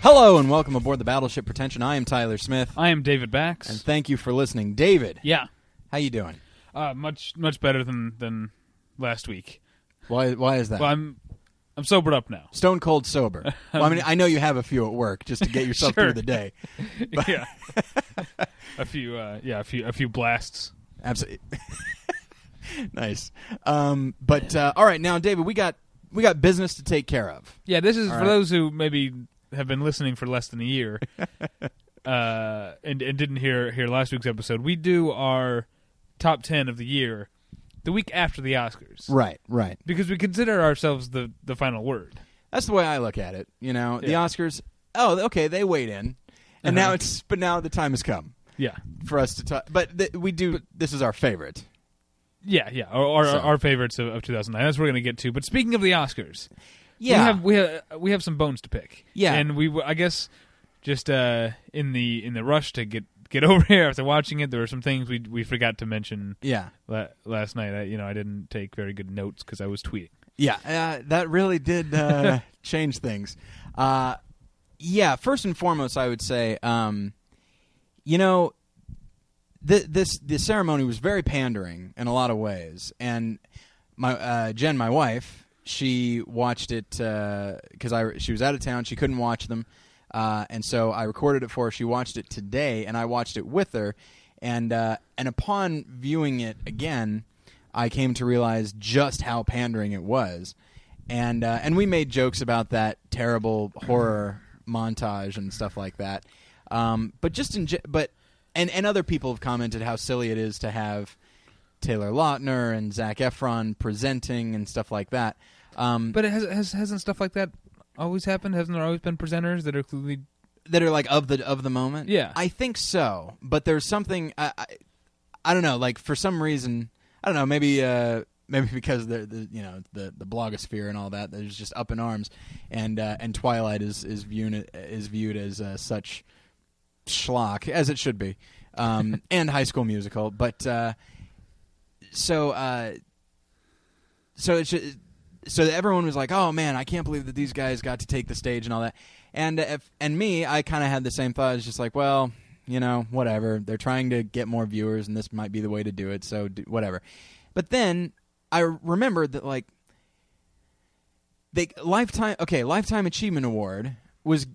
Hello and welcome aboard the Battleship Pretension. I am Tyler Smith, I am David Bax. and thank you for listening. David, yeah, how you doing? uh, much much better than than last week. Why? Why is that? Well, I'm I'm sobered up now. Stone cold sober. Well, I mean, I know you have a few at work just to get yourself Sure. through the day. yeah, a few uh, yeah a few a few blasts. Absolutely. nice. Um, but uh, all right, now David, we got we got business to take care of. Yeah, this is All for right. those who maybe have been listening for less than a year, uh, and and didn't hear hear last week's episode. We do our top ten of the year the week after the Oscars, Right. Right. Because we consider ourselves the the final word. That's the way I look at it. You know, the Yeah. Oscars. Oh, okay, they weighed in, and Uh-huh. now it's but now the time has come Yeah, for us to talk. But th- we do. this is our favorite. yeah, yeah. Our our, So. our favorites of, of 2009. That's what we're gonna get to. But speaking of the Oscars, Yeah. we have we have we have some bones to pick. Yeah. and we I guess just uh, in the in the rush to get get over here after watching it, there were some things we we forgot to mention yeah. la- last night. I, you know, I didn't take very good notes because I was tweeting. Yeah, uh, that really did uh, change things. Uh, yeah, first and foremost, I would say, um, you know, th- this the ceremony was very pandering in a lot of ways, and my uh, Jen, my wife, she watched it because I she was out of town, she couldn't watch them, uh, and so I recorded it for her. She watched it today, and I watched it with her, and uh, and upon viewing it again, I came to realize just how pandering it was, and uh, and we made jokes about that terrible horror montage and stuff like that. Um, but just in ge- but and and other people have commented how silly it is to have Taylor Lautner and Zach Efron presenting and stuff like that. Um, But it has, has hasn't stuff like that always happened? Hasn't there always been presenters that are clearly? that are like of the of the moment. Yeah. I think so. But there's something I I, I don't know. Like for some reason, I don't know. Maybe uh, maybe because the, the you know the the blogosphere and all that. There's just up in arms, and uh, and Twilight is is viewed is viewed as uh, such schlock as it should be, um, and High School Musical. But uh, so uh, so it's ju- so that everyone was like, "Oh man, I can't believe that these guys got to take the stage and all that." And uh, if, and me, I kind of had the same thought. It's just like, well, you know, whatever. They're trying to get more viewers, and this might be the way to do it. So do, whatever. But then I remembered that like they lifetime okay lifetime achievement award was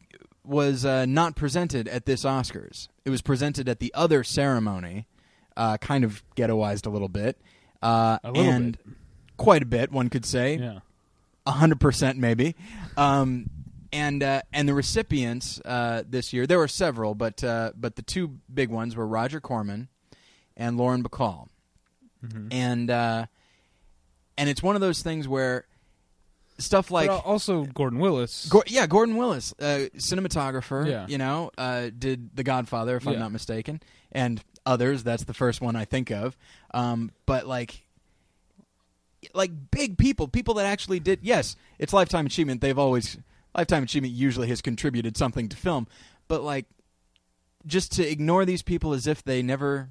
was uh, not presented at this Oscars. It was presented at the other ceremony, uh, kind of ghettoized a little bit, uh, A little and quite a bit one could say Yeah, hundred percent maybe. Um, and uh, and the recipients uh, this year there were several, but uh, but the two big ones were Roger Corman and Lauren Bacall, Mm-hmm. and uh, and it's one of those things where stuff like. but al- also Gordon Willis. Gor- yeah, Gordon Willis, uh, cinematographer. Yeah. You know, uh, did The Godfather, if I'm Yeah. not mistaken, and others. That's the first one I think of. Um, but like, like big people, people that actually did. Yes, it's lifetime achievement. They've always lifetime achievement usually has contributed something to film, but like, just to ignore these people as if they never.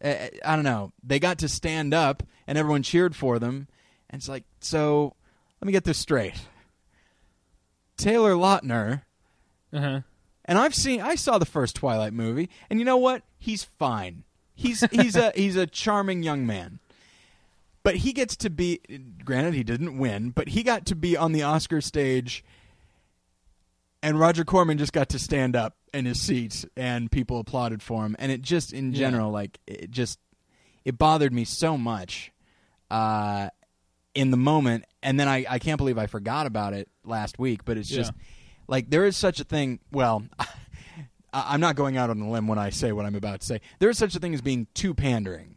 I, I don't know. They got to stand up, and everyone cheered for them. And it's like, so let me get this straight. Taylor Lautner, uh-huh. and I've seen I saw the first Twilight movie, and you know what? He's fine. He's he's a he's a charming young man. But he gets to be granted he didn't win, but he got to be on the Oscar stage and Roger Corman just got to stand up in his seat and people applauded for him and it just in Yeah. general like it just it bothered me so much uh in the moment and then I, I can't believe I forgot about it last week but it's Yeah. just like there is such a thing well I- I'm not going out on a limb when I say what I'm about to say there is such a thing as being too pandering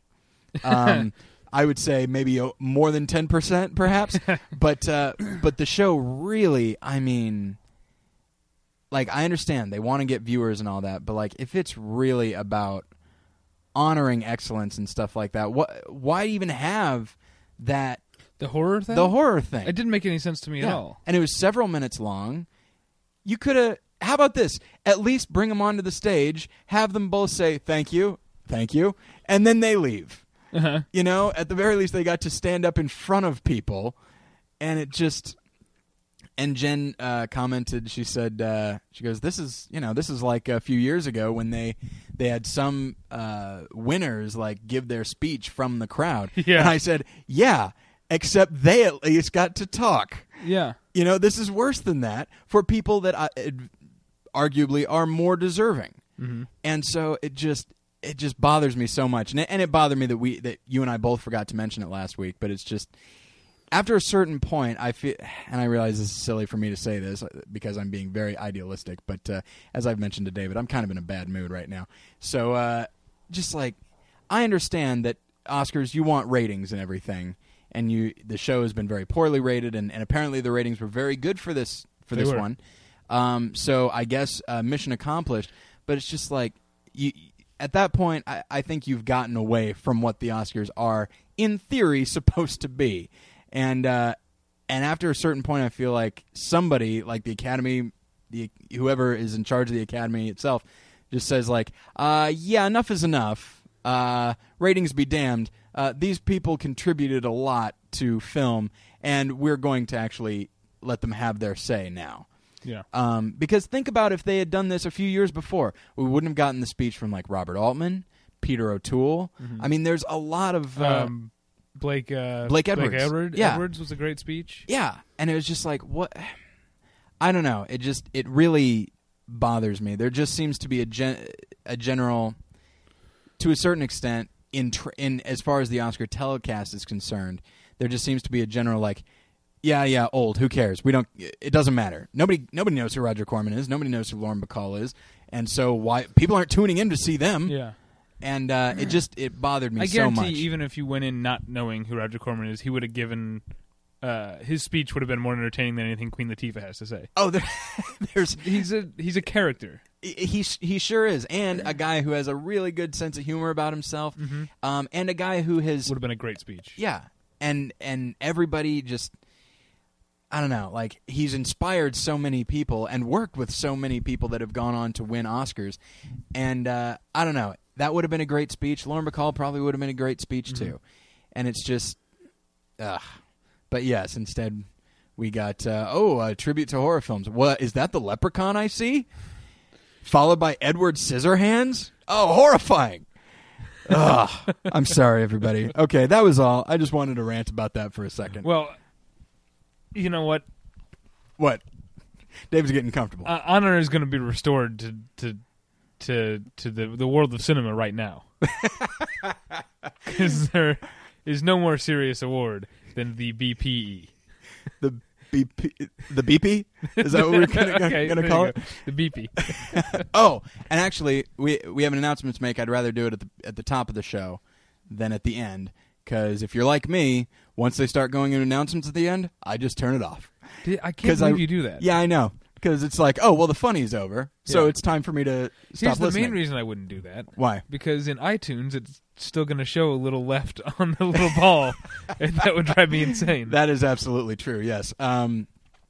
um, I would say maybe oh, more than 10% perhaps but uh, but the show really I mean like I understand they want to get viewers and all that but like if it's really about honoring excellence and stuff like that what why even have that The horror thing. the horror thing It didn't make any sense to me at all. and it was several minutes long. You could have. How about this? At least bring them onto the stage, have them both say thank you, thank you, and then they leave. Uh-huh. You know, at the very least, they got to stand up in front of people, and it just. And Jen uh, commented. She said, uh, "She goes, this is you know, this is like a few years ago when they they had some uh, winners like give their speech from the crowd." Yeah. And I said, "Yeah, except they at least got to talk." Yeah. You know, this is worse than that for people that I, ad- arguably are more deserving. And so it just it just bothers me so much, and it, and it bothered me that we that you and I both forgot to mention it last week. But it's just after a certain point, I feel, and I realize this is silly for me to say this uh, because I'm being very idealistic. But uh, as I've mentioned to David, I'm kind of in a bad mood right now. So uh, just like I understand that Oscars, you want ratings and everything, and you the show has been very poorly rated, and, and apparently the ratings were very good for this for They this were. one. Um, so I guess uh, mission accomplished. But it's just like you. At that point, I, I think you've gotten away from what the Oscars are in theory supposed to be, and uh, and after a certain point, I feel like somebody like the Academy, the whoever is in charge of the Academy itself, just says like, uh, yeah, enough is enough. Uh, ratings be damned. Uh, these people contributed a lot to film, and we're going to actually let them have their say now. Yeah. Um, because think about if they had done this a few years before, we wouldn't have gotten the speech from like Robert Altman, Peter O'Toole. I mean, there's a lot of uh, Mm-hmm. Um, Blake. Uh, Blake Edwards. Edward- Yeah. Edwards was a great speech. yeah, and it was just like what I don't know. It just it really bothers me. There just seems to be a gen- a general, to a certain extent, in tr- in as far as the Oscar telecast is concerned, there just seems to be a general like. Yeah, yeah, old. Who cares? We don't. It doesn't matter. Nobody, nobody knows who Roger Corman is. Nobody knows who Lauren Bacall is, and so why people aren't tuning in to see them? Yeah. and uh, it just it bothered me I so guarantee, much. even if you went in not knowing who Roger Corman is, he would have given uh, his speech would have been more entertaining than anything Queen Latifah has to say. oh, there, there's He's a he's a character. he he sure is, and a guy who has a really good sense of humor about himself, um, and a guy who has Would have been a great speech. yeah, and and everybody just I don't know, like he's inspired so many people and worked with so many people that have gone on to win Oscars, and uh, I don't know, that would have been a great speech. Lauren Bacall probably would have been a great speech too, and it's just, ugh. But yes, instead we got uh, oh a tribute to horror films. What is that? The Leprechaun I see, followed by Edward Scissorhands. Oh, horrifying. Ugh, I'm sorry, everybody. Okay, that was all. I just wanted to rant about that for a second. Well, you know what? What? David's getting comfortable. Uh, honor is going to be restored to to to to the the world of cinema right now, because there is no more serious award than the E. BPE. the BP, the BP. Is that what we're gonna, gonna- Okay, gonna there call you it? go. the BP. Oh, and actually, we we have an announcement to make. I'd rather do it at the at the top of the show than at the end, because if you're like me, once they start going into announcements at the end, I just turn it off. Dude, I can't 'Cause I- believe you do that. Yeah, I know, because it's like, oh well, the funny's over, so Yeah. it's time for me to stop Here's the listening. main reason I wouldn't do that. Why? Because in iTunes, it's still going to show a little left on the little ball, and that would drive me insane. That is absolutely true. Yes. Um,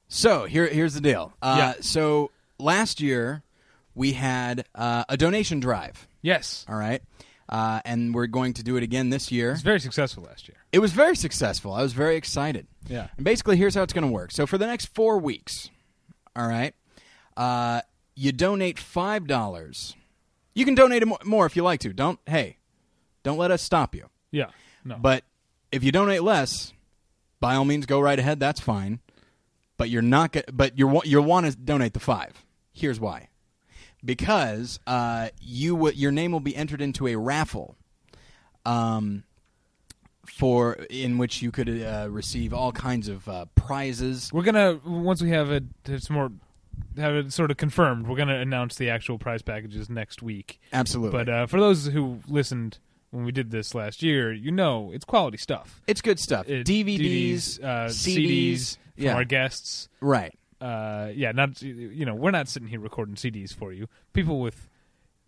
so here, here's the deal. Uh, Yeah. So last year we had uh, a donation drive. yes, All right. Uh, and we're going to do it again this year. it's very successful last year. It was very successful. I was very excited. Yeah. And basically, here's how it's going to work. So for the next four weeks, all right, uh, you donate five dollars. You can donate mo- more if you like to. Don't hey, don't let us stop you. Yeah, no, But if you donate less, by all means, go right ahead. That's fine. But you're not. Go- but you're wa- you'll want to donate the five. Here's why. Because uh, you w- your name will be entered into a raffle, um, for in which you could uh, receive all kinds of uh, prizes. we're gonna once we have it, it's more have it sort of confirmed. We're gonna announce the actual prize packages next week. Absolutely, But uh, for those who listened when we did this last year, you know it's quality stuff. it's good stuff. It- DVDs, uh, CDs, from yeah. our guests. right? uh, yeah, not you know, we're not sitting here recording CDs for you. People with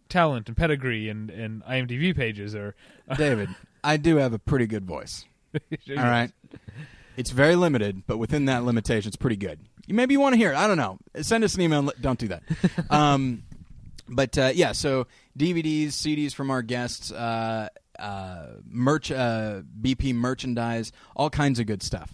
talent and pedigree and, and IMDb pages are David, I do have a pretty good voice. All right. It's very limited, but within that limitation, it's pretty good. You maybe you want to hear it. I don't know. Send us an email. and let- Don't do that. um, but uh, yeah, so DVDs, CDs from our guests, uh, uh, merch, uh, BP merchandise, all kinds of good stuff.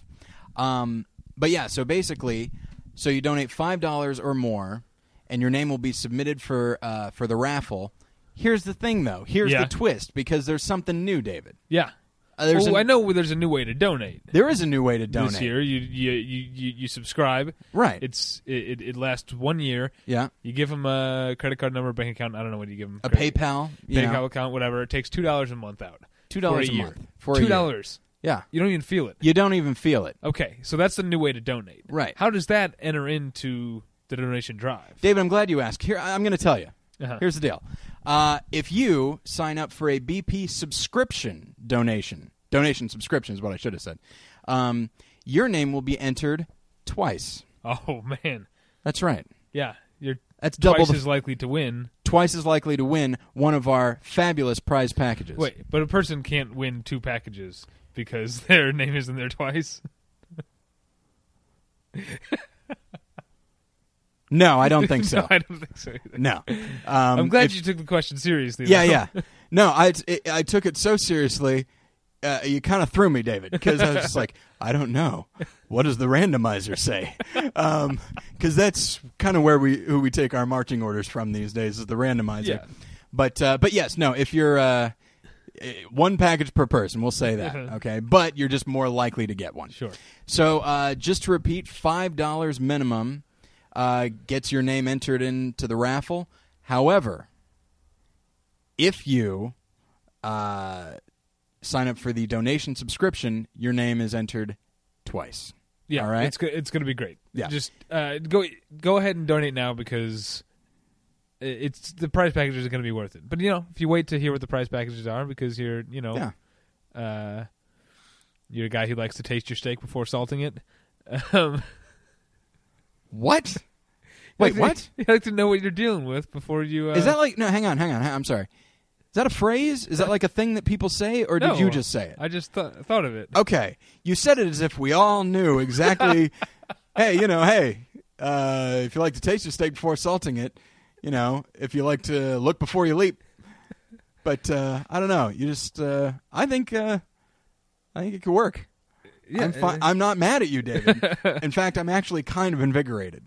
Um, but yeah, so basically, So you donate five dollars or more, and your name will be submitted for uh, for the raffle. Here's the thing, though. Here's Yeah. the twist, because there's something new, David. Yeah. Uh, there's oh, a- I know there's a new way to donate. There is a new way to donate. This year, you you you, you, you subscribe. Right. It's it, it, it lasts one year. yeah. You give them a credit card number, bank account. I don't know what you give them. A PayPal. You PayPal know, account, whatever. It takes two dollars a month out. two dollars for a, a year. month. For a two year. dollars. Yeah. You don't even feel it. You don't even feel it. Okay, so that's the new way to donate. Right. How does that enter into the donation drive? David, I'm glad you asked. Here, I- I'm going to tell you. Uh-huh. Here's the deal. Uh, if you sign up for a BP subscription donation, donation subscription is what I should have said, um, your name will be entered twice. Oh man. That's right. Yeah. You're That's double twice the, as likely to win. twice as likely to win one of our fabulous prize packages. Wait, but a person can't win two packages because their name isn't there twice. No, I don't think so. no, I don't think so either. no. Um, I'm glad if- you took the question seriously. Yeah, though. yeah. No, I it, I took it so seriously. Uh, you kind of threw me, David, because I was just like, I don't know. What does the randomizer say? Because that's kind of where we who we take our marching orders from these days is the randomizer. Yeah. But uh, but yes, no. If you're uh, eh, one package per person, we'll say that Uh-huh. okay. But you're just more likely to get one. Sure. So uh, just to repeat, five dollars minimum uh, gets your name entered into the raffle. However, if you uh, sign up for the donation subscription, your name is entered twice. Yeah, All right. It's go- it's going to be great. Yeah. Just uh, go go ahead and donate now because i- it's the prize packages are going to be worth it. But you know, if you wait to hear what the prize packages are, because you're you know, Yeah. uh, you're a guy who likes to taste your steak before salting it. Um, What? Wait, you like to- what? You like to know what you're dealing with before you. Uh, Is that like no? Hang on, hang on. hang- I'm sorry. Is that a phrase? Is that like a thing that people say, or No. did you just say it? I just th- thought of it. Okay, you said it as if we all knew exactly. hey, you know, hey, uh, if you like to taste your steak before salting it, you know, if you like to look before you leap. But uh, I don't know. You just, uh, I think, uh, I think it could work. Yeah. I'm, fi- uh, I'm not mad at you, David. In fact, I'm actually kind of invigorated.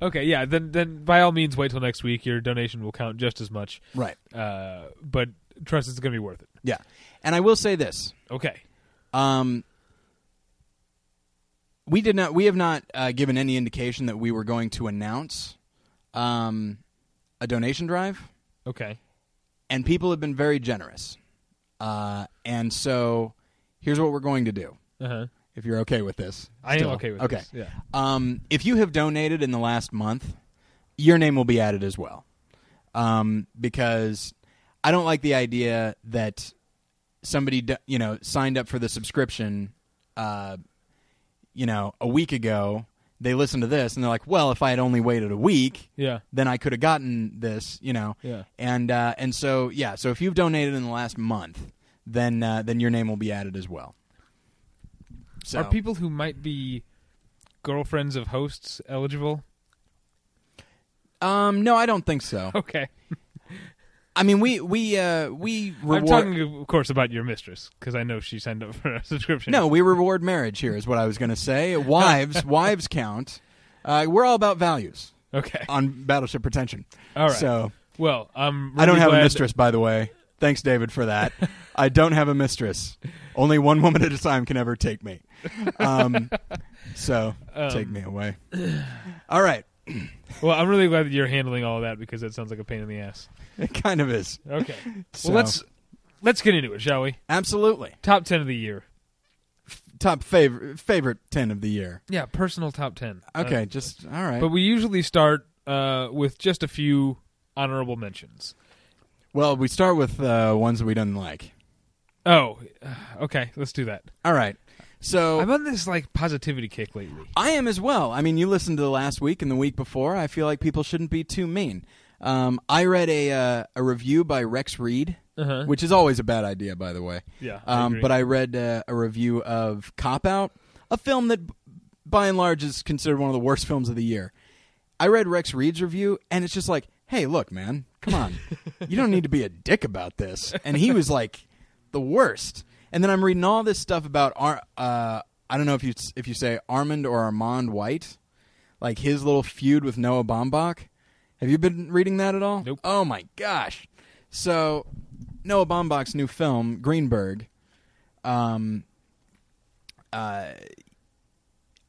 okay. Yeah. Then then by all means, wait till next week. Your donation will count just as much. Right. Uh, but trust it's going to be worth it. Yeah. And I will say this. Okay. Um, we did not. We have not uh, given any indication that we were going to announce um, a donation drive, Okay. and people have been very generous. Uh, and so, here's what we're going to do. Uh huh. If you're okay with this, I still. am okay with okay. this. Yeah. Um, if you have donated in the last month, your name will be added as well. Um, because I don't like the idea that somebody do- you know signed up for the subscription, uh, you know, a week ago. They listened to this and they're like, "Well, if I had only waited a week, Yeah. then I could have gotten this," you know. Yeah. And uh, and so yeah, so if you've donated in the last month, then uh, then your name will be added as well. So Are people who might be girlfriends of hosts eligible? um, no, I don't think so. Okay. I mean, we we uh, we I'm reward. talking, of course, about your mistress because I know she signed up for a subscription. No, we reward marriage here. Is what I was going to say. Wives, wives count. Uh, we're all about values Okay. on Battleship Pretension. All right. So well, I'm. I don't really have a glad- mistress, by the way. Thanks, David, for that. I don't have a mistress. Only one woman at a time can ever take me. Um, so take Um, me away. All right. Well, I'm really glad that you're handling all of that because that sounds like a pain in the ass. It kind of is. Okay. So, Well, let's let's get into it, shall we? absolutely Top ten of the year. top favorite favorite ten of the year. Yeah, personal top ten. Okay, Uh, just all right. but we usually start uh, with just a few honorable mentions. well, we start with uh, ones that we didn't like. Oh, uh, okay. Let's do that. All right. So I'm on this like positivity kick lately. I am as well. I mean, you listened to the last week and the week before. I feel like people shouldn't be too mean. Um, I read a uh, a review by Rex Reed, Uh-huh. which is always a bad idea, by the way. Yeah, I Um, agree. but I read uh, a review of Cop Out, a film that, b- by and large, is considered one of the worst films of the year. I read Rex Reed's review, and it's just like, hey, look, man, come on, you don't need to be a dick about this. And he was like, the worst. And then I'm reading all this stuff about Ar- uh, I don't know if you if you say Armand or Armand White, like his little feud with Noah Baumbach. Have you been reading that at all? Nope. Oh my gosh. So Noah Baumbach's new film Greenberg, um, uh,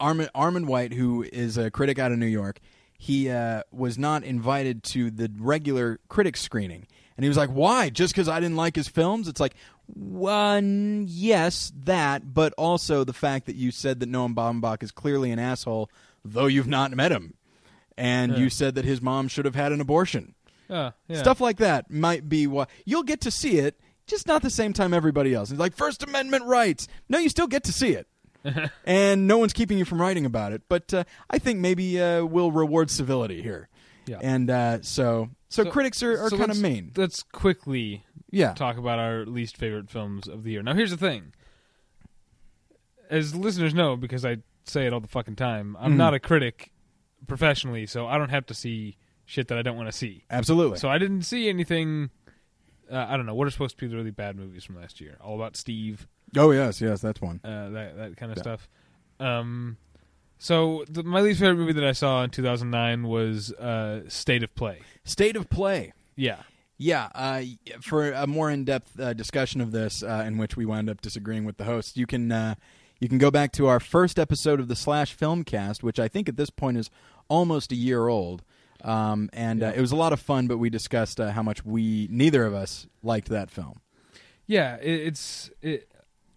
Armin Armin White, who is a critic out of New York, he uh, was not invited to the regular critic screening, and he was like, "Why? Just because I didn't like his films?" It's like, one, yes, that, but also the fact that you said that Noam Baumbach is clearly an asshole, though you've not met him, and Yeah. you said that his mom should have had an abortion. Uh, yeah. Stuff like that might be why you'll get to see it, just not the same time everybody else. It's like First Amendment rights. No, you still get to see it, and no one's keeping you from writing about it. But uh, I think maybe uh, we'll reward civility here, Yeah. and uh, so, so So- critics are, are So kind of let's- mean. Let's quickly Yeah, talk about our least favorite films of the year. Now, here's the thing. As listeners know, because I say it all the fucking time, I'm Mhm. not a critic professionally, so I don't have to see shit that I don't want to see. absolutely. So I didn't see anything. Uh, I don't know. What are supposed to be the really bad movies from last year? All About Steve, oh yes, yes, that's one. uh, that, that kind of Yeah. stuff. Um, so the, my least favorite movie that I saw in 2009 was uh, State of Play. State of play. Yeah. Yeah, uh, y- for a more in-depth uh, discussion of this, uh, in which we wound up disagreeing with the host, you can uh, you can go back to our first episode of the Slash Filmcast, which I think at this point is almost a year old, um, and uh, it was a lot of fun. But we discussed uh, how much we neither of us liked that film. Yeah, it, it's it.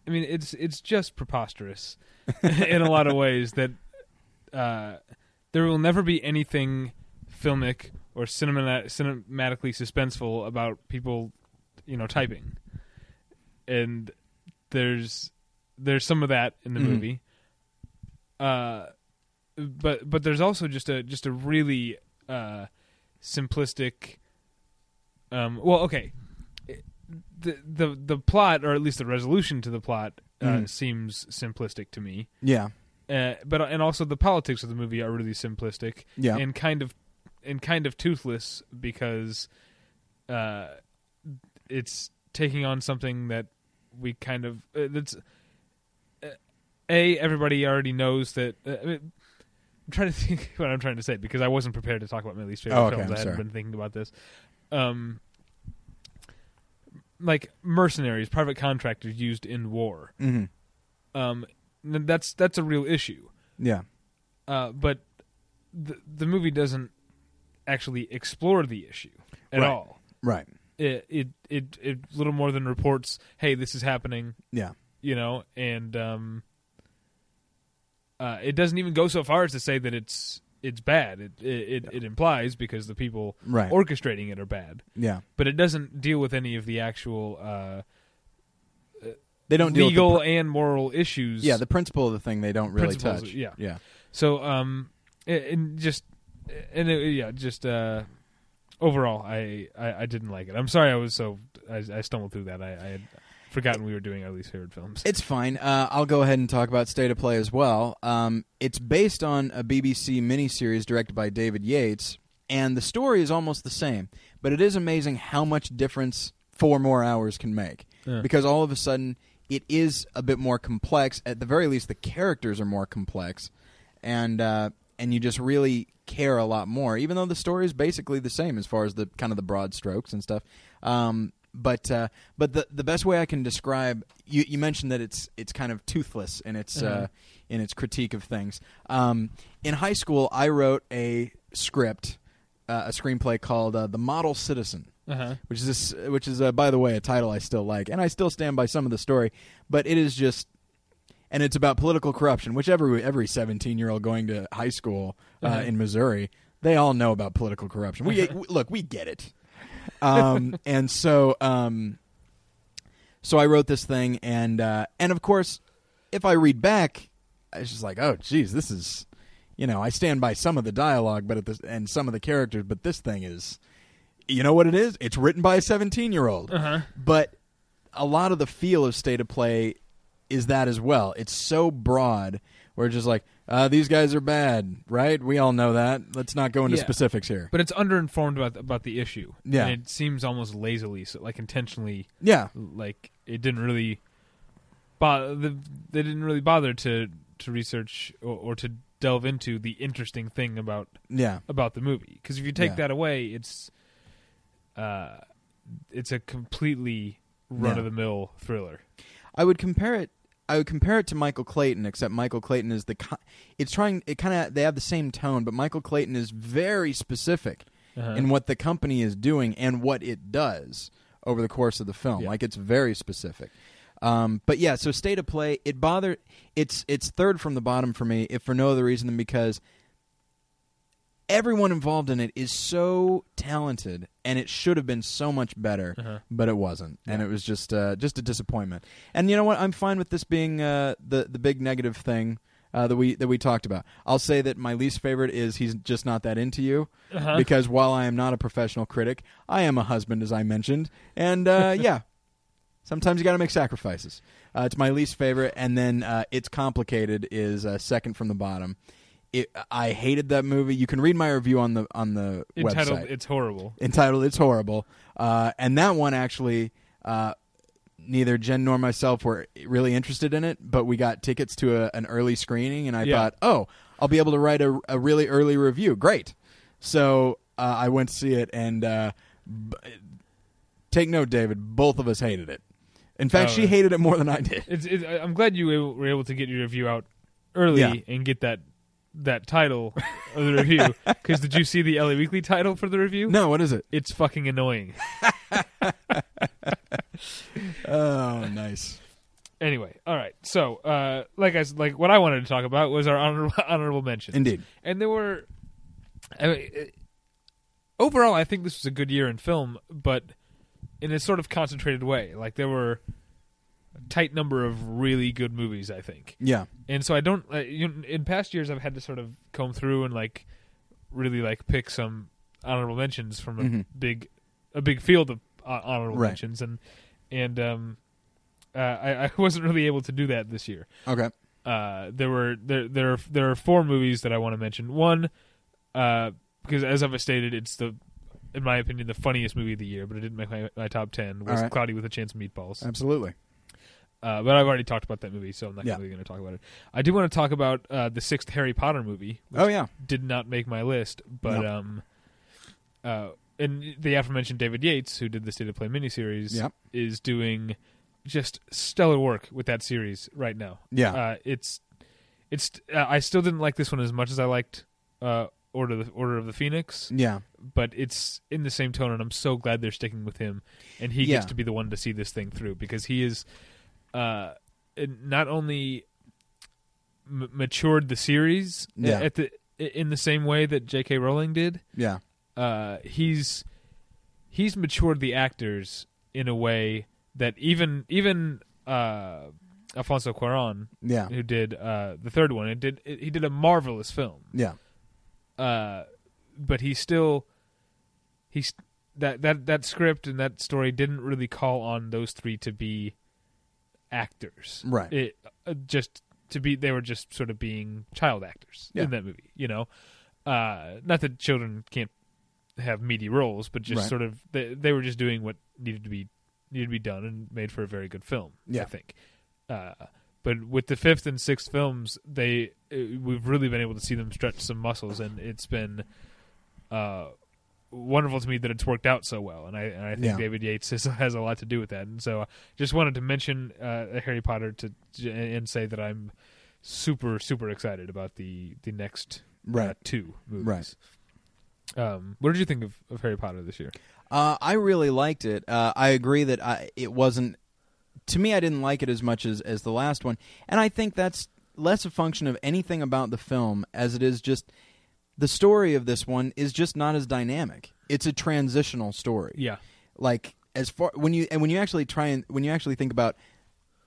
I mean, it's it's just preposterous in a lot of ways that uh, there will never be anything filmic or cinema, cinematically suspenseful about people, you know, typing. And there's there's some of that in the Mhm. movie. Uh, but but there's also just a just a really uh, simplistic. Um, well, okay, the the the plot, or at least the resolution to the plot, uh, Mhm. seems simplistic to me. Yeah, Uh, but and also the politics of the movie are really simplistic yeah, and kind of and kind of toothless because uh, it's taking on something that we kind of uh, that's uh, a everybody already knows that. Uh, I mean, I'm trying to think what I'm trying to say because I wasn't prepared to talk about my least favorite Oh, okay, films. I'm I hadn't sorry. been thinking about this. Um, like mercenaries, private contractors used in war. hmm Um, n- that's that's a real issue yeah, uh, but the the movie doesn't actually explore the issue at Right. all. right, It, it it it little more than reports. Hey, this is happening, yeah, you know, and um, uh, it doesn't even go so far as to say that it's it's bad. It it, it, it implies because the people right, orchestrating it are bad, yeah. but it doesn't deal with any of the actual uh, They don't deal with the legal pr- and moral issues. yeah, the principle of the thing they don't really Principles, touch. yeah. yeah, So um, and- and just and it, yeah, just uh, overall, I, I I didn't like it. I'm sorry, I was so I, I stumbled through that. I, I had forgotten we were doing our least favorite films. It's fine. Uh, I'll go ahead and talk about State of Play as well. Um, it's based on a BBC miniseries directed by David Yates, and the story is almost the same, but it is amazing how much difference four more hours can make. Yeah. Because all of a sudden, it is a bit more complex. At the very least, the characters are more complex, and uh, and you just really care a lot more. Even though the story is basically the same as far as the kind of the broad strokes and stuff. Um, but uh, but the the best way I can describe you, you mentioned that it's it's kind of toothless in its Uh-huh. uh, in its critique of things. Um, in high school, I wrote a script, uh, a screenplay called uh, "The Model Citizen," Uh-huh. which is this, which is uh, by the way a title I still like, and I still stand by some of the story, but it is just. And it's about political corruption, which every every seventeen year old going to high school uh, Uh-huh. in Missouri, they all know about political corruption. We, we look, we get it. Um, and so, um, so I wrote this thing, and uh, and of course, if I read back, it's just like, oh, geez, this is, you know, I stand by some of the dialogue, but at this and some of the characters, but this thing is, you know what it is? It's written by a seventeen-year-old, Uh-huh. but a lot of the feel of state of play is that as well. It's so broad. We're just like uh, these guys are bad, right? We all know that. Let's not go into Yeah. specifics here. But it's underinformed about about the issue. Yeah. and it seems almost lazily, so like intentionally, yeah, like it didn't really bother. They didn't really bother to to research or, or to delve into the interesting thing about Yeah. about the movie because if you take Yeah. that away it's uh it's a completely run of the mill thriller I would compare it. I would compare it to Michael Clayton, except Michael Clayton is the. ki- It's trying. It kind of they have the same tone, but Michael Clayton is very specific Uh-huh. in what the company is doing and what it does over the course of the film. Yeah. Like it's very specific. Um, but yeah, so state of play. It bother. It's it's third from the bottom for me, if for no other reason than because everyone involved in it is so talented, and it should have been so much better Uh-huh. but it wasn't, and it was just uh, just a disappointment. And you know what? I'm fine with this being uh, the the big negative thing uh, that we that we talked about. I'll say that my least favorite is he's just not that into you, Uh-huh. because while I am not a professional critic, I am a husband, as I mentioned, and uh, yeah, sometimes you got to make sacrifices. Uh, it's my least favorite, and then uh, it's complicated is uh, second from the bottom. It, I hated that movie. You can read my review on the on the entitled website it's horrible entitled "It's Horrible," uh, and that one actually, uh, neither Jen nor myself were really interested in it, but we got tickets to a, an early screening, and I Yeah. thought, oh, I'll be able to write a, a really early review. Great! So uh, I went to see it, and uh, b- take note, David, both of us hated it. In fact, Oh, she yeah. hated it more than I did. it's, it's I- i'm glad you were- were able to get your review out early Yeah. and get that that title of the review because did you see the la weekly title for the review No, what is it? it's fucking annoying Oh, nice. anyway all right so uh like i s- like what i wanted to talk about was our honorable honorable mentions Indeed. and there were I mean, it- overall i think this was a good year in film but in a sort of concentrated way like there were a tight number of really good movies i think Yeah. and so i don't uh, you, in past years i've had to sort of comb through and like really like pick some honorable mentions from a Mhm. big a big field of uh, honorable Right. mentions and and um uh, I, I wasn't really able to do that this year Okay. uh, there were there there are, there are four movies that I want to mention. One, uh, because as I've stated, it's the in my opinion the funniest movie of the year, but it didn't make my, my top ten. Was All right. Cloudy with a Chance of Meatballs. Absolutely. Uh, but I've already talked about that movie, so I'm not Yeah. really going to talk about it. I do want to talk about uh, the sixth Harry Potter movie, which Oh yeah. did not make my list, but No. um, uh, and the aforementioned David Yates, who did the State of Play miniseries, Yep. is doing just stellar work with that series right now. Yeah. Uh, it's it's uh, I still didn't like this one as much as I liked uh, Order of the Order of the Phoenix, yeah. but it's in the same tone, and I'm so glad they're sticking with him, and he Yeah. gets to be the one to see this thing through because he is uh, in- not only m- matured the series a- Yeah. at the in the same way that J.K. Rowling did. Yeah. Uh, he's he's matured the actors in a way that even even uh, Alfonso Cuarón, Yeah. who did uh, the third one. It did it, he did a marvelous film, Yeah. uh, but he still he's that that that script and that story didn't really call on those three to be actors. Right. It uh, just to be they were just sort of being child actors Yeah. in that movie. You know, uh, not that children can't have meaty roles, but just Right. sort of they, they were just doing what needed to be needed to be done and made for a very good film. Yeah. I think. Uh, but with the fifth and sixth films, they uh, we've really been able to see them stretch some muscles, and it's been uh, wonderful to me that it's worked out so well. And I and I think Yeah. David Yates has, has a lot to do with that. And so, I just wanted to mention uh, Harry Potter to and say that I'm super super excited about the the next uh, Right. two movies. Right. Um, what did you think of, of Harry Potter this year? Uh, I really liked it. Uh, I agree that I, it wasn't. To me, I didn't like it as much as as the last one, and I think that's less a function of anything about the film as it is just the story of this one is just not as dynamic. It's a transitional story. Yeah, Like as far when you and when you actually try and when you actually think about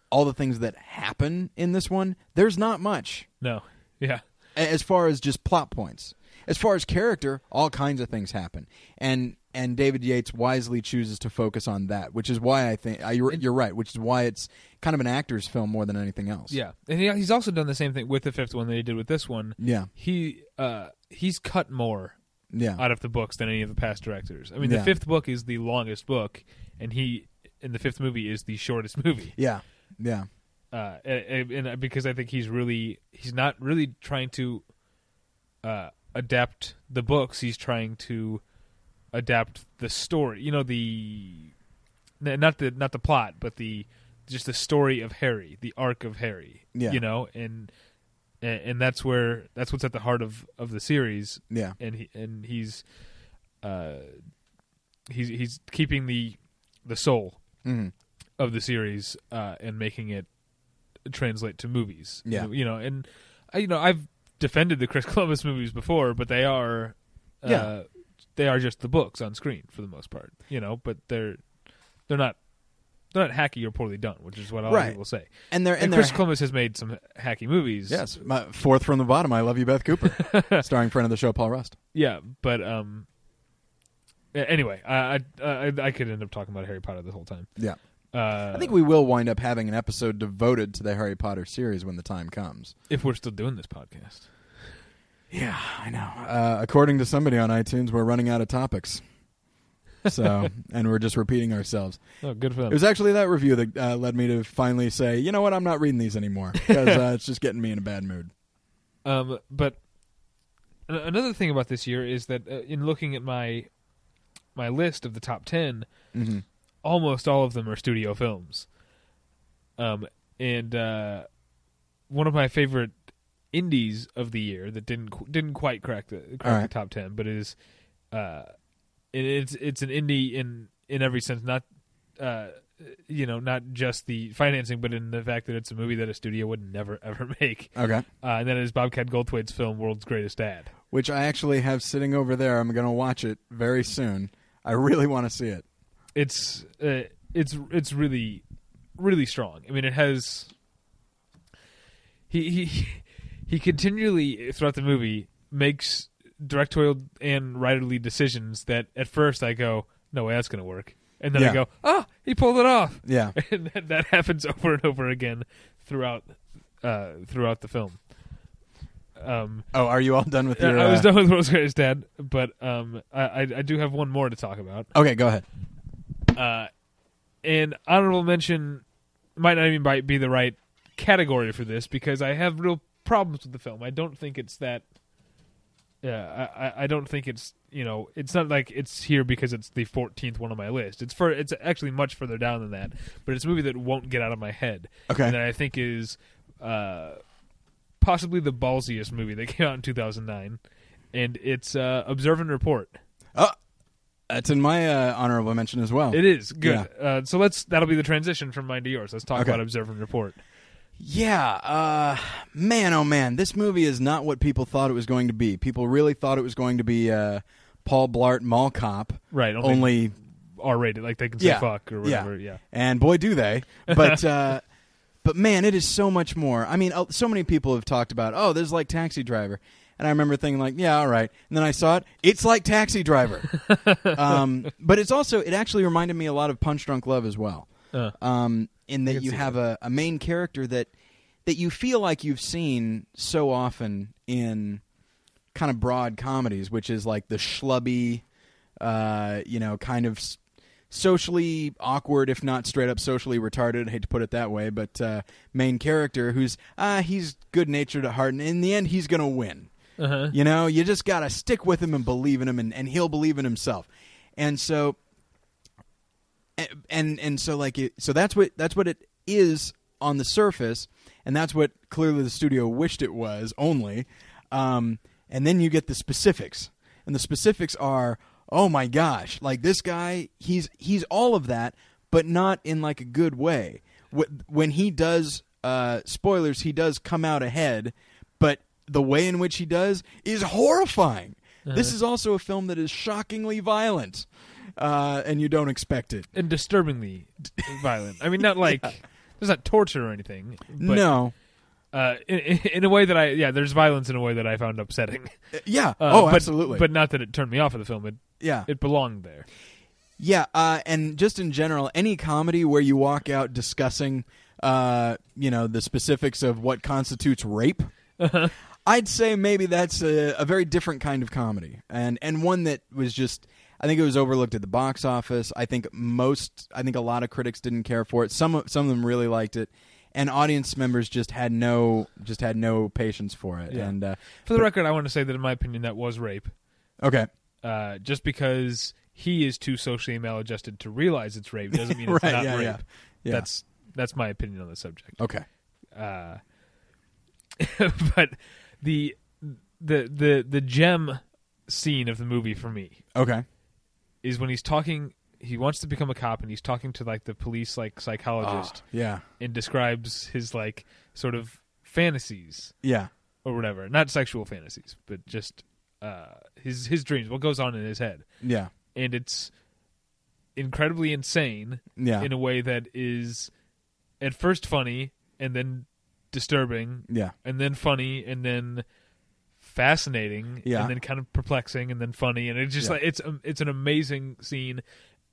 all the things that happen in this one, there's not much no, yeah, a- as far as just plot points. As far as character, all kinds of things happen, and and David Yates wisely chooses to focus on that, which is why I think I, you're, you're right. Which is why it's kind of an actor's film more than anything else. yeah. And he, he's also done the same thing with the fifth one that he did with this one. yeah, He uh, he's cut more yeah, out of the books than any of the past directors. I mean, Yeah. the fifth book is the longest book, and he and the fifth movie is the shortest movie. yeah, yeah, Uh, and, and because I think he's really he's not really trying to uh, adapt the books. He's trying to adapt the story. You know the n- not the not the plot, but the just the story of Harry, the arc of Harry. Yeah. You know, and and and that's where that's what's at the heart of of the series Yeah. and he and he's uh he's he's keeping the the soul Mhm. of the series uh and making it translate to movies Yeah. you know and I- you know i've defended the chris columbus movies before but they are uh, Yeah. they are just the books on screen for the most part you know but they're they're not they're not hacky or poorly done which is what all Right. people say And they're and, and, they're chris columbus has made some hacky movies yes, my, fourth from the bottom. I love you, Beth Cooper, starring friend of the show Paul Rust. Yeah, but um. a- Anyway, I I- I I could end up talking about Harry Potter the whole time. Yeah. Uh, I think we will wind up having an episode devoted to the Harry Potter series when the time comes. if we're still doing this podcast, Yeah, I know. Uh, according to somebody on iTunes, we're running out of topics. So, and we're just repeating ourselves. oh, good for them. It was actually that review that uh, led me to finally say, you know what, I'm not reading these anymore because uh, it's just getting me in a bad mood. um, but a- another thing about this year is that uh, in looking at my my list of the top ten, Mm-hmm. almost all of them are studio films. Um, and uh, one of my favorite indies of the year that didn't qu- didn't quite crack the crack All right. the top ten, but is uh, it, it's it's an indie in in every sense, not uh, you know, not just the financing, but in the fact that it's a movie that a studio would never ever make, Okay. uh, and that is Bobcat Goldthwait's film World's Greatest Dad. Which I actually have sitting over there. I'm going to watch it very soon. I really want to see it. it's uh, it's it's really really strong. I mean, it has he he he continually throughout the movie makes directorial and writerly decisions that at first I go, no way that's gonna work, and then Yeah. I go, ah, he pulled it off, Yeah. and that, that happens over and over again throughout uh, throughout the film. Um, Oh, are you all done with your? I was uh, done with World's Greatest Dad, but um, I, I I do have one more to talk about. Okay, go ahead. Uh, and honorable mention might not even bi- be the right category for this because I have real problems with the film. I don't think it's that. Yeah, I, I- I don't think it's you know it's not like it's here because it's the fourteenth one on my list. It's for it's actually much further down than that, but it's a movie that won't get out of my head, Okay. and that I think is uh, possibly the ballsiest movie that came out in two thousand nine, and it's uh, Observe and Report. Oh, that's in my uh, honorable mention as well. It is good. Uh, so let's that'll be the transition from mine to yours. Let's talk Okay. about observe and report. Yeah, uh, man, oh man, this movie is not what people thought it was going to be. People really thought it was going to be uh, Paul Blart Mall Cop, Right, only, only, R rated, like they can say Yeah. fuck or whatever. Yeah, and boy do they. But uh, but man, it is so much more. I mean, uh, so many people have talked about, oh, this is like Taxi Driver, and I remember thinking like, yeah, all right. And then I saw it; it's like Taxi Driver. um, but it's also it actually reminded me a lot of Punch Drunk Love as well. Uh, um, in I that can you see have a, a main character that that you feel like you've seen so often in kind of broad comedies, which is like the schlubby, uh, you know, kind of s- socially awkward, if not straight up socially retarded. I hate to put it that way, but uh, main character who's ah, he's good natured at heart, and in the end, he's gonna win. uh-huh. You know, you just got to stick with him and believe in him, and, and he'll believe in himself. And so, and and, and so like it, so that's what that's what it is on the surface, and that's what clearly the studio wished it was only. Um, and then you get the specifics, and the specifics are, oh my gosh, like this guy, he's he's all of that, but not in like a good way. Wh- When he does uh, spoilers, he does come out ahead, but the way in which he does is horrifying. This is also a film that is shockingly violent, uh, and you don't expect it. and disturbingly violent. I mean, not like there's not torture or anything. But, no, uh, in, in a way that I yeah, there's violence in a way that I found upsetting. Uh, yeah, Uh, oh, but, absolutely, but not that it turned me off of the film. It yeah, it belonged there. yeah, uh, and just in general, any comedy where you walk out discussing, uh, you know, the specifics of what constitutes rape. I'd say maybe that's a, a very different kind of comedy, and and one that was just. I think it was overlooked at the box office. I think most, I think a lot of critics didn't care for it. Some of- some of them really liked it, and audience members just had no just had no patience for it. Yeah. And uh, For the record, I want to say that in my opinion, that was rape. okay, Uh, just because he is too socially maladjusted to realize it's rape doesn't mean it's Right, not yeah, rape. yeah. Yeah. That's that's my opinion on the subject. okay, Uh, but the the the the gem scene of the movie for me okay, is when he's talking. He wants to become a cop, and he's talking to like the police like psychologist, Ah, yeah, and describes his like sort of fantasies yeah, or whatever. Not sexual fantasies, but just uh, his his dreams. What goes on in his head, yeah, and it's incredibly insane yeah, in a way that is at first funny and then disturbing yeah, and then funny and then fascinating Yeah. and then kind of perplexing and then funny and it's just Yeah. like it's um, it's an amazing scene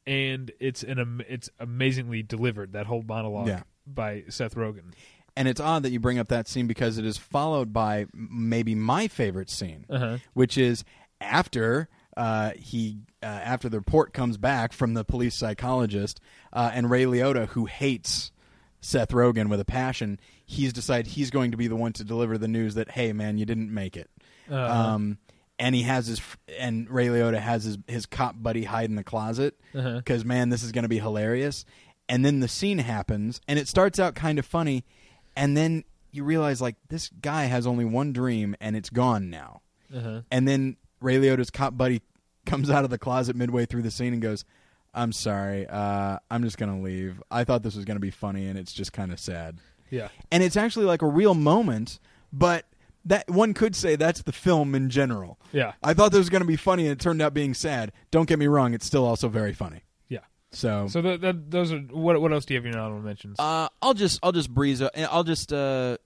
and it's an am- it's amazingly delivered that whole monologue Yeah. by Seth Rogen. and it's odd that you bring up that scene because it is followed by m- maybe my favorite scene, Uh-huh. which is after uh, he uh, after the report comes back from the police psychologist uh, and Ray Liotta, who hates Seth Rogen with a passion, he's decided he's going to be the one to deliver the news that hey man, you didn't make it. Uh-huh. Um, and he has his f- and Ray Liotta has his his cop buddy hide in the closet Uh-huh. because man, this is going to be hilarious. And then the scene happens, and it starts out kind of funny, and then you realize like this guy has only one dream, and it's gone now. Uh-huh. And then Ray Liotta's cop buddy comes out of the closet midway through the scene and goes, "I'm sorry, uh, I'm just going to leave. I thought this was going to be funny, and it's just kind of sad." Yeah. and it's actually like a real moment but that one could say that's the film in general Yeah. i thought this was going to be funny and it turned out being sad don't get me wrong it's still also very funny Yeah. so, So th th those are what. What else do you have in your honorable mentions? uh, i'll just i'll just breeze o- i'll just uh,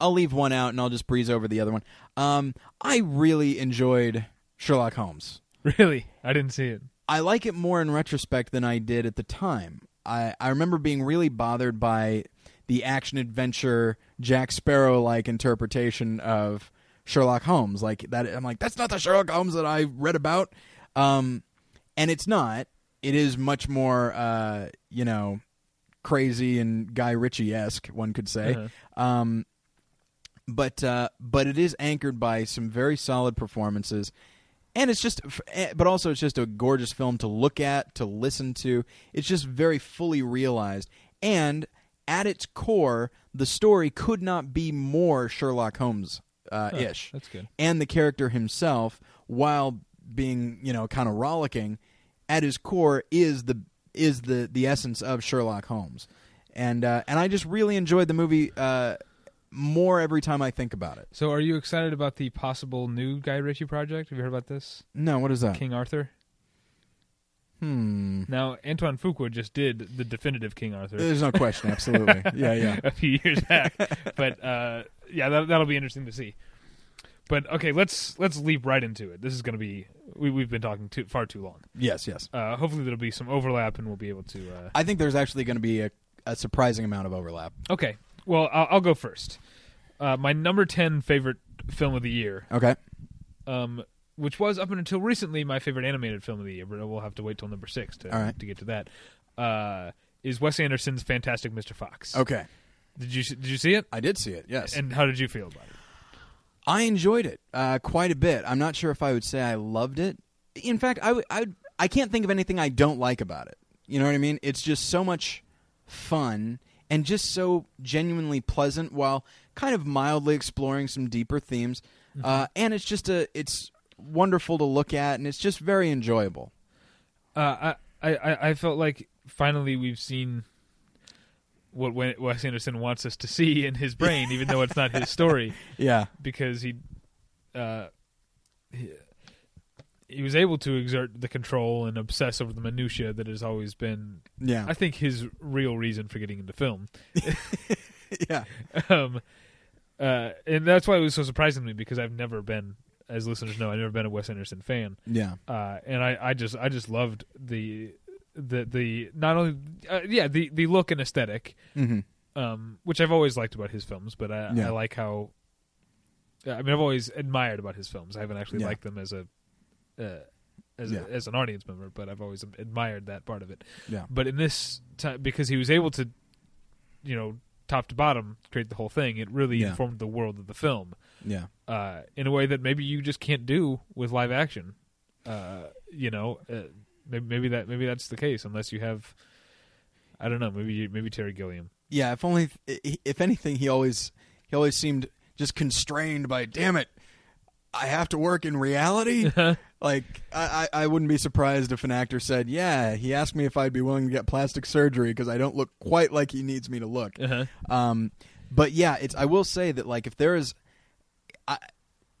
i'll leave one out and i'll just breeze over the other one um, i really enjoyed sherlock holmes really, I didn't see it. I like it more in retrospect than I did at the time. I, I remember being really bothered by the action adventure Jack Sparrow like interpretation of Sherlock Holmes. Like that, I'm like, that's not the Sherlock Holmes that I read about. Um, and it's not. It is much more, uh, you know, crazy and Guy Ritchie esque. One could say. Um, but uh, but it is anchored by some very solid performances, and it's just, f- eh, but also it's just a gorgeous film to look at, to listen to. It's just very fully realized, and at its core, the story could not be more Sherlock Holmes uh, ish That's good. and the character himself, while being you know kind of rollicking, at his core is the is the the essence of Sherlock Holmes, and uh, and I just really enjoyed the movie uh, more every time I think about it. So, are you excited about the possible new Guy Ritchie project? Have you heard about this? No, what is that? King Arthur. Hmm. Now, Antoine Fuqua just did the definitive King Arthur There's no question. Absolutely. yeah. Yeah. a few years back, but uh, yeah, that, that'll be interesting to see. But okay, let's let's leap right into it. This is going to be we, we've been talking too far too long. Yes. Yes. Uh, hopefully, there'll be some overlap, and we'll be able to. Uh, I think there's actually going to be a, a surprising amount of overlap. okay, well, I'll, I'll go first. Uh, my number ten favorite film of the year Okay. um, which was up until recently my favorite animated film of the year, but we'll have to wait till number six to, All right. to get to that. Uh, is Wes Anderson's Fantastic Mr. Fox? Okay. Did you did you see it? I did see it. Yes. And how did you feel about it? I enjoyed it uh, quite a bit. I'm not sure if I would say I loved it. In fact, I would- I would- I can't think of anything I don't like about it. You know what I mean? It's just so much fun and just so genuinely pleasant while kind of mildly exploring some deeper themes. Uh, and it's just a it's wonderful to look at and it's just very enjoyable. Uh, I, I I felt like finally we've seen what Wen- Wes Anderson wants us to see in his brain, even though it's not his story, Yeah. because he. Uh, he he was able to exert the control and obsess over the minutia that has always been Yeah. I think his real reason for getting into film. yeah. Um, uh, and that's why it was so surprising to me because I've never been, as listeners know, I've never been a Wes Anderson fan. Yeah. Uh, and I, I just, I just loved the, the, the not only, uh, yeah, the the look and aesthetic, Mhm. um, which I've always liked about his films. But I, Yeah. I like how, I mean, I've always admired about his films. I haven't actually Yeah. liked them as a, uh, as Yeah. a, as an audience member, but I've always admired that part of it Yeah. but in this time because he was able to you know top to bottom create the whole thing. It really Yeah. informed the world of the film Yeah. uh, in a way that maybe you just can't do with live action. Uh, you know, uh, maybe, maybe that maybe that's the case unless you have, I don't know, maybe you, maybe Terry Gilliam. Yeah, if only if anything he always he always seemed just constrained by damn it. I have to work in reality. Uh-huh. like I, I I wouldn't be surprised if an actor said, "Yeah, he asked me if I'd be willing to get plastic surgery because I don't look quite like he needs me to look." Uh-huh. Um, but yeah, it's. I will say that like if there is, I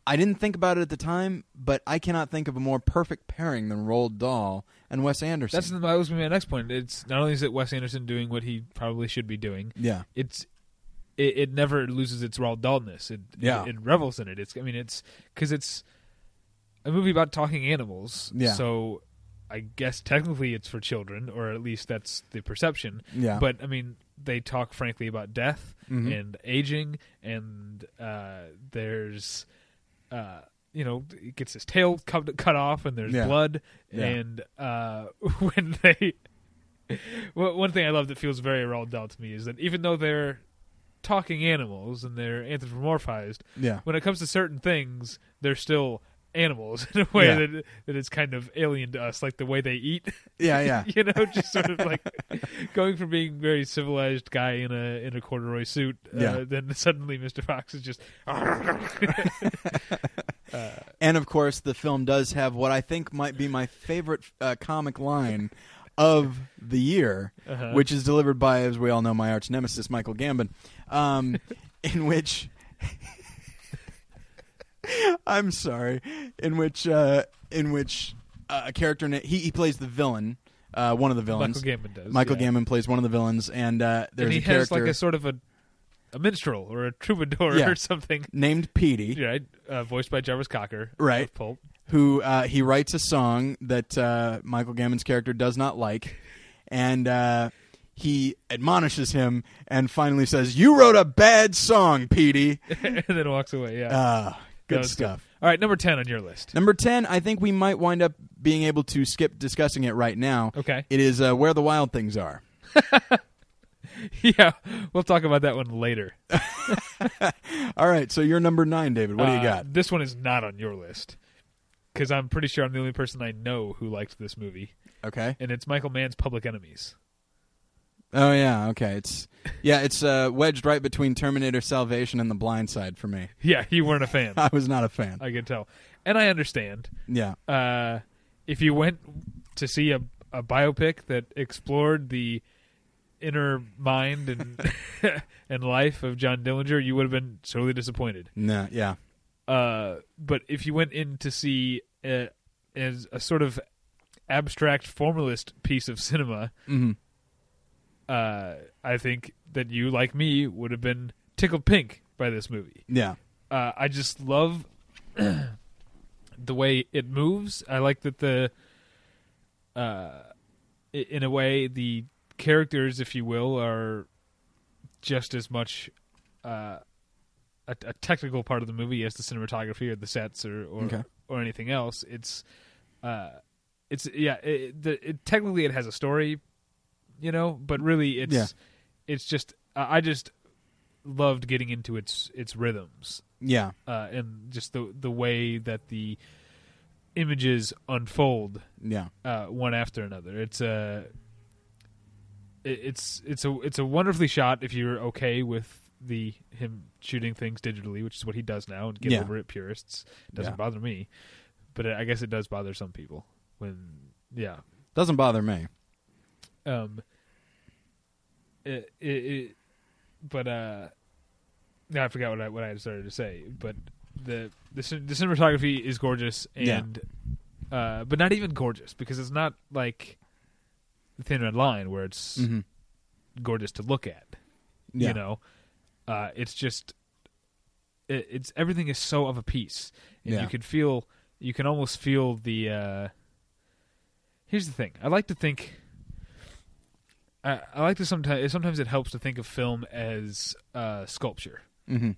I didn't think about it at the time, but I cannot think of a more perfect pairing than Roald Dahl and Wes Anderson. That's that was gonna be my next point. It's not only is it Wes Anderson doing what he probably should be doing. yeah, It's it, it never loses its raw dullness. It, Yeah. it, it revels in it. It's I mean it's because it's a movie about talking animals. Yeah. So I guess technically it's for children, or at least that's the perception. yeah, But I mean, they talk frankly about death Mhm. and aging, and uh, there's, uh, you know, it gets his tail cut, cut off, and there's Yeah. blood, Yeah. and uh, when they, well, one thing I love that feels very Roald Dahl to me is that even though they're talking animals and they're anthropomorphized, yeah, when it comes to certain things, they're still animals in a way Yeah. that that is kind of alien to us, like the way they eat yeah, yeah, you know, just sort of like going from being very civilized guy in a in a corduroy suit, uh, Yeah. then suddenly Mr. Fox is just. Uh, and of course the film does have what I think might be my favorite uh, comic line of the year. uh-huh. which is delivered by, as we all know, my arch nemesis Michael Gambon, um, in which I'm sorry, in which uh, in which uh, a character na- he he plays the villain, uh, one of the Michael villains. Gambon does. Michael yeah. Gambon plays one of the villains, and uh, there's and he a character has like a sort of a a minstrel or a troubadour Yeah. or something, named Petey right? Uh, voiced by Jarvis Cocker, Right. Of Pulp. who uh, he writes a song that uh, Michael Gambon's character does not like, and uh, he admonishes him, and finally says, "You wrote a bad song, Petey." and then walks away. Yeah. Ah, That good was stuff. All right, number ten on your list. Number 10, I think we might wind up being able to skip discussing it right now. Okay. It is uh, Where the Wild Things Are. yeah, we'll talk about that one later. All right, so you're number 9, David. What do you Uh, got? This one is not on your list because I'm pretty sure I'm the only person I know who liked this movie, Okay. and it's Michael Mann's Public Enemies. Oh yeah, okay. It's Yeah, it's uh, wedged right between Terminator Salvation and The Blind Side for me. Yeah, you weren't a fan. I was not a fan. I can tell, and I understand. Yeah. Uh, if you went to see a a biopic that explored the inner mind and and life of John Dillinger, you would have been sorely disappointed. No, yeah. Uh, but if you went in to see a, as a sort of abstract formalist piece of cinema, hmm uh, I think that you, like me, would have been tickled pink by this movie. Yeah. Uh, I just love the way it moves. I like that the, uh, i- in a way, the characters, if you will, are just as much uh, a, a technical part of the movie as the cinematography or the sets or or, Okay. or anything else. It's, uh, it's yeah. It, the, it, technically, it has a story, you know, but really, it's it's just I I just loved getting into its its rhythms Yeah. uh, and just the the way that the images unfold Yeah. uh, one after another. It's a it- it's it's a it's a wonderfully shot if you're okay with the him shooting things digitally, which is what he does now. And get Yeah. over it, purists. Doesn't Yeah. bother me, but I guess it does bother some people when yeah Doesn't bother me. um it, it, it but uh now I forgot what I what I started to say but the the, cin- the cinematography is gorgeous Yeah. and uh but not even gorgeous because it's not like the thin red line where it's hmm gorgeous to look at Yeah. you know uh it's just it, it's everything is so of a piece and Yeah. you can feel you can almost feel the uh here's the thing i like to think i, I like to sometimes sometimes it helps to think of film as uh sculpture hmm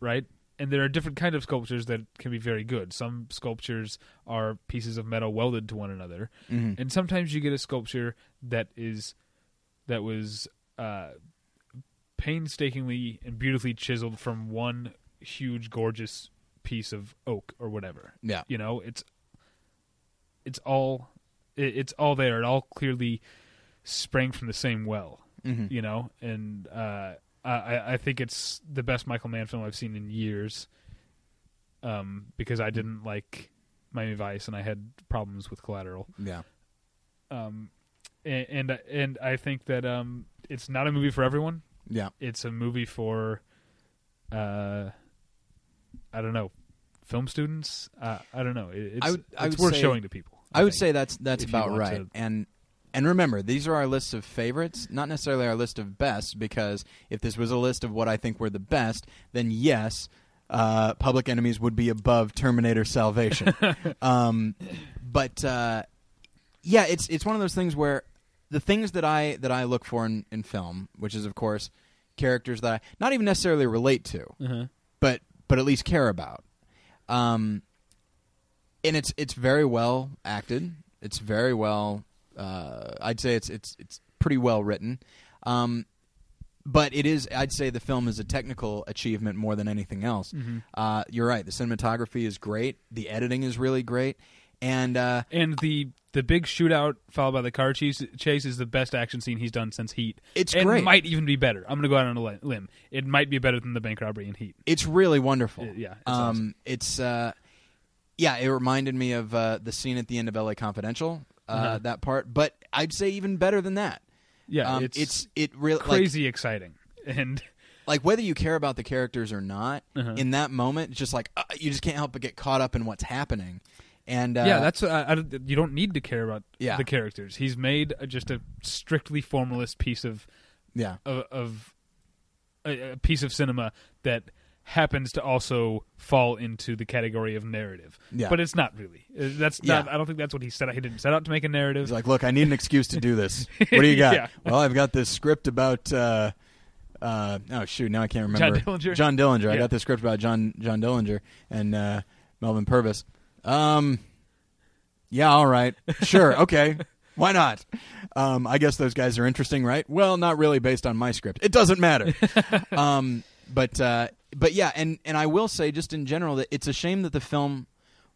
right? And there are different kind of sculptures that can be very good. Some sculptures are pieces of metal welded to one another, hmm and sometimes you get a sculpture that is that was uh, painstakingly and beautifully chiseled from one huge, gorgeous piece of oak or whatever. Yeah. You know, it's it's all it, it's all there. It all clearly sprang from the same well. Mhm. You know, and uh, I- I I think it's the best Michael Mann film I've seen in years. Um, because I didn't like Miami Vice and I had problems with Collateral Yeah. um, and, and and I think that um, it's not a movie for everyone. Yeah. It's a movie for, uh, I don't know, film students. Uh, I don't know. It, it's I would- I it's would worth say- showing to people. I would think. say that's that's if you about want right. to- And and remember, these are our lists of favorites, not necessarily our list of best. Because if this was a list of what I think were the best, then yes, uh, Public Enemies would be above Terminator Salvation. um, but uh, yeah, it's it's one of those things where the things that I that I look for in, in film, which is of course characters that I not even necessarily relate to, Uh-huh. but but at least care about. Um, and it's it's very well acted. It's very well. Uh, I'd say it's it's it's pretty well written. Um, but it is. I'd say the film is a technical achievement more than anything else. Mm-hmm. Uh, you're right. The cinematography is great. The editing is really great. And uh, And the the big shootout followed by the car chase, chase is the best action scene he's done since Heat. It's and great. Might even be better. I'm gonna go out on a li- limb. It might be better than the bank robbery in Heat. it's really wonderful. Uh, yeah, it's um, awesome. it's uh, yeah, it reminded me of uh, the scene at the end of L.A. Confidential. Uh, Uh-huh. That part, but I'd say even better than that. Yeah, um, it's, it's, it really like, crazy exciting. And like whether you care about the characters or not Uh-huh. in that moment, it's just like uh, you just can't help but get caught up in what's happening. And uh, yeah, that's I, I, don't- you don't need to care about Yeah. the characters. He's made a, just a strictly formalist piece of yeah, of, of a, a piece of cinema that happens to also fall into the category of narrative. Yeah. but it's not really. Uh, That's not. Yeah. I don't think that's what he set out. He didn't set out to make a narrative. it's like look, I need an excuse to do this. What do you got? Yeah. Well, I've got this script about. Uh, uh, oh shoot! Now I can't remember. Dillinger? John Dillinger. I Yeah. got this script about John John Dillinger and uh, Melvin Purvis. Um, yeah, all right, sure, okay, why not? Um, I guess those guys are interesting, right? Well, not really, based on my script. It doesn't matter. um, but uh, but yeah, and and I will say just in general that it's a shame that the film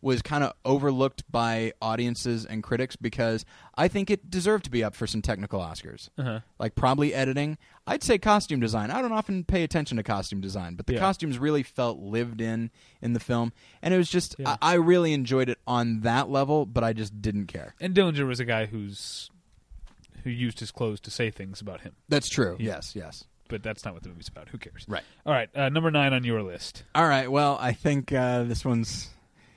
was kind of overlooked by audiences and critics because I think it deserved to be up for some technical Oscars. Uh-huh. Like probably editing, I'd say costume design. I don't often pay attention to costume design, but the Yeah. costumes really felt lived in in the film, and it was just Yeah. I, I really enjoyed it on that level, but I just didn't care. and Dillinger was a guy who's who used his clothes to say things about him. That's true. Yes, yes. But that's not what the movie's about. Who cares? Right. All right. Uh, number nine on your list. All right. Well, I think uh, this one's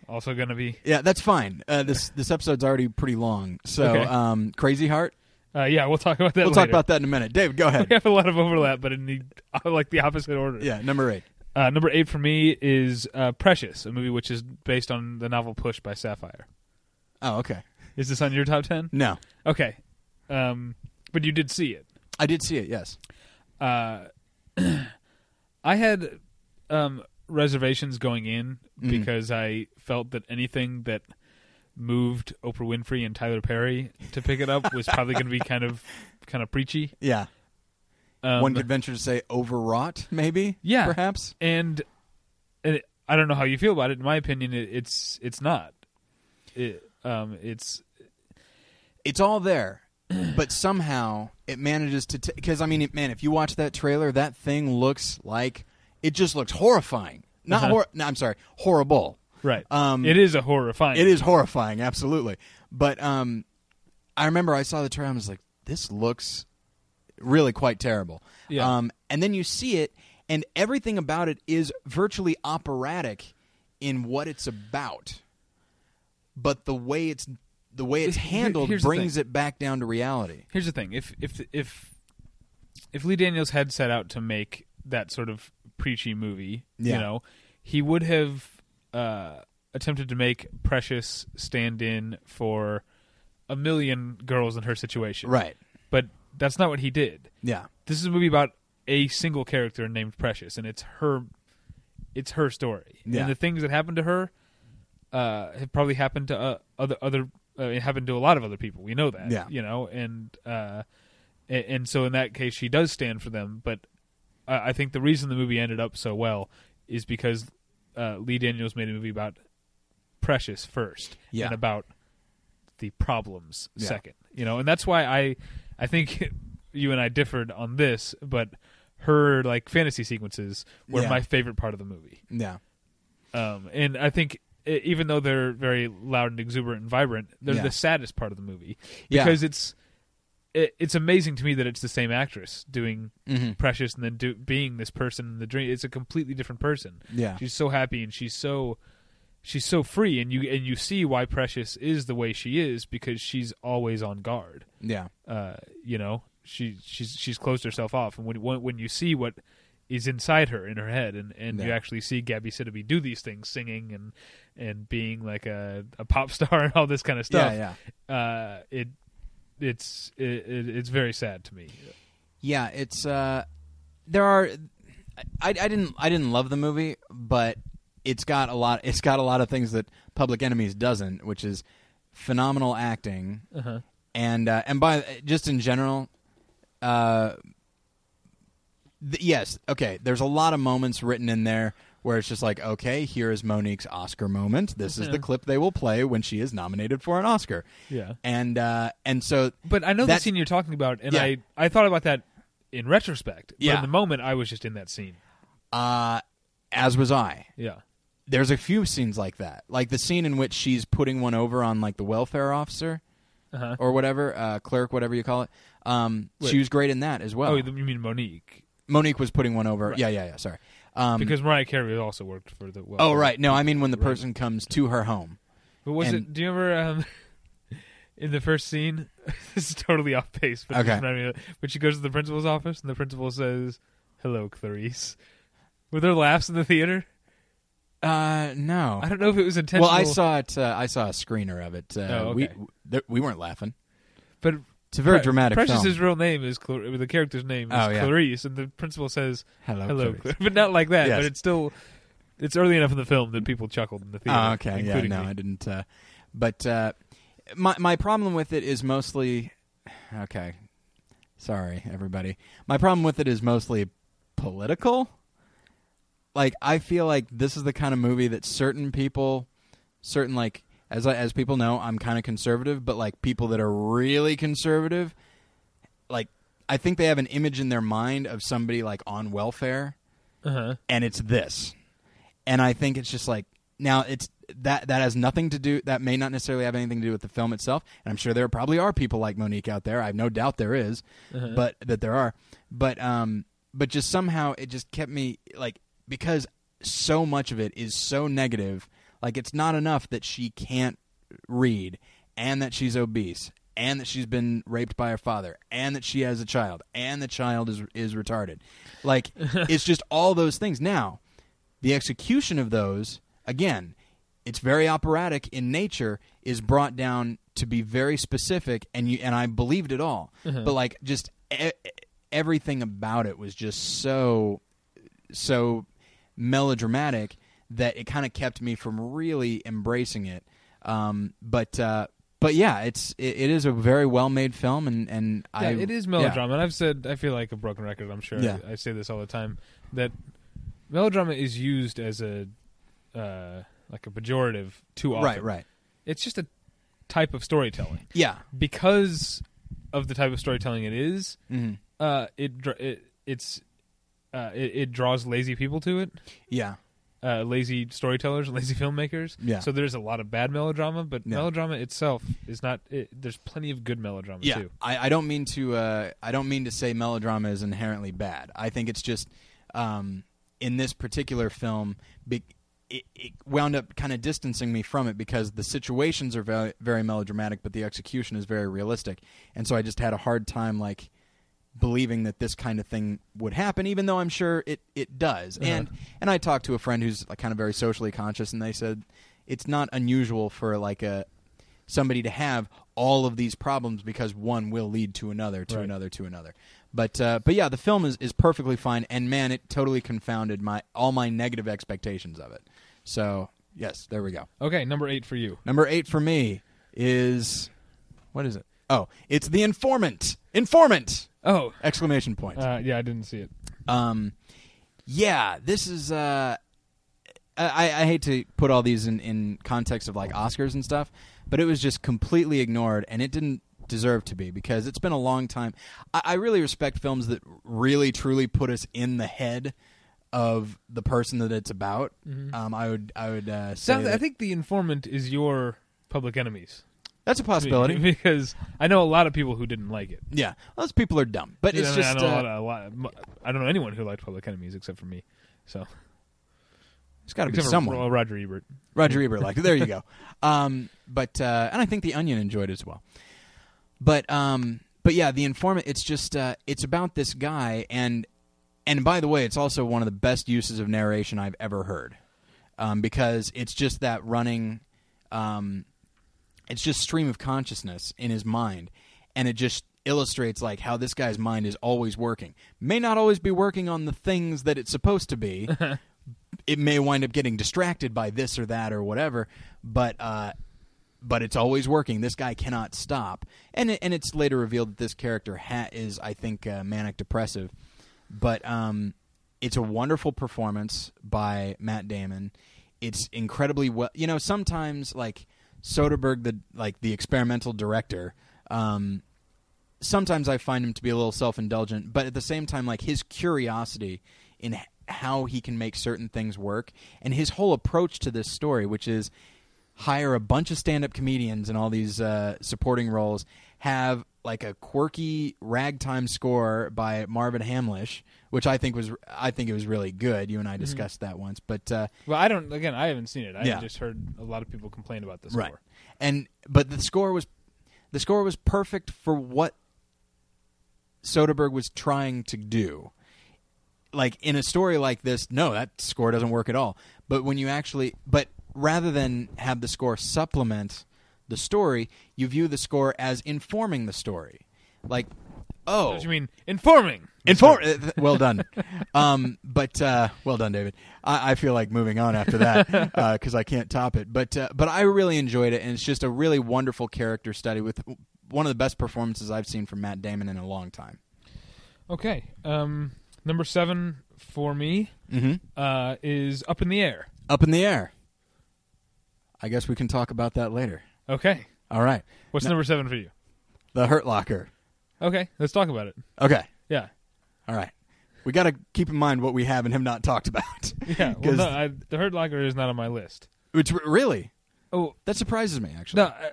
Also going to be. yeah. That's fine. Uh, this this episode's already pretty long, so Okay. um, Crazy Heart. Uh, yeah, we'll talk about that. We'll later. talk about that in a minute. Dave, go ahead. we have a lot of overlap, but in the uh, like the opposite order. yeah, number eight. Uh, number eight for me is uh, Precious, a movie which is based on the novel Push by Sapphire. Oh, okay. Is this on your top ten? No, Okay, um, but you did see it. I did see it. Yes. Uh, I had um, reservations going in Mm. because I felt that anything that moved Oprah Winfrey and Tyler Perry to pick it up was probably going to be kind of kind of preachy. Yeah. Um, One could venture to say overwrought, maybe. Yeah. Perhaps. and it, I don't know how you feel about it. In my opinion, it, it's it's not. It, um, it's It's all there, but somehow it manages to. Because I mean, it- man, if you watch that trailer, that thing looks like it just looks horrifying. Not Uh-huh. hor. No, I'm sorry, horrible. Right. Um, it is a horrifying. It is horrifying, absolutely. But um, I remember I saw the trailer. and I was like, "This looks really quite terrible." Yeah. Um, and then you see it, and everything about it is virtually operatic in what it's about. But the way it's the way it's Here- here- handled here's the brings it back down to reality. Here's the thing: if if if if Lee Daniels had set out to make that sort of preachy movie, Yeah. you know, he would have uh, attempted to make Precious stand in for a million girls in her situation. Right. But that's not what he did. Yeah. This is a movie about a single character named Precious, and it's her, it's her story, Yeah. and the things that happened to her uh, have probably happened to uh, other other uh, it happened to a lot of other people. We know that, Yeah. you know, and uh, a- and so in that case, she does stand for them, but uh, I think the reason the movie ended up so well is because uh, Lee Daniels made a movie about Precious first, Yeah. and about the problems Yeah. second. You know, and that's why I, I think you and I differed on this, but her like fantasy sequences were Yeah. my favorite part of the movie. Yeah. Um, and I think i even though they're very loud and exuberant and vibrant, they're Yeah. the saddest part of the movie Yeah. because it's it, it's amazing to me that it's the same actress doing Mhm. Precious and then do, being this person in the dream. It's a completely different person. Yeah. She's so happy and she's so she's so free and you and you see why Precious is the way she is because she's always on guard. Yeah. Uh, you know, she she's she's closed herself off and when when, when you see what is inside her in her head and, and you Yeah. actually see Gabby Sidibe do these things singing and and being like a, a pop star and all this kind of stuff Yeah. Yeah. uh, it it's it, it, it's very sad to me. Yeah, it's uh, there are. I, I didn't I didn't love the movie, but it's got a lot. It's got a lot of things that Public Enemies doesn't, which is phenomenal acting, Uh-huh. and uh, and by just in general, uh, th- yes, okay. There's a lot of moments written in there where it's just like, okay, here is Monique's Oscar moment. This is the clip they will play when she is nominated for an Oscar, Uh-huh. Yeah, and uh, and so but I know the That's- scene you're talking about, and Yeah. I I thought about that in retrospect. but Yeah. in the moment, I was just in that scene. uh, as was I. Yeah, there's a few scenes like that, like the scene in which she's putting one over on like the welfare officer uh-huh. or whatever, uh, clerk, whatever you call it. Um, Wait. she was great in that as well. oh, you mean Monique? Monique was putting one over. Right. Yeah, yeah, yeah. Sorry. Um, Because Mariah Carey also worked for the. Well, oh, right. No, I mean when the Right. person comes to her home. But was it? and- Do you remember? Um, In the first scene, this is totally off base, but, it just Okay. reminded me of- but she goes to the principal's office, and the principal says, "Hello, Clarice." Were there laughs in the theater? Uh, no. I don't know if it was intentional. Well, I saw it. Uh, I saw a screener of it. Uh, Oh, We okay. w- th- we weren't laughing. but It's a very Pre- dramatic film. Precious's real name is Clar- the character's name is Oh, yeah. Clarice, and the principal says Hello, hello, Clarice. Clar-" but not like that. Yes. But it's still it's early enough in the film that people chuckled in the theater. Oh, okay. Yeah, including no, me. I didn't. Uh, but uh, my my problem with it is mostly okay. Sorry, everybody. My problem with it is mostly political. Like I feel like this is the kind of movie that certain people, certain like as I, as people know, I'm kind of conservative, but like people that are really conservative, like I think they have an image in their mind of somebody like on welfare Uh-huh. and it's this and i think it's just like now it's that that has nothing to do that may not necessarily have anything to do with the film itself and i'm sure there probably are people like monique out there i have no doubt there is, but that there are but um but just somehow it just kept me like because so much of it is so negative like it's not enough that she can't read and that she's obese and that she's been raped by her father and that she has a child and the child is is retarded like it's just all those things now the execution of those again it's very operatic in nature is brought down to be very specific and you and I believed it all but like just e- everything about it was just so so melodramatic that it kind of kept me from really embracing it um but uh but yeah it's it, it is a very well made film and and Yeah, I it is melodrama, and I've said I feel like a broken record. I'm sure Yeah. I, I say this all the time that melodrama is used as a uh, like a pejorative too yeah. often. right right It's just a type of storytelling yeah because of the type of storytelling it is. Mhm. uh, it, dr- it it's uh, it, it draws lazy people to it, yeah uh, lazy storytellers, lazy filmmakers. Yeah. So there's a lot of bad melodrama, but Yeah. melodrama itself is not. It, there's plenty of good melodrama yeah, too. I, I don't mean to. Uh, I don't mean to say melodrama is inherently bad. I think it's just um, in this particular film, be, it, it wound up kind of distancing me from it because the situations are very, very melodramatic, but the execution is very realistic, and so I just had a hard time like believing that this kind of thing would happen, even though I'm sure it it does. Uh-huh. And and I talked to a friend who's like, kind of very socially conscious, and they said it's not unusual for like a somebody to have all of these problems because one will lead to another, to Right. another, to another. But uh, but yeah, the film is, is perfectly fine, and man, it totally confounded my all my negative expectations of it. So yes, there we go. Okay, number eight for you. Number eight for me is what is it? Oh, it's the informant. Informant! Oh, Exclamation point. uh, yeah, I didn't see it. Um, yeah, this is. Uh, I, I hate to put all these in, in context of like Oscars and stuff, but it was just completely ignored, and it didn't deserve to be because it's been a long time. I, I really respect films that really truly put us in the head of the person that it's about. Um, I would I would uh, say Mm-hmm. Sounds, I that- think the informant is your public enemies that's a possibility. because I know a lot of people who didn't like it. yeah, those people are dumb, but it's I, mean, I just know uh, a lot, of- a lot of- mu- I don't know anyone who liked Public Enemies except for me. So it's got to be except for someone. Ro- Roger Ebert. Roger Ebert liked it. There you go. Um, but uh, and I think The Onion enjoyed it as well. But um, but yeah, The Informant. It's just uh, it's about this guy, and and by the way, it's also one of the best uses of narration I've ever heard, um, because it's just that running. Um, it's just stream of consciousness in his mind and it just illustrates like how this guy's mind is always working may not always be working on the things that it's supposed to be it may wind up getting distracted by this or that or whatever but uh but it's always working this guy cannot stop and it, and it's later revealed that this character ha- is i think uh, manic depressive but um it's a wonderful performance by Matt Damon. It's incredibly well. You know, sometimes like Soderbergh, the like the experimental director, um, sometimes I find him to be a little self indulgent, but at the same time, like his curiosity in h- how he can make certain things work and his whole approach to this story, which is hire a bunch of stand up comedians and all these uh, supporting roles, have like a quirky ragtime score by Marvin Hamlish, which I think was I think it was really good. You and I discussed that once, but uh, Well, I don't. Again, I haven't seen it. I Yeah. just heard a lot of people complain about this. Right. And but the score was the score was perfect for what Soderbergh was trying to do. Like in a story like this, no, that score doesn't work at all. But when you actually but rather than have the score supplement the story, you view the score as informing the story. Like oh, What do you mean informing? Inform. uh, th- well done. um, but uh, well done, David. I, I feel like moving on after that because I can't top it. But uh, but I really enjoyed it, and it's just a really wonderful character study with one of the best performances I've seen from Matt Damon in a long time. Okay. Um, number seven for me Mm-hmm. uh, is Up in the Air. Up in the air. I guess we can talk about that later. Okay. All right, What's number seven for you? the Hurt Locker. Okay. Let's talk about it. Okay, Yeah. all right. We got to keep in mind what we have and have not talked about. Yeah. Well, 'Cause- no, I, the Hurt Locker is not on my list. Which really Oh that surprises me. Actually, no. I,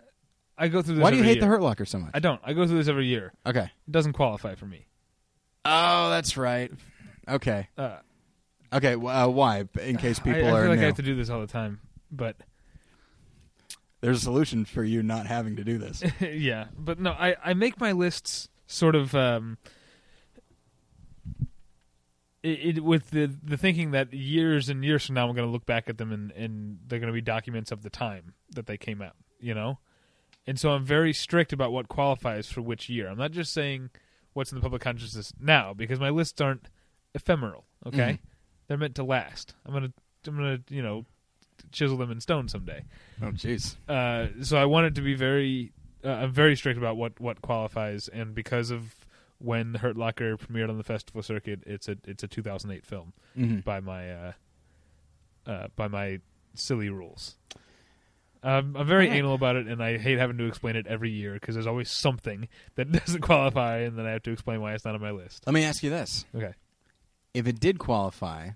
I go through this. why do you every hate the year. Hurt Locker so much? I don't. I go through this every year. okay. It doesn't qualify for me. Oh, that's right. Okay. Uh, Okay. w- Uh, why? In case people I, I are feel like new, I have to do this all the time, but there's a solution for you not having to do this. yeah, but no, I, I make my lists sort of um, it, it with the the thinking that years and years from now I'm going to look back at them and and they're going to be documents of the time that they came out, you know, and so I'm very strict about what qualifies for which year. I'm not just saying what's in the public consciousness now because my lists aren't ephemeral. Okay, Mhm. they're meant to last. I'm gonna I'm gonna you know chisel them in stone someday oh, jeez. uh, so I want it to be very. Uh, I'm very strict about what what qualifies, and because of when Hurt Locker premiered on the festival circuit, it's a it's a 2008 film Mhm. by my uh, uh, by my silly rules. Um, I'm very Alright. anal about it, and I hate having to explain it every year because there's always something that doesn't qualify, and then I have to explain why it's not on my list. Let me ask you this: Okay, If it did qualify,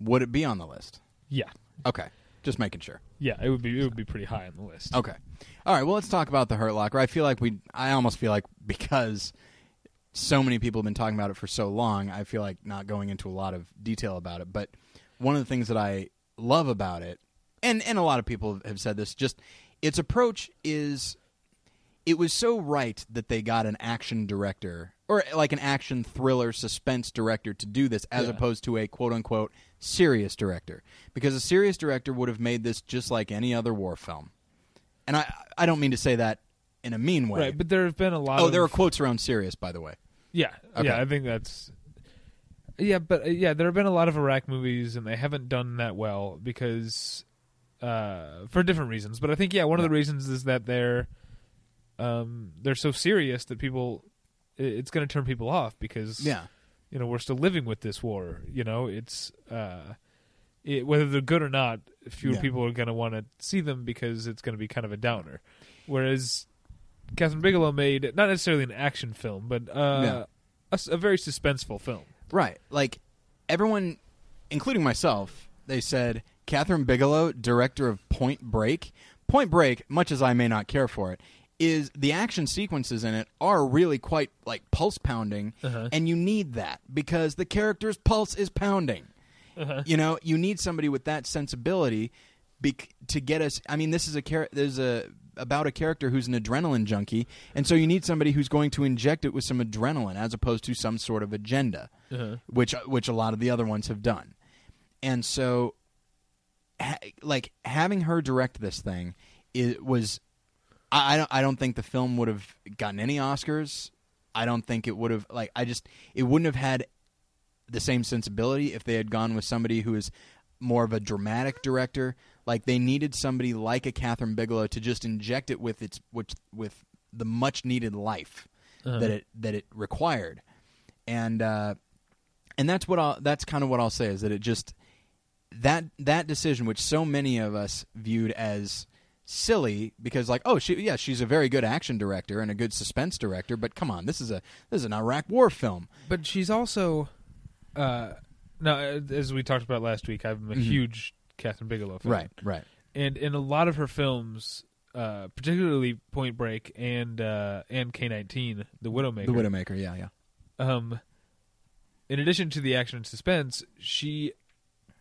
would it be on the list? yeah, Okay. Just making sure. yeah, it would be it would be pretty high on the list. Okay. All right. Well, let's talk about the Hurt Locker. I feel like we. I almost feel like because so many people have been talking about it for so long, I feel like not going into a lot of detail about it. But one of the things that I love about it, and and a lot of people have said this, just its approach is it was so right that they got an action director or like an action thriller suspense director to do this as Yeah. opposed to a quote unquote serious director because a serious director would have made this just like any other war film and i i don't mean to say that in a mean way right, but there have been a lot. oh of, there are quotes around serious by the way Yeah, Okay. yeah, I think that's. Yeah, but uh, yeah, there have been a lot of Iraq movies, and they haven't done that well because, uh, for different reasons. But I think yeah, one of the reasons is that they're, um, they're so serious that people, i- it's going to turn people off because you know we're still living with this war. You know, it's uh, it, whether they're good or not, fewer Yeah. people are going to want to see them because it's going to be kind of a downer. Whereas Catherine Bigelow made not necessarily an action film, but uh, No. a s- a very suspenseful film. Right. Like everyone, including myself, they said Catherine Bigelow, director of Point Break. Point Break, much as I may not care for it, is the action sequences in it are really quite like pulse pounding, Uh-huh. and you need that because the character's pulse is pounding. You know, you need somebody with that sensibility bec- to get us. I mean, this is a char- there's a about a character who's an adrenaline junkie, and so you need somebody who's going to inject it with some adrenaline as opposed to some sort of agenda, which which a lot of the other ones have done. And so, ha- like having her direct this thing, it was. I, I don't. I don't think the film would have gotten any Oscars. I don't think it would have. Like I just, it wouldn't have had the same sensibility if they had gone with somebody who is more of a dramatic director. Like they needed somebody like a Catherine Bigelow to just inject it with its which with the much needed life that it that it required, and uh, and that's what I'll, that's kind of what I'll say is that it just that that decision, which so many of us viewed as silly, because like oh she yeah she's a very good action director and a good suspense director, but come on this is a this is an Iraq War film, But she's also, uh, now uh, as we talked about last week, I'm a huge Catherine Bigelow fan, Mm-hmm. Right. And in a lot of her films, uh, particularly Point Break and uh, and K19, The Widowmaker, The Widowmaker, yeah, yeah. um, in addition to the action and suspense, she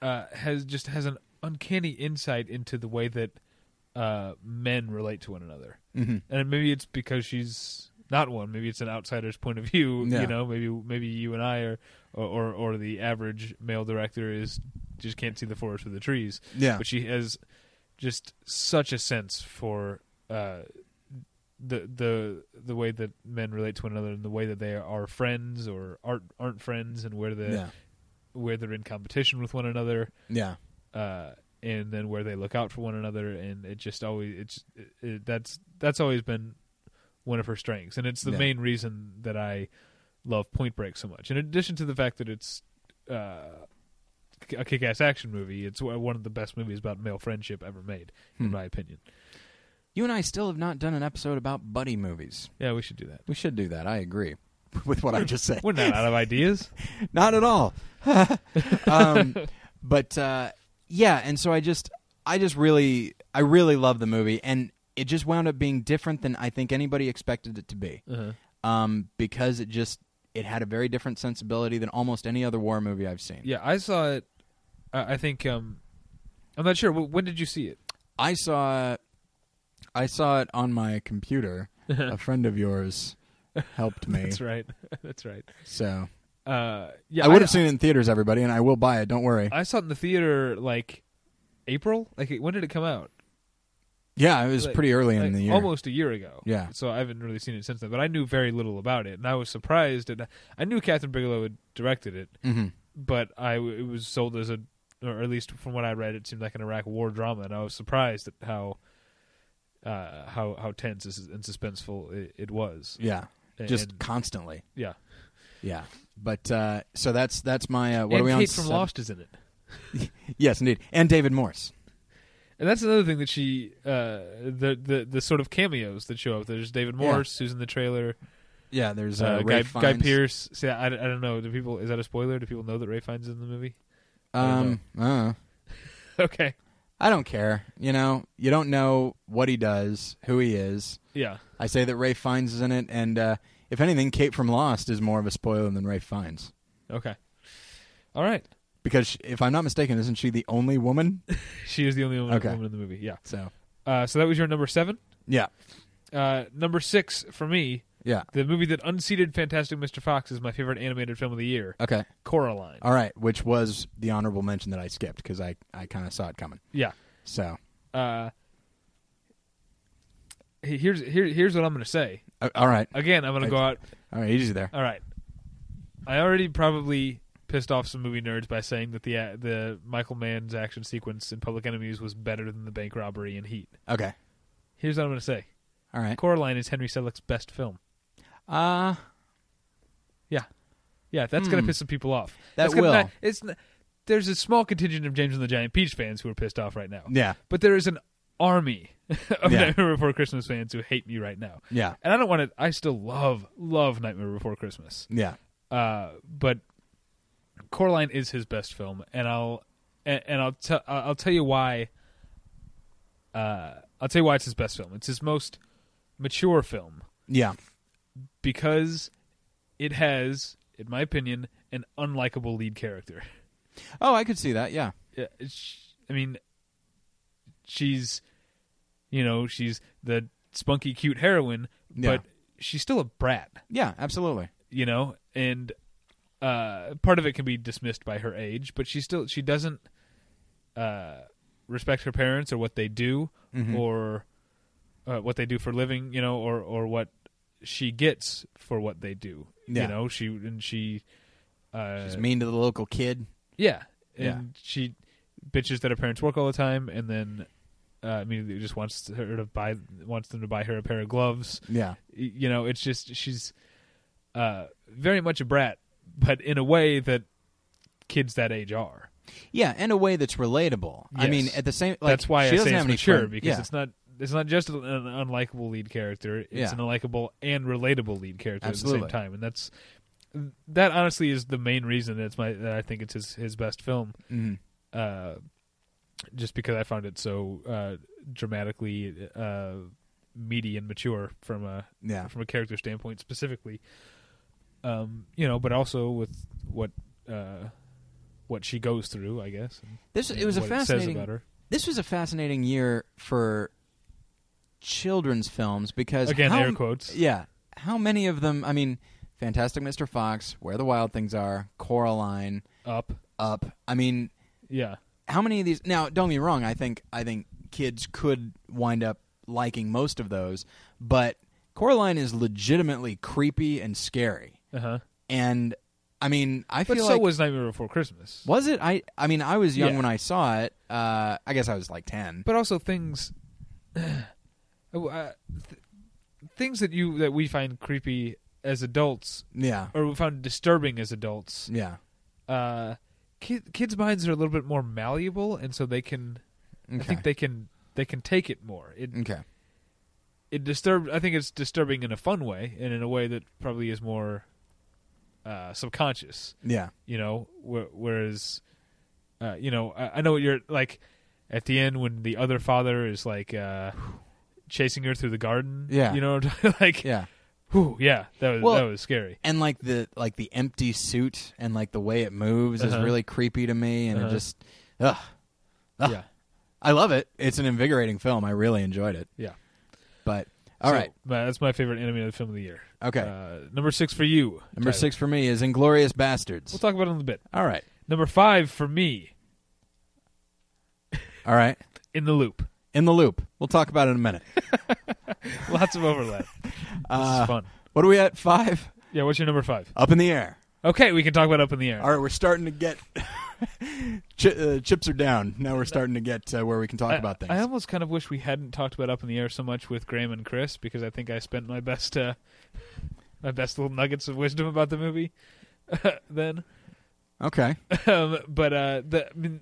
uh, has just has an uncanny insight into the way that uh, men relate to one another, Mm-hmm. and maybe it's because she's not one. Maybe it's an outsider's point of view. Yeah. You know, maybe maybe you and I are, or, or or the average male director is just can't see the forest for the trees. Yeah. But she has just such a sense for uh, the the the way that men relate to one another and the way that they are friends or aren't aren't friends and where the yeah. where they're in competition with one another Yeah. uh, and then where they look out for one another and it just always it's it, it, that's that's always been one of her strengths and it's the Yeah. main reason that I love Point Break so much in addition to the fact that it's uh, a kick-ass action movie it's one one of the best movies about male friendship ever made in Hmm. my opinion You and I still have not done an episode about buddy movies. yeah we should do that We should do that. I agree with what I just said. we're not out of ideas not at all. um, but uh, yeah, and so I just, I just really, I really love the movie, and it just wound up being different than I think anybody expected it to be, uh-huh. um, because it just, it had a very different sensibility than almost any other war movie I've seen. yeah I saw it I, I think um, I'm not sure Wh- when did you see it I saw I saw it on my computer. a friend of yours helped me. that's right that's right So uh, yeah I would I- have seen it in theaters, everybody, and I will buy it. Don't worry. I saw it in the theater like April. Like it- when did it come out? yeah, it was like- pretty early Like, in the year. Almost a year ago. Yeah. So I haven't really seen it since then. But I knew very little about it, and I was surprised. And I knew Catherine Bigelow had directed it, hmm but I it was sold as a, or at least from what I read, it seemed like an Iraq War drama, and I was surprised at how. Uh, how how tense and suspenseful it, it was. Yeah, just And- constantly. yeah. Yeah, but uh, so that's that's my uh, what and are we on? Kate from seven- Lost is in it. Yes, indeed, and David Morse. And that's another thing that she uh the the the sort of cameos that show up. There's David Yeah. Morse who's in the trailer. Yeah, there's Uh, uh, Guy, Ray Guy Fiennes. Pierce. See, I, I don't know. Do people? Is that a spoiler? Do people know that Ray Fiennes is in the movie? Um, uh, okay. I don't care. You know, you don't know what he does, who he is. Yeah. I say that Ray Fiennes is in it, and uh, if anything, Kate from Lost is more of a spoiler than Ray Fiennes. Okay. All right. Because she- if I'm not mistaken, isn't she the only woman? She is the only woman, Okay. woman in the movie. Yeah. So Uh, so that was your number seven. yeah, Uh, number six for me, yeah, the movie that unseated Fantastic Mr. Fox is my favorite animated film of the year, okay, Coraline. all right. Which was the honorable mention that I skipped because I I kind of saw it coming. Yeah. So Uh, he- here's here, here's what I'm gonna say. uh, all right, Again, I'm gonna go out all right, easy there. All right. I already probably pissed off some movie nerds by saying that the the Michael Mann's action sequence in Public Enemies was better than the bank robbery in Heat. Okay, Here's what I'm going to say. all right. Coraline is Henry Selick's best film. Uh Yeah. Yeah, that's gonna Hmm. piss some people off. That That's gonna will. not- it's n- there's a small contingent of James and the Giant Peach fans who are pissed off right now. Yeah. But there is an army of Yeah. Nightmare Before Christmas fans who hate me right now. Yeah. And I don't want to. I still love love Nightmare Before Christmas. Yeah. Uh, but Coraline is his best film, and I'll and, and I'll tell I'll tell you why. Uh, I'll tell you why it's his best film. It's his most mature film Yeah. because it has, in my opinion, an unlikable lead character. Oh, I could see that. Yeah. Yeah, it's- I mean, she's, you know, she's the spunky, cute heroine, Yeah. but she's still a brat, Yeah. Absolutely. you know, and uh, part of it can be dismissed by her age, but she still she doesn't uh, respect her parents or what they do Mhm. or uh, what they do for a living, you know, or or what she gets for what they do. Yeah. You know, she and she uh, She's mean to the local kid. yeah, and Yeah. she bitches that her parents work all the time, and then uh, immediately just wants her to buy wants them to buy her a pair of gloves. Yeah. Y- You know, it's just she's uh, very much a brat, but in a way that kids that age are. Yeah, in a way that's relatable. I Yes. mean, at the same like That's why she I doesn't say have it's any mature friend- because yeah. it's not. It's not just an unlikable lead character; it's Yeah. an unlikable and relatable lead character at Absolutely. the same time, and that's that. Honestly, is the main reason that's my that I think it's his his best film. Mhm. uh, just because I found it so uh, dramatically uh, meaty and mature from a Yeah. from a character standpoint specifically. Um, you know, but also with what uh, what she goes through, I guess. and, This you it was a know, what says fascinating about her. This was a fascinating year for children's films because Again, how, air quotes. Yeah. How many of them I mean, Fantastic Mr. Fox, Where the Wild Things Are, Coraline, Up, Up. I mean, yeah, how many of these now don't get me wrong i think i think kids could wind up liking most of those but coraline is legitimately creepy and scary uh huh. and i mean i But feel so like was Nightmare Before Christmas. was it i i mean i was young Yeah. when i saw it uh i guess i was like 10 but also things Oh, uh, th- things that you that we find creepy as adults yeah or we found disturbing as adults yeah uh kid, kids minds are a little bit more malleable and so they can okay i think they can they can take it more it okay it disturbed i think it's disturbing in a fun way and in a way that probably is more uh subconscious yeah you know wh- whereas uh you know I, I know what you're like at the end when the other father is like uh chasing her through the garden Yeah. you know what I'm talking- like yeah whew, yeah that was Well, that was scary and like the like the empty suit and like the way it moves Uh-huh. is really creepy to me and Uh-huh. it just ugh Ah. yeah i love it it's an invigorating film i really enjoyed it Yeah. but all So, right. my- that's my favorite animated film of the year okay Uh, number six for you. Number Tyler. six for me is Inglorious Bastards. We'll talk about it in a bit. all right. Number five for me, All right. In the Loop. In the loop. We'll talk about it in a minute. Lots of overlap. this Uh, is fun. What are we at? Five? Yeah, what's your number five? Up in the air. Okay, we can talk about Up in the Air. All right. We're starting to get. Ch- uh, chips are down. Now we're starting to get uh, where we can talk I, about things. I almost kind of wish we hadn't talked about Up in the Air so much with Graham and Chris because I think I spent my best uh, my best little nuggets of wisdom about the movie then. okay. um, but uh, the I mean,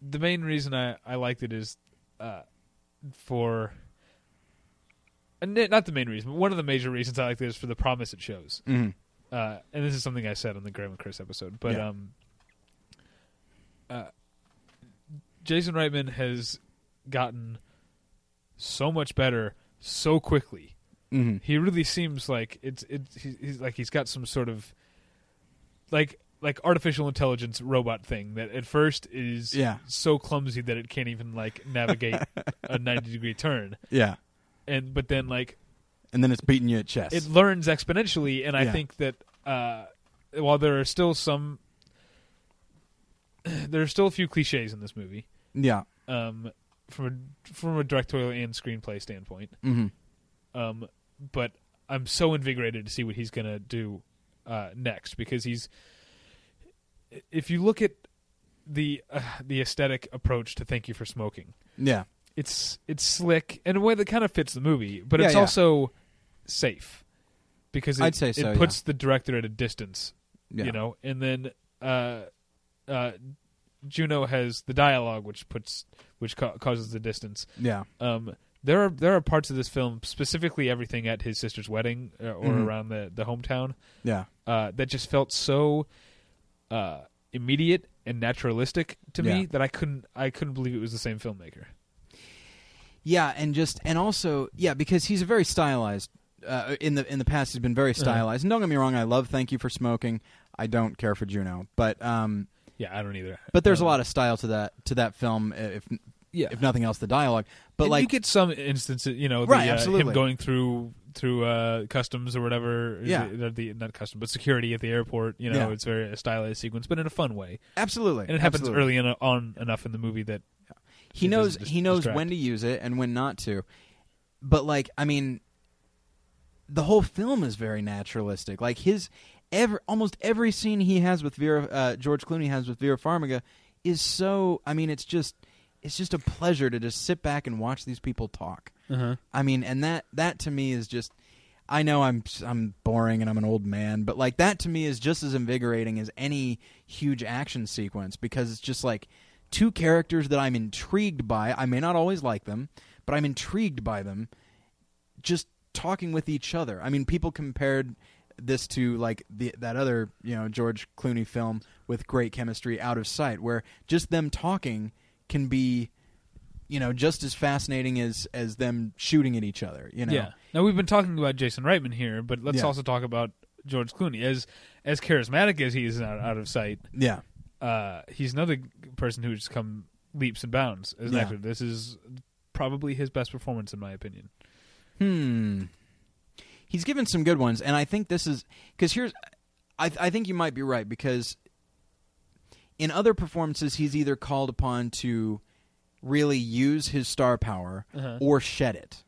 the main reason I, I liked it is uh, for and n- not the main reason, but one of the major reasons I liked it is for the promise it shows. hmm Uh, and this is something I said on the Graham and Chris episode, but Yeah. um, uh, Jason Reitman has gotten so much better so quickly hmm he really seems like it's it's he's, he's like he's got some sort of like like artificial intelligence robot thing that at first is Yeah. so clumsy that it can't even like navigate a 90 degree turn Yeah. and but then like And then it's beating you at chess. it learns exponentially and i Yeah. think that uh while there are still some there are still a few cliches in this movie yeah. um from a from a directorial and screenplay standpoint hmm um, but I'm so invigorated to see what he's gonna do uh, next because he's. If you look at the uh, the aesthetic approach to "Thank You for Smoking," Yeah. it's it's slick in a way that kind of fits the movie, but Yeah, it's yeah. also safe. because it, I'd say so, it puts the director at a distance, Yeah. you know. And then uh, uh, Juno has the dialogue, which puts which ca- causes the distance. Yeah. Um, there are there are parts of this film, specifically everything at his sister's wedding uh, or Mhm. around the the hometown, Yeah. uh, that just felt so uh, immediate and naturalistic to me Yeah. that I couldn't I couldn't believe it was the same filmmaker. Yeah, and just and also yeah, because he's a very stylized. Uh, in the in the past, he's been very Uh-huh. stylized. And don't get me wrong, I love "Thank You for Smoking." I don't care for Juno, but um, Yeah, I don't either. but there's a Um, lot of style to that to that film. If yeah. if nothing else, the dialogue. But And you like, get some instances, you know, the, Right, uh, absolutely. him going through through uh, customs or whatever. is Yeah. it- not the not customs, but security at the airport. You know, Yeah. it's very a stylized sequence, but in a fun way, absolutely, and it happens absolutely. early in, on enough in the movie that He It knows doesn't dis- he knows distract. when to use it and when not to. But like, I mean, the whole film is very naturalistic. Like his every almost every scene he has with Vera uh, George Clooney has with Vera Farmiga is so. I mean, it's just it's just a pleasure to just sit back and watch these people talk. I mean, and that that to me is just. I know I'm I'm boring and I'm an old man, but like that to me is just as invigorating as any huge action sequence because it's just like two characters that I'm intrigued by. I may not always like them, but I'm intrigued by them just talking with each other. I mean, people compared this to like the that other, you know, George Clooney film with great chemistry out of sight where just them talking can be you know, just as fascinating as as them shooting at each other, you know. yeah. Now we've been talking about Jason Reitman here, but let's Yeah. also talk about George Clooney as as charismatic as he is out, out of sight. Yeah. uh, he's another g- person who's come leaps and bounds as an Yeah. actor. This is probably his best performance, in my opinion. Hmm. He's given some good ones, and I think this is because here's, I I think you might be right because in other performances he's either called upon to really use his star power Uh-huh. or shed it.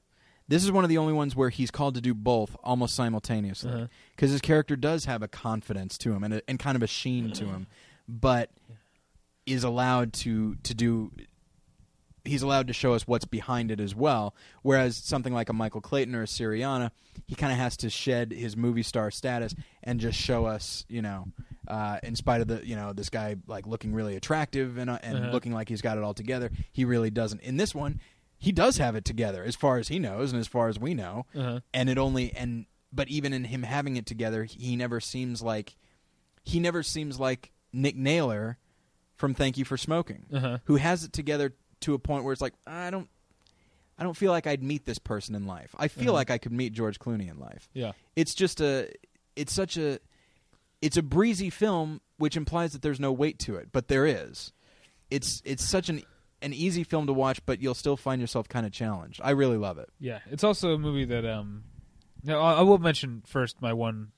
This is one of the only ones where he's called to do both almost simultaneously Uh-huh. because his character does have a confidence to him and a, and kind of a sheen to Uh-huh. him, but is allowed to to do he's allowed to show us what's behind it as well. Whereas something like a Michael Clayton or a Siriana, he kind of has to shed his movie star status and just show us, you know, uh, in spite of the, you know, this guy like looking really attractive and uh, and Uh-huh. looking like he's got it all together, he really doesn't. In this one, he does have it together as far as he knows and as far as we know, Uh-huh. and it only and but even in him having it together, he never seems like he never seems like Nick Naylor from Thank You for Smoking Uh-huh. who has it together to a point where it's like I don't I don't feel like I'd meet this person in life. I feel Mhm. like I could meet George Clooney in life. Yeah. It's just a it's such a it's a breezy film which implies that there's no weight to it, but there is. It's it's such an an easy film to watch, but you'll still find yourself kind of challenged. I really love it. Yeah. It's also a movie that um now I I will mention first my one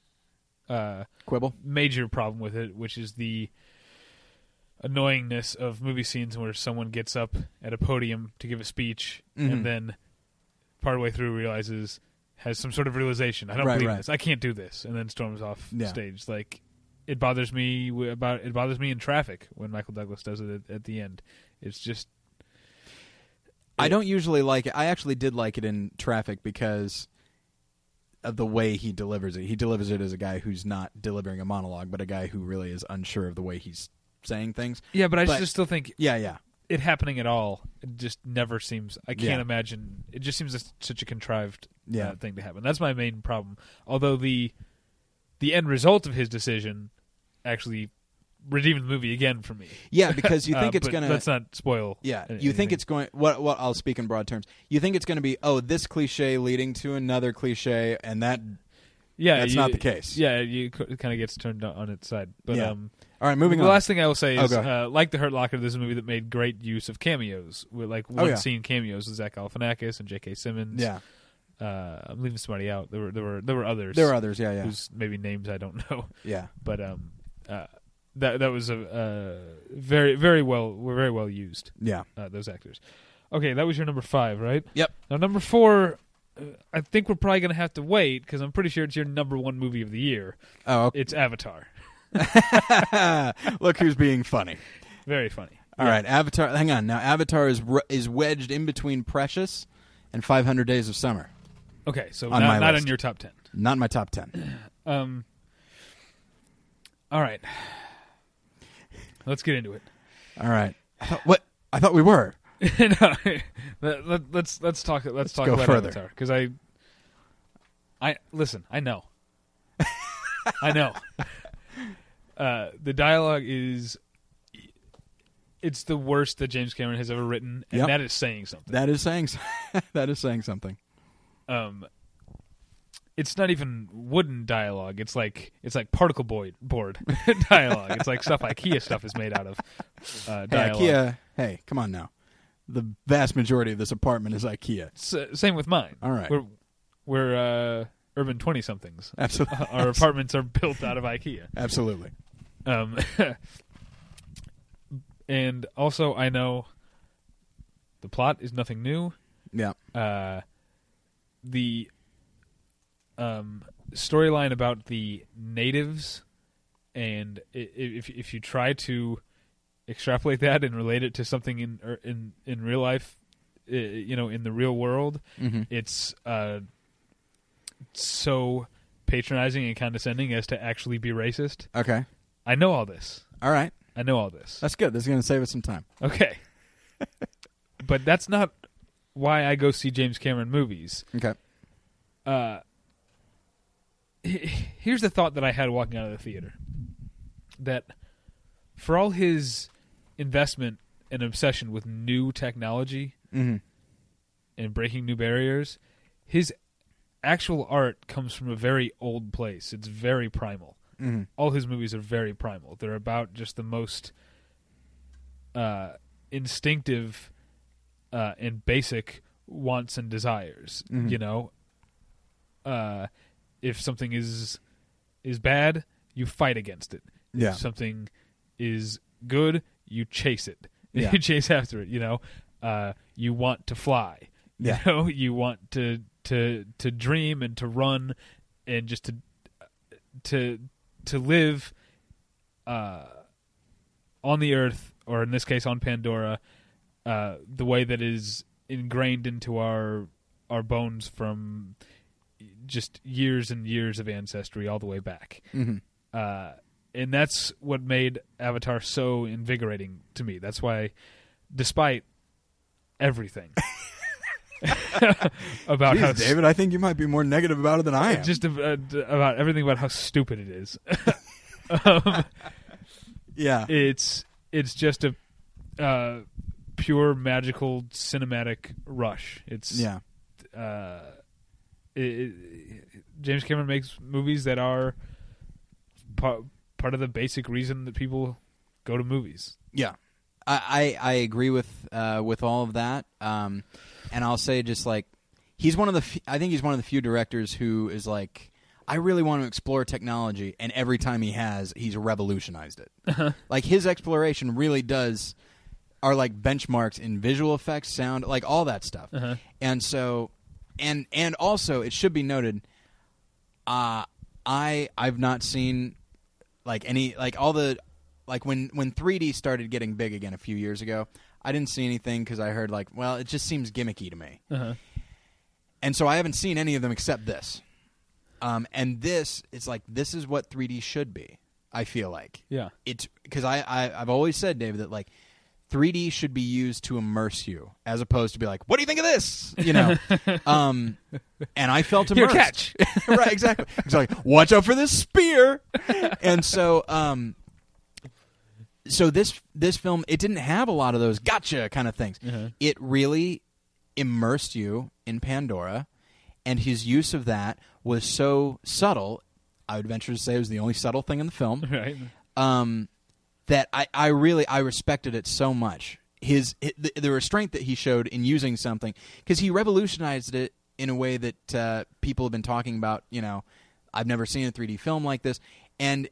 uh Quibble. major problem with it, which is the annoyingness of movie scenes where someone gets up at a podium to give a speech Mhm. and then part of the way through realizes has some sort of realization. I don't Right, believe right. this. I can't do this, and then storms off Yeah. stage. Like it bothers me w- about it bothers me in traffic when Michael Douglas does it at, at the end. It's just I It- don't usually like it. I actually did like it in Traffic because of the way he delivers it. He delivers it as a guy who's not delivering a monologue, but a guy who really is unsure of the way he's saying things. yeah, but I But- just still think Yeah, yeah. it happening at all it just never seems i can't Yeah. imagine it just seems as- such a contrived uh, Yeah. thing to happen that's my main problem although the the end result of his decision actually redeemed the movie again for me Yeah, because you think Uh, it's but going let's to not spoil Yeah, a- you think anything. it's going what what I'll speak in broad terms. You think it's going to be oh, this cliche leading to another cliche and that yeah that's you- not the case. yeah you, it kind of gets turned on- on its side but Yeah. um All right, moving the on. last thing I will say Oh, is, go uh, like the Hurt Locker, this is a movie that made great use of cameos, with like one Oh, yeah. scene cameos with Zach Galifianakis and J.K. Simmons. yeah. uh, I'm leaving somebody out. There were there were there were others. There are others. Yeah, yeah. whose maybe names I don't know, Yeah. but um, uh, that that was a uh, very very well were very well used Yeah. uh, those actors. Okay, that was your number five, right? Yep. Now number four, uh, I think we're probably gonna have to wait because I'm pretty sure it's your number one movie of the year. Oh, It's Avatar. okay. look who's being funny. Very funny. All right, Avatar. Hang on now. Avatar is re- is wedged in between Precious and 500 Days of Summer. Okay, so On not, my not list. in your top ten. Not in my top ten. Um. All right. Let's get into it. All right. I thought, what I thought we were. no, let, let, let's let's talk. Let's, talk go about further. Avatar because I, I listen. I know. I know. Uh, the dialogue is, it's the worst that James Cameron has ever written, and Yep. that is saying something. That is saying s- that is saying something. um it's not even wooden dialogue. It's like it's like particle board board dialogue. It's like stuff IKEA stuff is made out of uh, Hey, dialogue. IKEA. Hey, come on now. The vast majority of this apartment is IKEA. S- same with mine. All right. we're we're uh, urban twenty somethings. Absolutely. Our apartments are built out of IKEA. Absolutely. Um, and also, I know the plot is nothing new. Yeah. uh, the um, storyline about the natives, and i- i- if if you try to extrapolate that and relate it to something in or in in real life, i- you know, in the real world, Mm-hmm. it's uh, so patronizing and condescending as to actually be racist. Okay. I know all this. All right. I know all this. That's good. This is going to save us some time. Okay. but that's not why I go see James Cameron movies. Okay. uh, he- here's the thought that I had walking out of the theater that for all his investment and obsession with new technology Mm-hmm. and breaking new barriers, his actual art comes from a very old place. It's very primal. Mm-hmm. All his movies are very primal. They're about just the most uh, instinctive uh, and basic wants and desires. Mhm. You know, uh, if something is is bad, you fight against it. Yeah. If something is good, you chase it. Yeah. you chase after it. You know, uh, you want to fly. Yeah. You know, you want to to to dream and to run and just to to to live uh, on the earth, or in this case on Pandora, uh, the way that is ingrained into our our bones from just years and years of ancestry all the way back. Mm-hmm. Uh, and that's what made Avatar so invigorating to me. That's why, despite everything about how Jeez, David, I think you might be more negative about it than I am. just ab- uh, d- about everything about how stupid it is. um, yeah. it's it's just a uh, pure magical cinematic rush. It's yeah. uh, it, it- James Cameron makes movies that are part part of the basic reason that people go to movies. Yeah, I I, I agree with uh, with all of that, um, and I'll say just like he's one of the f- I think he's one of the few directors who is like I really want to explore technology, and every time he has, he's revolutionized it. Like his exploration really does are like benchmarks in visual effects, sound, like all that stuff, and so and and also it should be noted. Uh, I I've not seen like any like all the like when when 3D started getting big again a few years ago, I didn't see anything because I heard like, well, it just seems gimmicky to me, Uh-huh. and so I haven't seen any of them except this. Um, and this it's like this is what 3D should be. I feel like Yeah. it's because I, I I've always said David that like 3D should be used to immerse you as opposed to be like, what do you think of this? You know, um, and I felt Here, immersed. catch. right, exactly. It's like, watch out for this spear. And so, um, so this this film it didn't have a lot of those gotcha kind of things. Uh-huh. It really immersed you in Pandora, and his use of that was so subtle. I would venture to say it was the only subtle thing in the film Right. um, that I, I really I respected it so much. His, hi the, the restraint that he showed in using something because he revolutionized it in a way that uh, people have been talking about. You know, I've never seen a 3D film like this, and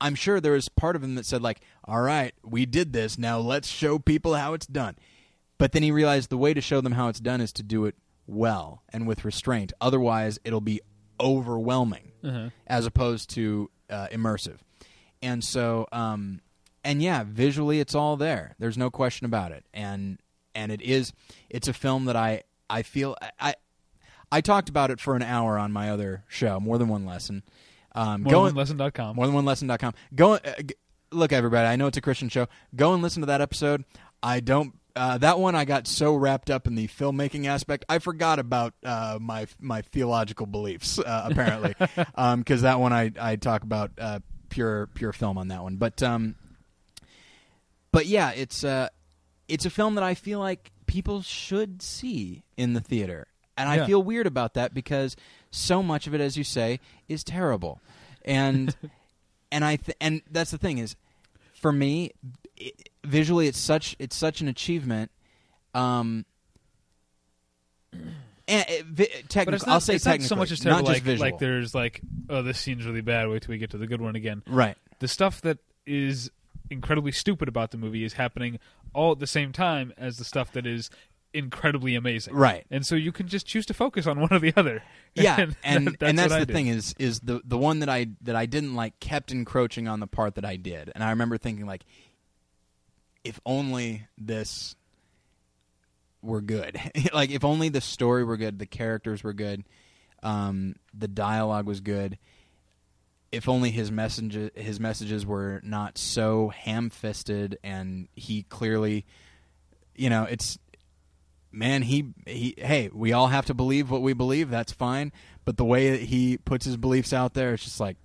I'm sure there was part of him that said like, "All right, we did this. Now let's show people how it's done." But then he realized the way to show them how it's done is to do it well and with restraint. Otherwise, it'll be overwhelming as opposed to uh, immersive. And so, um, and yeah, visually, it's all there. There's no question about it. And and it is, it's a film that I I feel I. I I talked about it for an hour on my other show, more than one lesson. Um, More go than and- lesson.com. more than one lesson.com. Go uh, g- look everybody. I know it's a Christian show. Go and listen to that episode. I don't uh, that one I got so wrapped up in the filmmaking aspect, I forgot about uh, my my theological beliefs. Uh, apparently, because that one I, I talk about uh, pure pure film on that one. But um, but yeah, it's uh, it's a film that I feel like people should see in the theater, and I Yeah. feel weird about that because so much of it, as you say, is terrible, and and I th- and that's the thing is, for me, it, visually, it's such it's such an achievement. Um, and it, vi- technic- But it's not, I'll say it's not technically, so much as terrible not like, just visual, like there's like, oh, this scene's really bad. Wait till we get to the good one again. right? The stuff that is incredibly stupid about the movie is happening all at the same time as the stuff that is incredibly amazing. Right. And so you can just choose to focus on one or the other. yeah and and that- that's, what I the did. thing is is the the one that i that i didn't like kept encroaching on the part that i did and i remember thinking like if only this were good like if only the story were good the characters were good um the dialogue was good if only his messages his messages were not so ham-fisted and he clearly you know it's man he he hey we all have to believe what we believe that's fine but the way that he puts his beliefs out there it's just like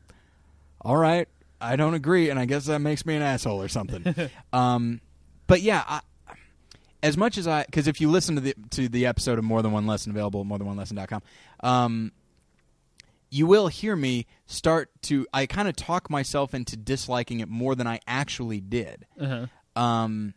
all right i don't agree and i guess that makes me an asshole or something um but yeah i as much as i because if you listen to the to the episode of more than one lesson available at more than one lesson.com um you will hear me start to i kind of talk myself into disliking it more than i actually did Uh-huh. um,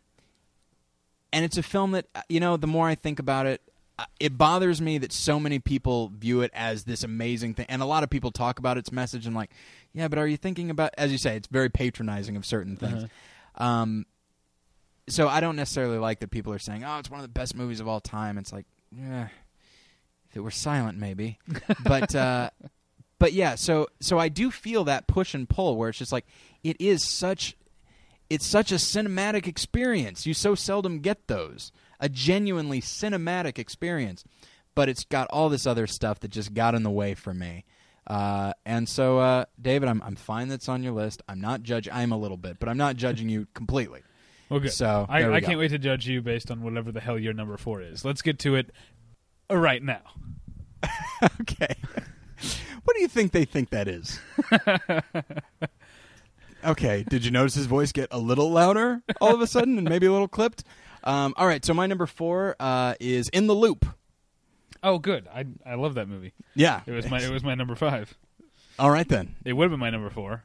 and it's a film that you know. The more I think about it, uh, it bothers me that so many people view it as this amazing thing, and a lot of people talk about its message and like, yeah, but are you thinking about? As you say, it's very patronizing of certain things. Um, so I don't necessarily like that people are saying, "Oh, it's one of the best movies of all time." It's like, yeah, if it were silent, maybe. but uh, but yeah, so so I do feel that push and pull where it's just like it is such it's such a cinematic experience. You so seldom get those. A genuinely cinematic experience. But it's got all this other stuff that just got in the way for me. Uh, and so, uh, David, I'm, I'm fine that's on your list. I'm not judge. I'm a little bit, but I'm not judging you completely. Well, good. So I, there we I go. can't wait to judge you based on whatever the hell your number four is. Let's get to it uh, right now. okay. what do you think they think that is? okay. Did you notice his voice get a little louder all of a sudden and maybe a little clipped? Um, all right. So my number four uh, is In the Loop. Oh, good. I I love that movie. Yeah. It was my it was my number five. all right then. It would have been my number four,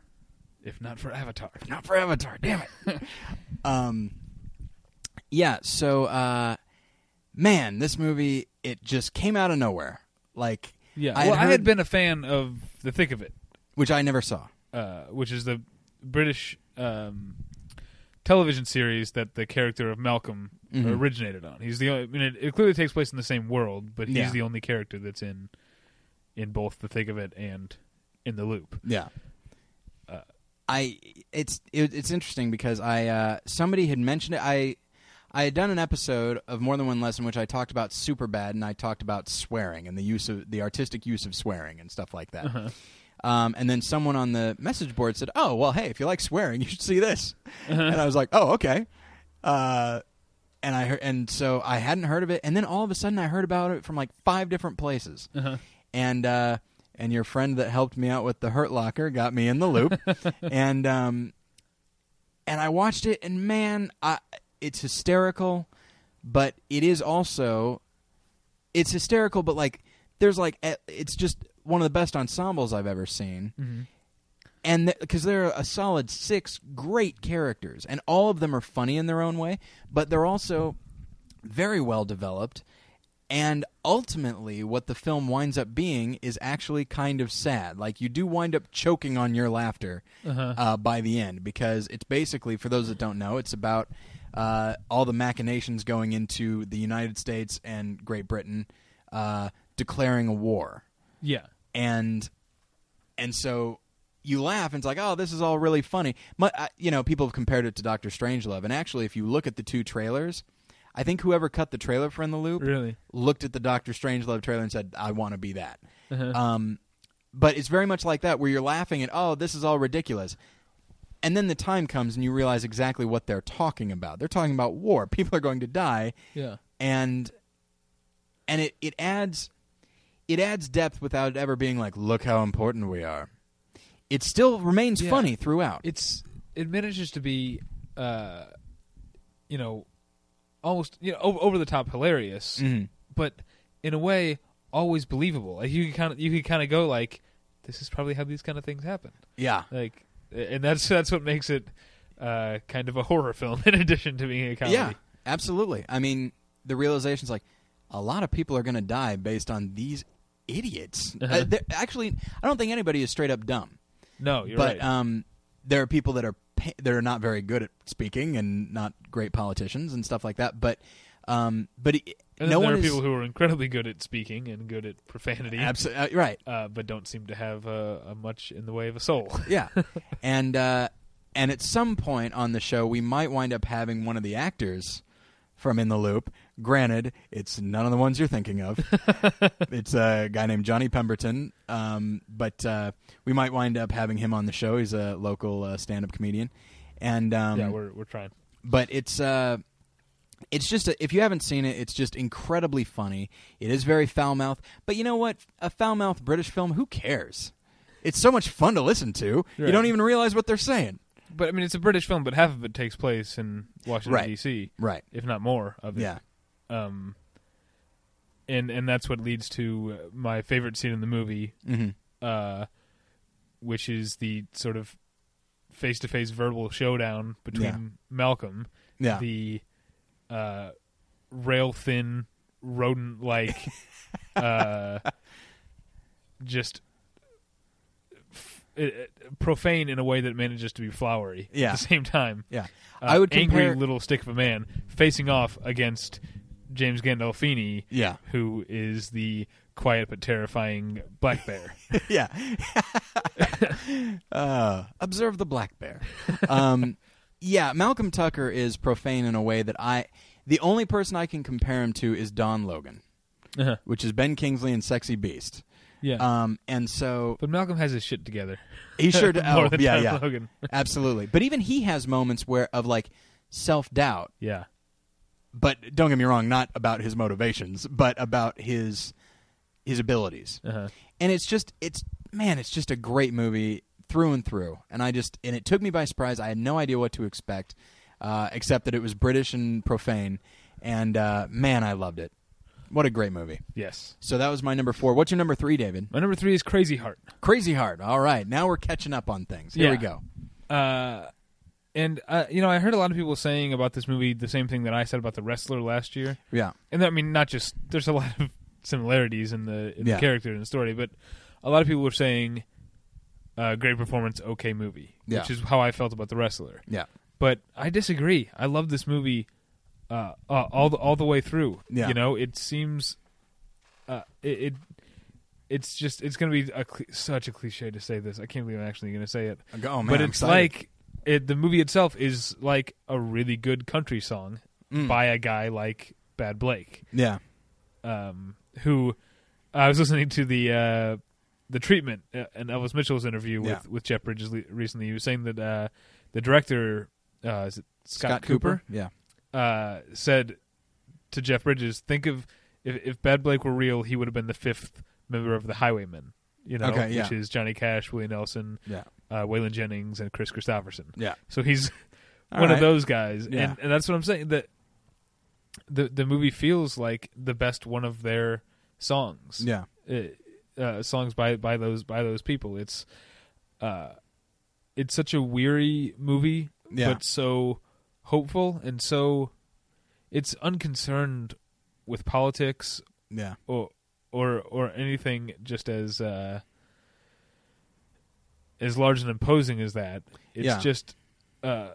if not for Avatar. Not for Avatar. Damn it. um, yeah. So, uh, man, this movie it just came out of nowhere. Like, Yeah. I well, I had heard- been a fan of The Thick of It, which I never saw. uh, which is the British um, television series that the character of Malcolm Mhm. originated on. He's the only, I mean, it, it clearly takes place in the same world, but he's Yeah. the only character that's in in both The Thick of It and in the loop. Yeah. Uh, I it's it, it's interesting because I uh, somebody had mentioned it. I I had done an episode of More Than One Lesson, which I talked about super bad, and I talked about swearing and the use of the artistic use of swearing and stuff like that. Um, and then someone on the message board said, "Oh well, hey, if you like swearing, you should see this." And I was like, "Oh okay." Uh, and I heard, and so I hadn't heard of it, and then all of a sudden I heard about it from like five different places, and uh, and your friend that helped me out with the Hurt Locker got me in the loop, and um, and I watched it, and man, I, it's hysterical, but it is also it's hysterical, but like there's like eh, it's just one of the best ensembles I've ever seen, and because there are a solid six great characters, and all of them are funny in their own way, but they're also very well developed. And ultimately, what the film winds up being is actually kind of sad. Like, you do wind up choking on your laughter uh by the end because it's basically, for those that don't know, it's about uh, all the machinations going into the United States and Great Britain uh, declaring a war Yeah. and and so you laugh and it's like oh this is all really funny Mu- I- you know people have compared it to doctor strangelove and actually if you look at the two trailers I think whoever cut the trailer for In the Loop Really? looked at the Doctor Strangelove trailer and said, "I want to be that." Uh-huh. Um, but it's very much like that, where you're laughing at, "Oh, this is all ridiculous," and then the time comes and you realize exactly what they're talking about. They're talking about war. People are going to die, yeah. and and it it adds it adds depth without ever being like, "Look how important we are." It still remains Yeah. funny throughout. It's it manages to be, uh, you know, almost you know over, over the top hilarious, Mhm. but in a way always believable. Like you kind of you could kind of go like, this is probably how these kind of things happen. Yeah, Like, and that's that's what makes it uh, kind of a horror film in addition to being a comedy. Yeah, absolutely. I mean, the realization's like a lot of people are going to die based on these idiots. Uh-huh. Uh, they're- actually, I don't think anybody is straight up dumb, No, you're but right. um, there are people that are pa- that are not very good at speaking and not great politicians and stuff like that. But um, but it, and then no there one are is people who are incredibly good at speaking and good at profanity, absolutely right. uh, but don't seem to have uh, a much in the way of a soul. Yeah, and uh, and at some point on the show, we might wind up having one of the actors from In the Loop. Granted, it's none of the ones you're thinking of. it's a guy named Johnny Pemberton, um, but uh, we might wind up having him on the show. He's a local uh, stand-up comedian, and um, yeah, we're we're trying. but it's uh it's just a, if you haven't seen it it's just incredibly funny it is very foul mouthed but you know what a foul mouthed british film who cares it's so much fun to listen to you Right. don't even realize what they're saying But I mean, it's a British film, but half of it takes place in Washington Right. D.C., right if not more of it. yeah Um, and and that's what leads to uh, my favorite scene in the movie, hmm uh, which is the sort of face-to-face verbal showdown between Yeah. Malcolm, yeah the uh, rail thin rodent like uh, just f- uh, profane in a way that manages to be flowery Yeah. at the same time yeah uh, I would angry compare- little stick of a man facing off against James Gandolfini yeah who is the quiet but terrifying black bear yeah uh, observe the black bear um, yeah malcolm tucker is profane in a way that i the only person i can compare him to is don logan uh-huh. which is ben kingsley and sexy beast yeah um, and so but Malcolm has his shit together He sure does. More Oh, than yeah, Tom yeah, Logan. absolutely. But even he has moments where of like self doubt. yeah But don't get me wrong, not about his motivations, but about his his abilities. uh-huh. And it's just it's man, it's just a great movie through and through. And I just and it took me by surprise. I had no idea what to expect, uh, except that it was British and profane. And uh, man, I loved it. What a great movie. yes So that was my number four. What's your number three, David? my number three is Crazy Heart Crazy Heart. All right, now we're catching up on things. Here we Yeah. go. Uh, and uh, you know, I heard a lot of people saying about this movie the same thing that I said about the wrestler last year. Yeah, And I mean, not just there's a lot of similarities in the in Yeah. the character and the story, but a lot of people were saying, uh, "Great performance, okay movie," Yeah. which is how I felt about the wrestler. yeah, But I disagree. I love this movie uh, uh, all the all the way through. Yeah. You know, it seems uh, it. it it's just it's going to be a, cli- such a cliche to say this. I can't believe I'm actually going to say it Oh man, but I'm it's excited. like it, the movie itself is like a really good country song Mm. by a guy like Bad Blake, yeah, um, who I was listening to the uh, the treatment uh, and Elvis Mitchell's interview with Yeah. with Jeff Bridges le- recently. He was saying that uh, the director uh, is it Scott, Yeah, uh, said to Jeff Bridges, "Think of if, if Bad Blake were real, he would have been the fifth member of the Highwaymen." You know, Okay, yeah. which is Johnny Cash, Willie Nelson, yeah, uh, Waylon Jennings, and Chris Christopherson. yeah. So he's All one right. of those guys, Yeah. and, and that's what I'm saying. That the the movie feels like the best one of their songs, Yeah, uh, uh, songs by by those by those people. It's uh, it's such a weary movie, Yeah. but so hopeful and so it's unconcerned with politics yeah, or or or anything just as uh as large and imposing as that it's Yeah. just uh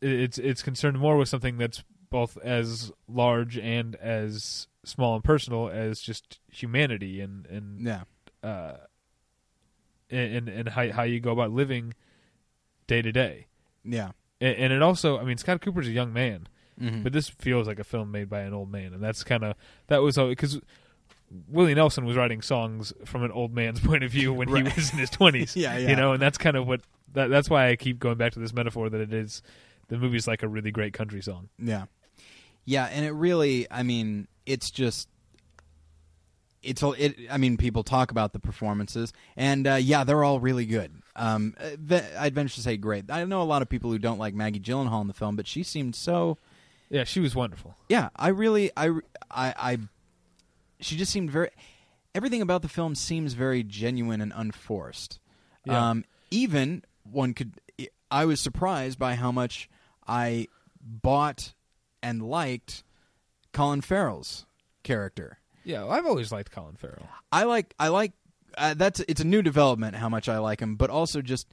it- it's it's concerned more with something that's both as large and as small and personal as just humanity and and yeah, uh and and how how you go about living day to day yeah, and, and it also i mean scott cooper's a young man Mhm. Mm-hmm. But this feels like a film made by an old man, and that's kind of that was because Willie Nelson was writing songs from an old man's point of view when Right. he was in his twenties. Yeah, yeah. you know, and that's kind of what that, that's why I keep going back to this metaphor that it is the movie's like a really great country song. Yeah. Yeah, and it really, I mean, it's just it's all it I mean, people talk about the performances and uh, yeah, they're all really good. Um uh, ve- I'd venture to say great. I know a lot of people who don't like Maggie Gyllenhaal in the film, but she seemed so Yeah, she was wonderful. yeah, I really I I I she just seemed very everything about the film seems very genuine and unforced. Yeah. Um even one could I was surprised by how much I bought and liked Colin Farrell's character. Yeah, I've always liked Colin Farrell. I like I like uh, that's it's a new development how much I like him, but also just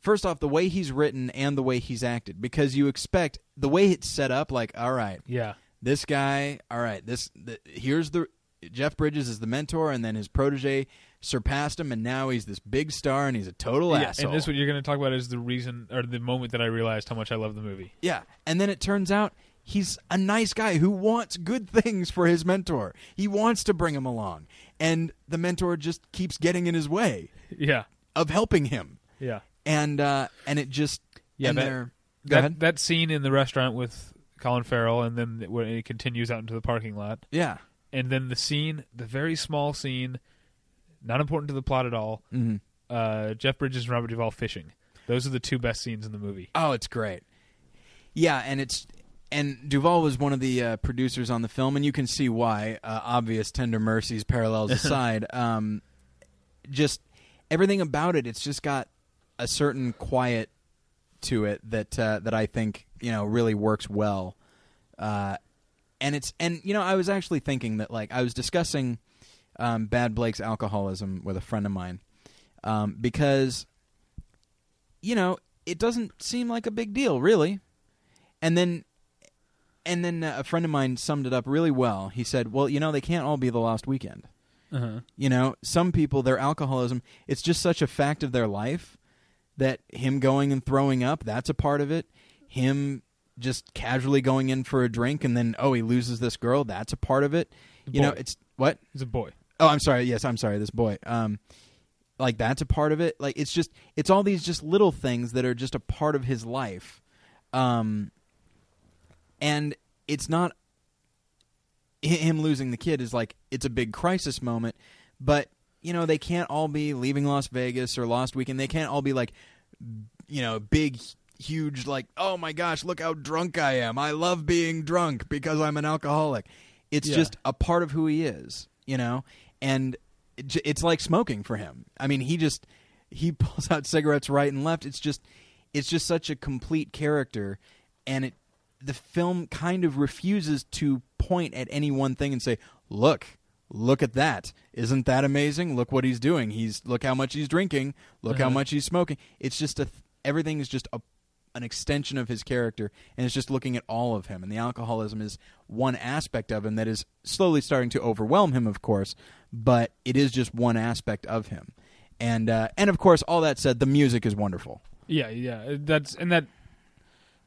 first off the way he's written and the way he's acted because you expect the way it's set up like all right Yeah, this guy all right this the, here's the jeff bridges is the mentor and then his protege surpassed him and now he's this big star and he's a total yeah. asshole And this what you're going to talk about is the reason or the moment that I realized how much I love the movie. yeah and then it turns out he's a nice guy who wants good things for his mentor he wants to bring him along and the mentor just keeps getting in his way Yeah, of helping him yeah. and uh and it just Yeah, and that- they're- go that, ahead that scene in the restaurant with Colin Farrell, and then when it continues out into the parking lot, yeah and then the scene, the very small scene, not important to the plot at all. mm-hmm. Uh, Jeff Bridges and Robert Duvall fishing. Those are the two best scenes in the movie. Oh, it's great. Yeah, and it's and Duvall was one of the uh, producers on the film, and you can see why. Uh, obvious tender mercies parallels aside, um, just everything about it. It's just got a certain quiet to it that uh, that I think you know really works well. Uh, and it's and you know I was actually thinking that like I was discussing um, Bad Blake's alcoholism with a friend of mine um, because you know, it doesn't seem like a big deal, really. And then, and then uh, a friend of mine summed it up really well. He said, "Well, you know, they can't all be the Lost Weekend. Uh-huh. You know, some people their alcoholism it's just such a fact of their life that him going and throwing up that's a part of it. Him just casually going in for a drink and then oh he loses this girl that's a part of it. You know, Boy. it's what." He's a boy. Oh, I'm sorry. Yes, I'm sorry. This boy. Um, like that's a part of it. Like it's just it's all these just little things that are just a part of his life, um, and it's not hi- him losing the kid is like it's a big crisis moment, but you know they can't all be leaving Las Vegas or Lost Weekend. They can't all be like, you know, big. Huge, like, oh my gosh, look how drunk I am. I love being drunk because I'm an alcoholic. It's Yeah. just a part of who he is, you know? And it j- it's like smoking for him. I mean, he just he pulls out cigarettes right and left. It's just it's just such a complete character and it the film kind of refuses to point at any one thing and say, "Look, look at that. Isn't that amazing? Look what he's doing. He's look how much he's drinking. Look how Uh-huh. much he's smoking." It's just a th- everything is just a an extension of his character and it's just looking at all of him and the alcoholism is one aspect of him that is slowly starting to overwhelm him of course but it is just one aspect of him and uh, and of course all that said the music is wonderful Yeah, yeah. That's and that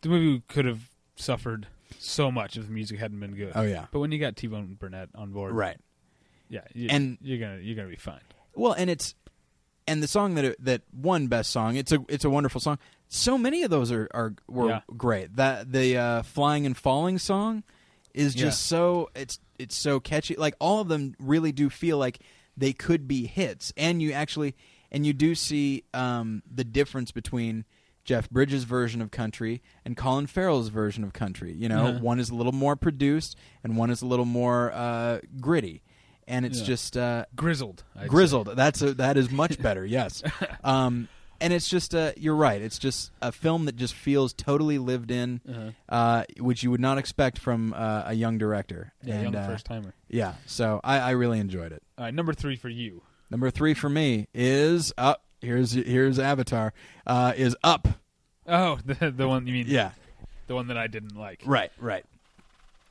the movie could have suffered so much if the music hadn't been good. Oh, yeah But when you got T Bone Burnett on board, right Yeah, you, And- you're gonna you're gonna be fine. well and it's and the song that that won best song it's a it's a wonderful song so many of those are are were Yeah. great that the uh, flying and falling song is just Yeah. so it's it's so catchy like all of them really do feel like they could be hits and you actually and you do see um, the difference between Jeff Bridges' version of country and Colin Farrell's version of country. You know, Uh-huh. one is a little more produced and one is a little more uh, gritty, and it's Yeah. just uh, Grizzled, I'd say. grizzled. That's a, that is much better. yes, um, and it's just uh, you're right. It's just a film that just feels totally lived in, Uh-huh. uh, which you would not expect from uh, a young director. Yeah, and, young uh, first timer. yeah. So I, I really enjoyed it. All right, number three for you. Number three for me is up. here's here's Avatar. Uh, is up. Oh, the the one you mean? Yeah. the one that I didn't like. Right. Right.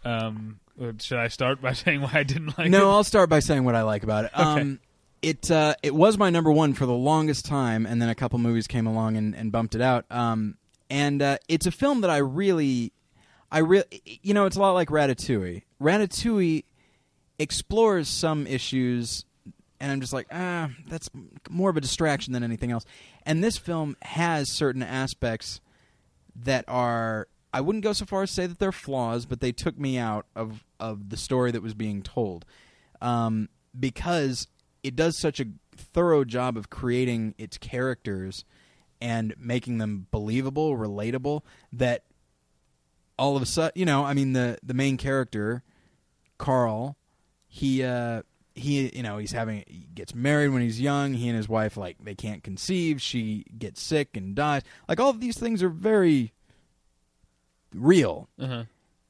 Um, uh, should I start by saying why I didn't like no, it? I'll start by saying what I like about it. Um, it uh, it was my number one for the longest time, and then a couple movies came along and, and bumped it out. Um, and uh, it's a film that I really, I re- you know, it's a lot like Ratatouille. Ratatouille explores some issues, and I'm just like, ah, that's more of a distraction than anything else. And this film has certain aspects that are. I wouldn't go so far as say that they're flaws, but they took me out of of the story that was being told, um, because it does such a thorough job of creating its characters and making them believable, relatable. That all of a sudden, you know, I mean the the main character, Carl, he uh he you know, he's having he gets married when he's young, he and his wife like they can't conceive, she gets sick and dies. Like all of these things are very real. Uh-huh.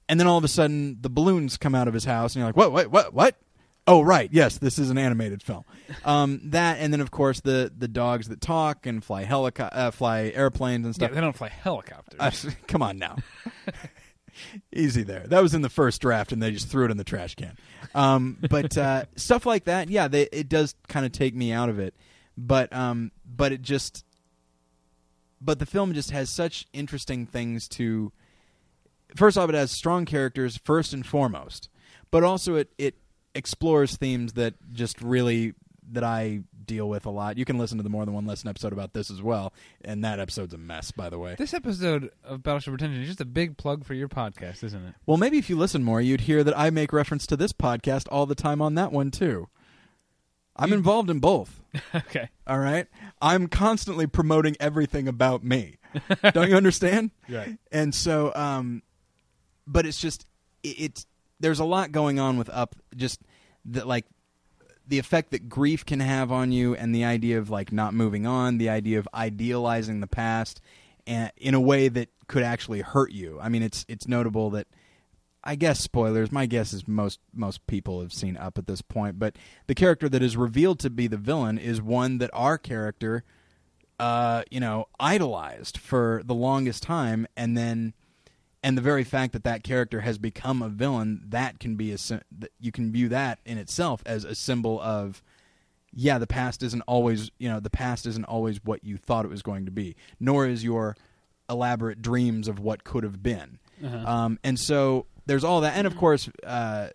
And then all of a sudden the balloons come out of his house and you're like, "What what what what?" Oh right, yes, this is an animated film. Um, that and then of course the the dogs that talk and fly helico- uh, fly airplanes and Yeah, stuff. they don't fly helicopters. Uh, come on now. Easy there. That was in the first draft, and they just threw it in the trash can. Um, but uh, stuff like that, yeah, they, it does kind of take me out of it. But um, but it just, but the film just has such interesting things to. First off, it has strong characters first and foremost, but also it it explores themes that just really that I deal with a lot. You can listen to the more than one lesson episode about this as well, and that episode's a mess, by the way. this episode of Battleship Retention is just a big plug for your podcast, isn't it? Well, maybe if you listen more, you'd hear that I make reference to this podcast all the time on that one, too. I'm involved in both, okay. all right? I'm constantly promoting everything about me. Don't you understand? Right. And so, um, but it's just, it, it's, there's a lot going on with Up, just that, like, the effect that grief can have on you and the idea of like not moving on the idea of idealizing the past and in a way that could actually hurt you i mean it's it's notable that i guess spoilers my guess is most most people have seen up at this point but the character that is revealed to be the villain is one that our character uh you know idolized for the longest time and then and the very fact that that character has become a villain that can be a sy- that you can view that in itself as a symbol of yeah the past isn't always you know the past isn't always what you thought it was going to be nor is your elaborate dreams of what could have been um, and so there's all that and of course uh,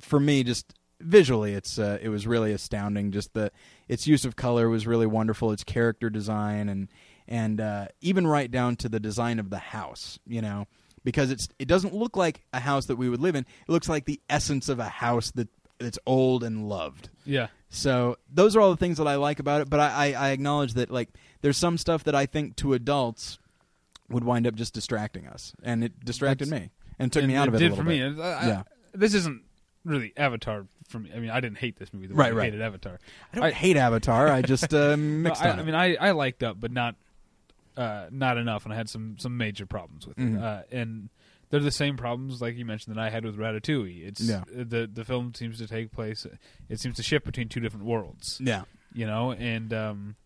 for me just visually it's uh, it was really astounding just the its use of color was really wonderful its character design and and uh, even right down to the design of the house you know because it's it doesn't look like a house that we would live in it looks like the essence of a house that that's old and loved Yeah. so those are all the things that I like about it. But I, I, I acknowledge that like there's some stuff that I think to adults would wind up just distracting us, and it distracted That's- me and took And me out of it a did little for bit. me. I- I- Yeah. This isn't really Avatar for me. I mean, I didn't hate this movie. The way Right, I right. hated Avatar. I don't hate Avatar. I just uh, mixed I, on I it. mean, I, I liked up, but not uh, not enough, and I had some some major problems with Mhm. it. Uh, and they're the same problems, like you mentioned, that I had with Ratatouille. It's uh, Yeah. the the film seems to take place. It seems to shift between two different worlds, yeah, you know. And um,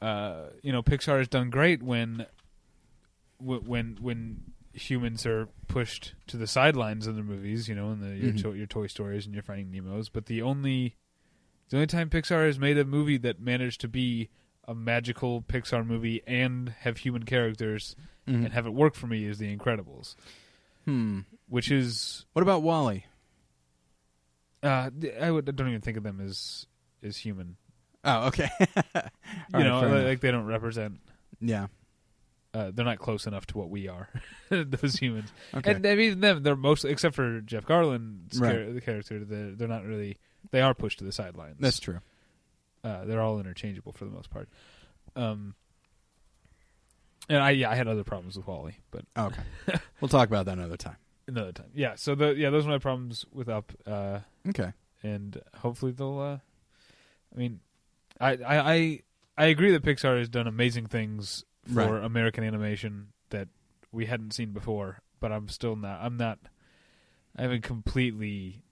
uh, you know, Pixar has done great when wh- when when humans are pushed to the sidelines in their movies, you know, in the your, Mhm. to- your Toy Stories and your Finding Nemo's. But the only the only time Pixar has made a movie that managed to be a magical Pixar movie and have human characters Mhm. and have it work for me is The Incredibles, Hmm. which is What about Wally? uh, th- I, would, I don't even think of them as as human. Oh, okay. You know, like, like they don't represent. yeah. Uh, they're not close enough to what we are, those humans. Okay. And I mean, them they're mostly except for Jeff Garland's Right. char- the character. They're, they're not really. They are pushed to the sidelines. That's true. uh, they're all interchangeable for the most part. Um, and I yeah I had other problems with Wally, but Okay. we'll talk about that another time. another time. Yeah, so the yeah those are my problems with Up, uh, Okay. and hopefully they'll. Uh, I mean, I I I, I agree that Pixar has done amazing things for Right. American animation that we hadn't seen before, but I'm still not I'm not I haven't completely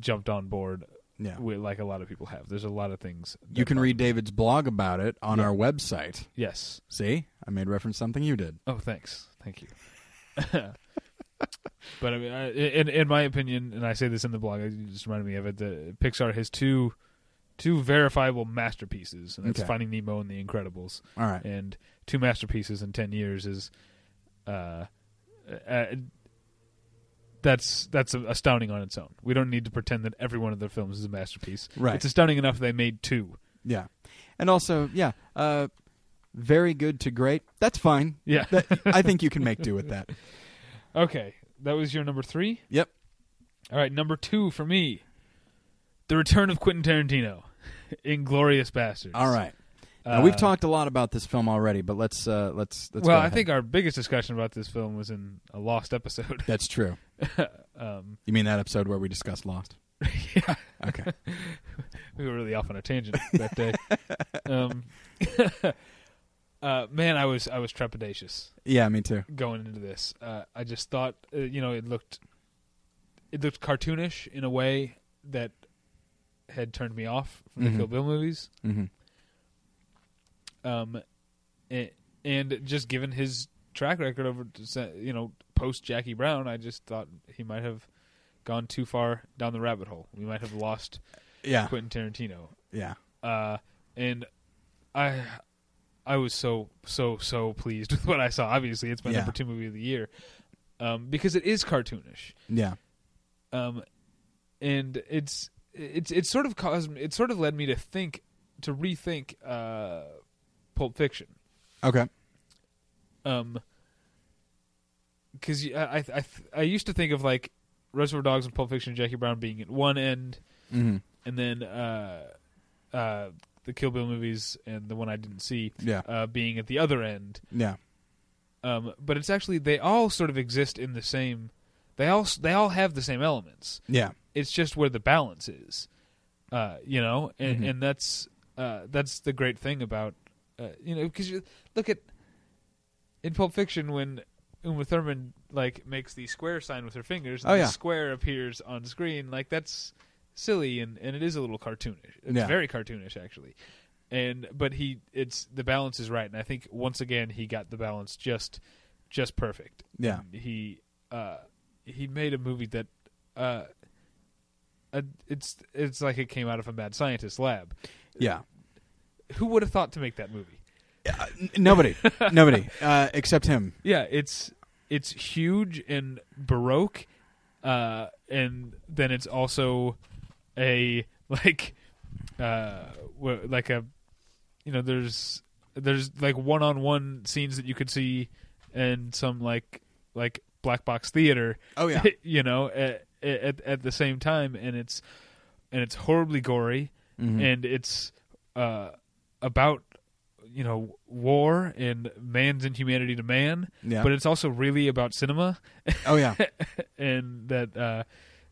jumped on board Yeah. with like a lot of people have. There's a lot of things that You can bother- read David's blog about it on Yeah. our website. Yes. See, I made reference to something you did. Oh, thanks. Thank you. but I mean, I, in in my opinion, and I say this in the blog, it just reminded me of it. The Pixar has two two verifiable masterpieces, and that's Okay. Finding Nemo and The Incredibles. All right. And two masterpieces in ten years is uh, uh, that's that's astounding on its own. We don't need to pretend that every one of their films is a masterpiece. Right. It's astounding enough they made two. Yeah, and also yeah, uh, very good to great. That's fine. Yeah. That- I think you can make do with that. Okay, that was your number three. Yep. All right, number two for me, the return of Quentin Tarantino, Inglorious Bastards. All right. Uh, now, we've talked a lot about this film already, but let's uh, let's let's. well, go I ahead. think our biggest discussion about this film was in a lost episode. that's true. um, You mean that episode where we discussed Lost? yeah, Okay. we were really off on a tangent that day. um, uh, man, I was I was trepidatious yeah, me too. going into this. Uh, I just thought, uh, you know, it looked it looked cartoonish in a way that had turned me off from Mhm. the Kill Bill movies. Mm-hmm. um, and, and just given his track record over, to se- you know, post Jackie Brown, I just thought he might have gone too far down the rabbit hole. We might have lost Yeah, Quentin Tarantino, yeah. uh, and I, I was so so so pleased with what I saw. Obviously, it's my Yeah. number two movie of the year, um, because it is cartoonish, Yeah. um, and it's it's it's sort of caused it sort of led me to think to rethink uh, Pulp Fiction. Okay. um because I, I I th- I used to think of like Reservoir Dogs and Pulp Fiction and Jackie Brown being at one end, Mm-hmm. and then uh uh the Kill Bill movies and the one I didn't see Yeah. uh being at the other end. Yeah. Um, but it's actually they all sort of exist in the same. They all s- they all have the same elements. Yeah. It's just where the balance is, uh, you know, and, Mhm. and that's uh, that's the great thing about uh, you know because you look at in Pulp Fiction when Uma Thurman like makes the square sign with her fingers, and Oh, the yeah. square appears on screen. Like that's silly and, and it is a little cartoonish. It's Yeah. very cartoonish actually, and but he it's the balance is right, and I think once again he got the balance just just perfect. Yeah. And he uh he made a movie that uh. uh, It's it's like it came out of a mad scientist lab. Yeah. Uh, Who would have thought to make that movie? N- nobody. nobody. Uh, except him. Yeah, it's it's huge and baroque, uh, and then it's also a like uh, wh- like a you know there's there's like one on one scenes that you could see and some like like black box theater Oh yeah. you know at, at at the same time and it's and it's horribly gory Mhm. and it's uh, about you know war and man's inhumanity to man, yeah. but it's also really about cinema oh yeah. and that uh,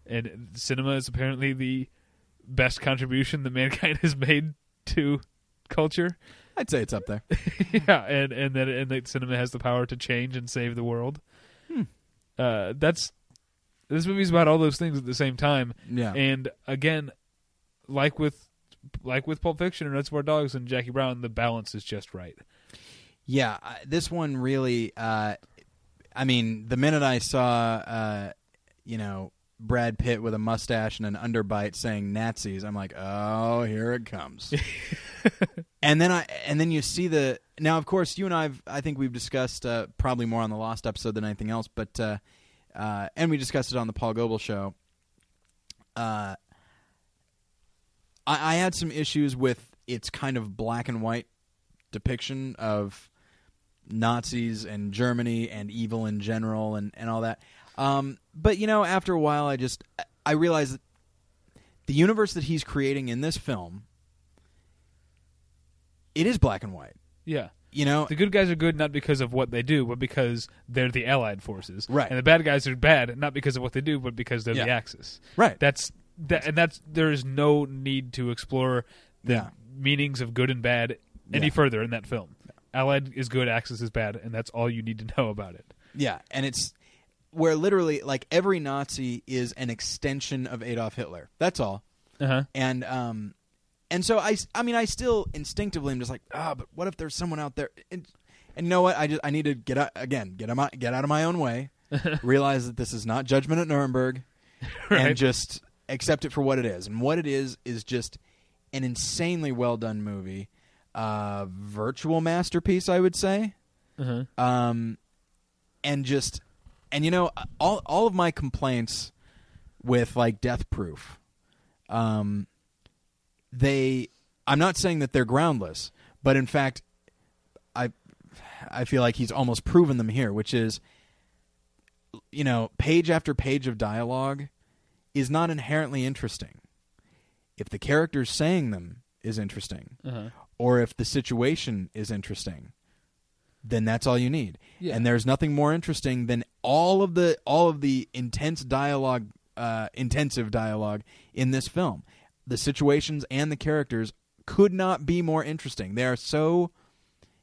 and cinema is apparently the best contribution that mankind has made to culture. I'd say it's up there. yeah, and and that and that cinema has the power to change and save the world. Hmm. Uh, that's this movie's about all those things at the same time, Yeah. and again, like with like with Pulp Fiction and Reservoir Dogs and Jackie Brown, the balance is just right. Yeah, I- this one really. Uh, I mean, the minute I saw, uh, you know, Brad Pitt with a mustache and an underbite saying Nazis, I'm like, oh, here it comes. and then I, and then you see the. Now, of course, you and I've, I think we've discussed uh, probably more on the Lost episode than anything else, but uh, uh, and we discussed it on the Paul Goebel show. Uh, I, I had some issues with its kind of black and white depiction of Nazis and Germany and evil in general and, and all that. Um, but you know, after a while, I just I realized that the universe that he's creating in this film, it is black and white. Yeah, You know, the good guys are good not because of what they do, but because they're the Allied forces. Right. and the bad guys are bad not because of what they do, but because they're Yeah. the Axis. right? That's that, and that's there is no need to explore the Yeah. meanings of good and bad any Yeah. further in that film. Allied is good, Axis is bad, and that's all you need to know about it. yeah, and it's where literally like every Nazi is an extension of Adolf Hitler. That's all. Uh huh. and um and so i i mean i still instinctively am just like ah but what if there's someone out there and, and you know what i just i need to get out again get out my, get out of my own way realize that this is not judgment at nuremberg Right. and just accept it for what it is and what it is is just an insanely well done movie uh virtual masterpiece i would say Uh huh. um, and just and you know all all of my complaints with like Death Proof, um, they I'm not saying that they're groundless, but in fact, I I feel like he's almost proven them here, which is you know page after page of dialogue is not inherently interesting if the character saying them is interesting Uh-huh. or if the situation is interesting then that's all you need Yeah. and there's nothing more interesting than all of the all of the intense dialogue uh, intensive dialogue in this film the situations and the characters could not be more interesting they are so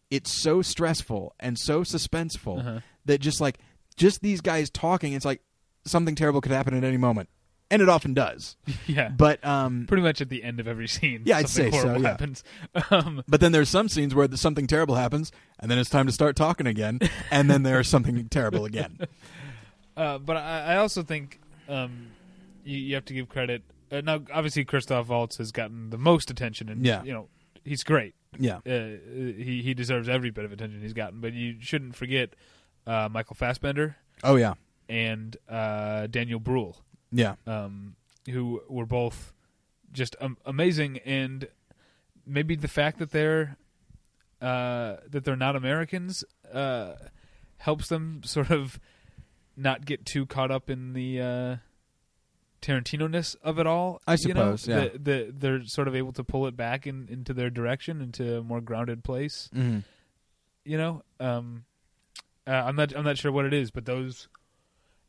it's so stressful and so suspenseful Uh-huh. that just like just these guys talking it's like something terrible could happen at any moment and it often does Yeah. but um Pretty much at the end of every scene. Yeah, I'd something say so, horrible yeah. happens. Um, But then there's some scenes where something terrible happens, and then it's time to start talking again, and then there's something terrible again. Uh, but I, I also think um, you, you have to give credit. Uh, now, obviously, Christoph Waltz has gotten the most attention, and Yeah. you know he's great. Yeah, Uh, he he deserves every bit of attention he's gotten. But you shouldn't forget uh, Michael Fassbender Oh yeah, and uh, Daniel Bruhl, yeah, um, who were both just um, amazing. And maybe the fact that they're uh, that they're not Americans uh, helps them sort of not get too caught up in the uh, Tarantino ness of it all. I you know? suppose, yeah. The, the, they're sort of able to pull it back in, into their direction, into a more grounded place. mm You know, um, uh, I'm not I'm not sure what it is, but those,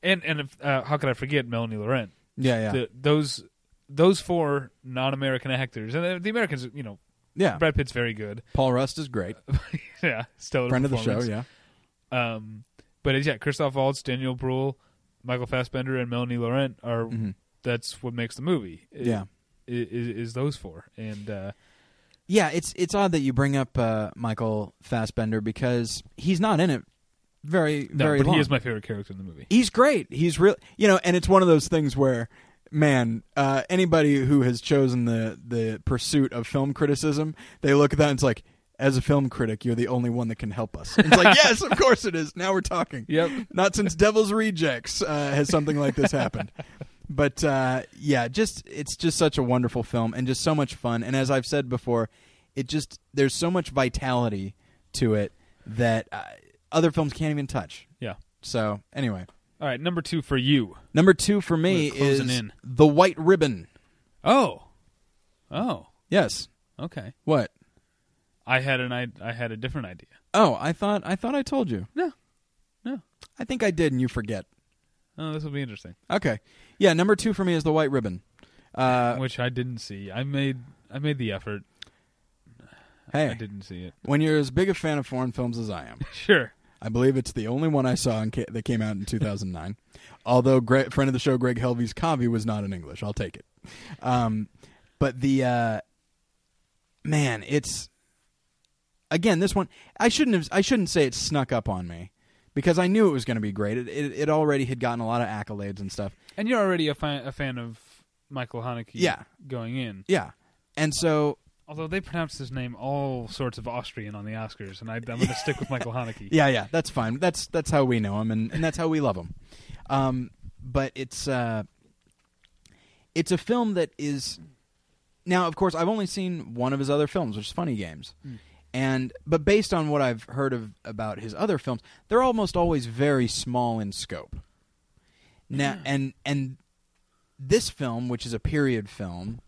and and if, uh, how could I forget Melanie Laurent? yeah, yeah, The, those those four non-American actors, and the, the Americans, you know, yeah. Brad Pitt's very good. Paul Rust is great, yeah, stellar friend of the show. performance. Yeah, Um, but it's, yeah, Christoph Waltz, Daniel Bruhl, Michael Fassbender, and Melanie Laurent are. Mhm. That's what makes the movie. i- yeah, i- is, is those four and uh, yeah. It's it's odd that you bring up uh, Michael Fassbender because he's not in it very no, very but long. he is my favorite character in the movie. he's great. He's real, you know, and it's one of those things where, man, uh, anybody who has chosen the the pursuit of film criticism, they look at that and it's like, as a film critic, you're the only one that can help us. It's like, yes, of course it is. Now we're talking. Yep. Not since Devil's Rejects uh, has something like this happened. But uh, yeah, just it's just such a wonderful film and just so much fun. And as I've said before, it just there's so much vitality to it that uh, other films can't even touch. Yeah. So anyway, All right, number two for you. Number two for me We're closing is in. the White Ribbon. Oh, oh, Yes. okay. What? I had an I, I had a different idea. Oh, I thought I thought I told you. No, no. I think I did, and you forget. Oh, this will be interesting. Okay. Yeah. Number two for me is the White Ribbon. Uh, Which I didn't see. I made I made the effort. I hey, didn't see it. when you're as big a fan of foreign films as I am, Sure. I believe it's the only one I saw in ca- that came out in 2009. Although Gre- friend of the show Greg Helvey's copy was not in English, I'll take it. Um, but the uh, man, it's again this one. I shouldn't have. I shouldn't say it snuck up on me because I knew it was going to be great. It, it it already had gotten a lot of accolades and stuff. And you're already a fan a fan of Michael Haneke. Yeah. Going in, Yeah, and so although they pronounced his name all sorts of Austrian on the Oscars, and I, I'm going to stick with Michael Haneke. Yeah, yeah, that's fine. That's that's how we know him, and, and that's how we love him. Um, but it's uh, it's a film that is now, of course, I've only seen one of his other films, which is Funny Games, and but based on what I've heard of about his other films, they're almost always very small in scope. Now, and and this film, which is a period film,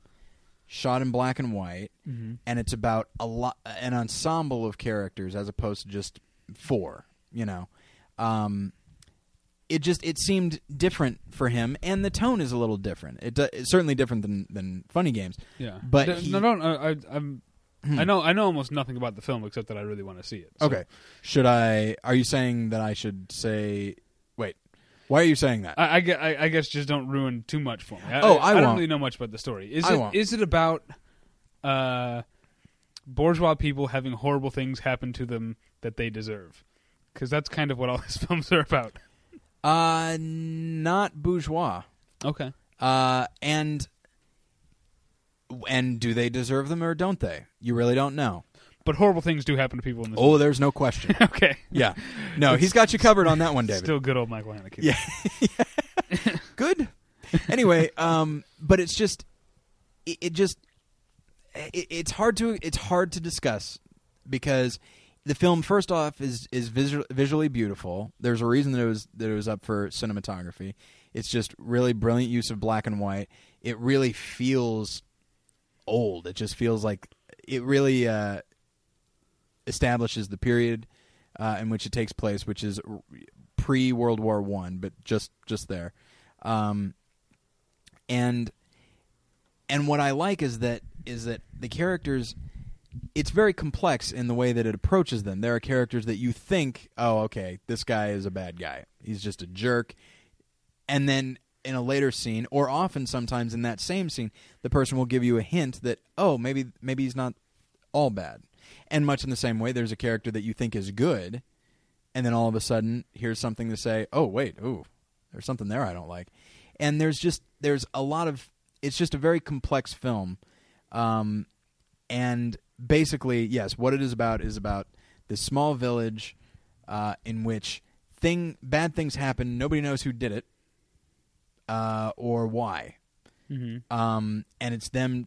shot in black and white, and it's about a lot an ensemble of characters as opposed to just four. You know, um, it just it seemed different for him, and the tone is a little different. It do, it's certainly different than than Funny Games. Yeah, But Th- he- Hmm. no, no, no, I, I'm. I know, I know almost nothing about the film except that I really want to see it. So- Okay, should I? Are you saying that I should say? Wait, why are you saying that? I, I, gue- I- I guess just don't ruin too much for me. I, Oh, I don't won't. really know much about the story. Is I it won't. is it about uh, bourgeois people having horrible things happen to them that they deserve? Because that's kind of what all his films are about. uh, not bourgeois. Okay. Uh, and and do they deserve them or don't they? You really don't know. but horrible things do happen to people in this. Oh, there's no question. movie. okay, Yeah. No, he's got you covered on that one, David. still good old Michael Haneke. Yeah. good. Anyway, um, but it's just, it, it just, it, it's hard to it's hard to discuss because the film first off is is visual, visually beautiful. There's a reason that it was that it was up for cinematography. It's just really brilliant use of black and white. It really feels old. It just feels like it really uh, establishes the period uh, in which it takes place, which is pre World War One, but just just there. Um, and and what I like is that is that the characters it's very complex in the way that it approaches them. There are characters that you think, oh, okay, this guy is a bad guy. He's just a jerk. And then in a later scene, or often sometimes in that same scene, the person will give you a hint that, oh, maybe maybe he's not all bad. And much in the same way, there's a character that you think is good, and then all of a sudden here's something to say oh wait ooh there's something there i don't like and there's just there's a lot of it's just a very complex film um, and basically yes what it is about is about this small village uh, in which thing bad things happen nobody knows who did it uh, or why Mm-hmm. um, and it's them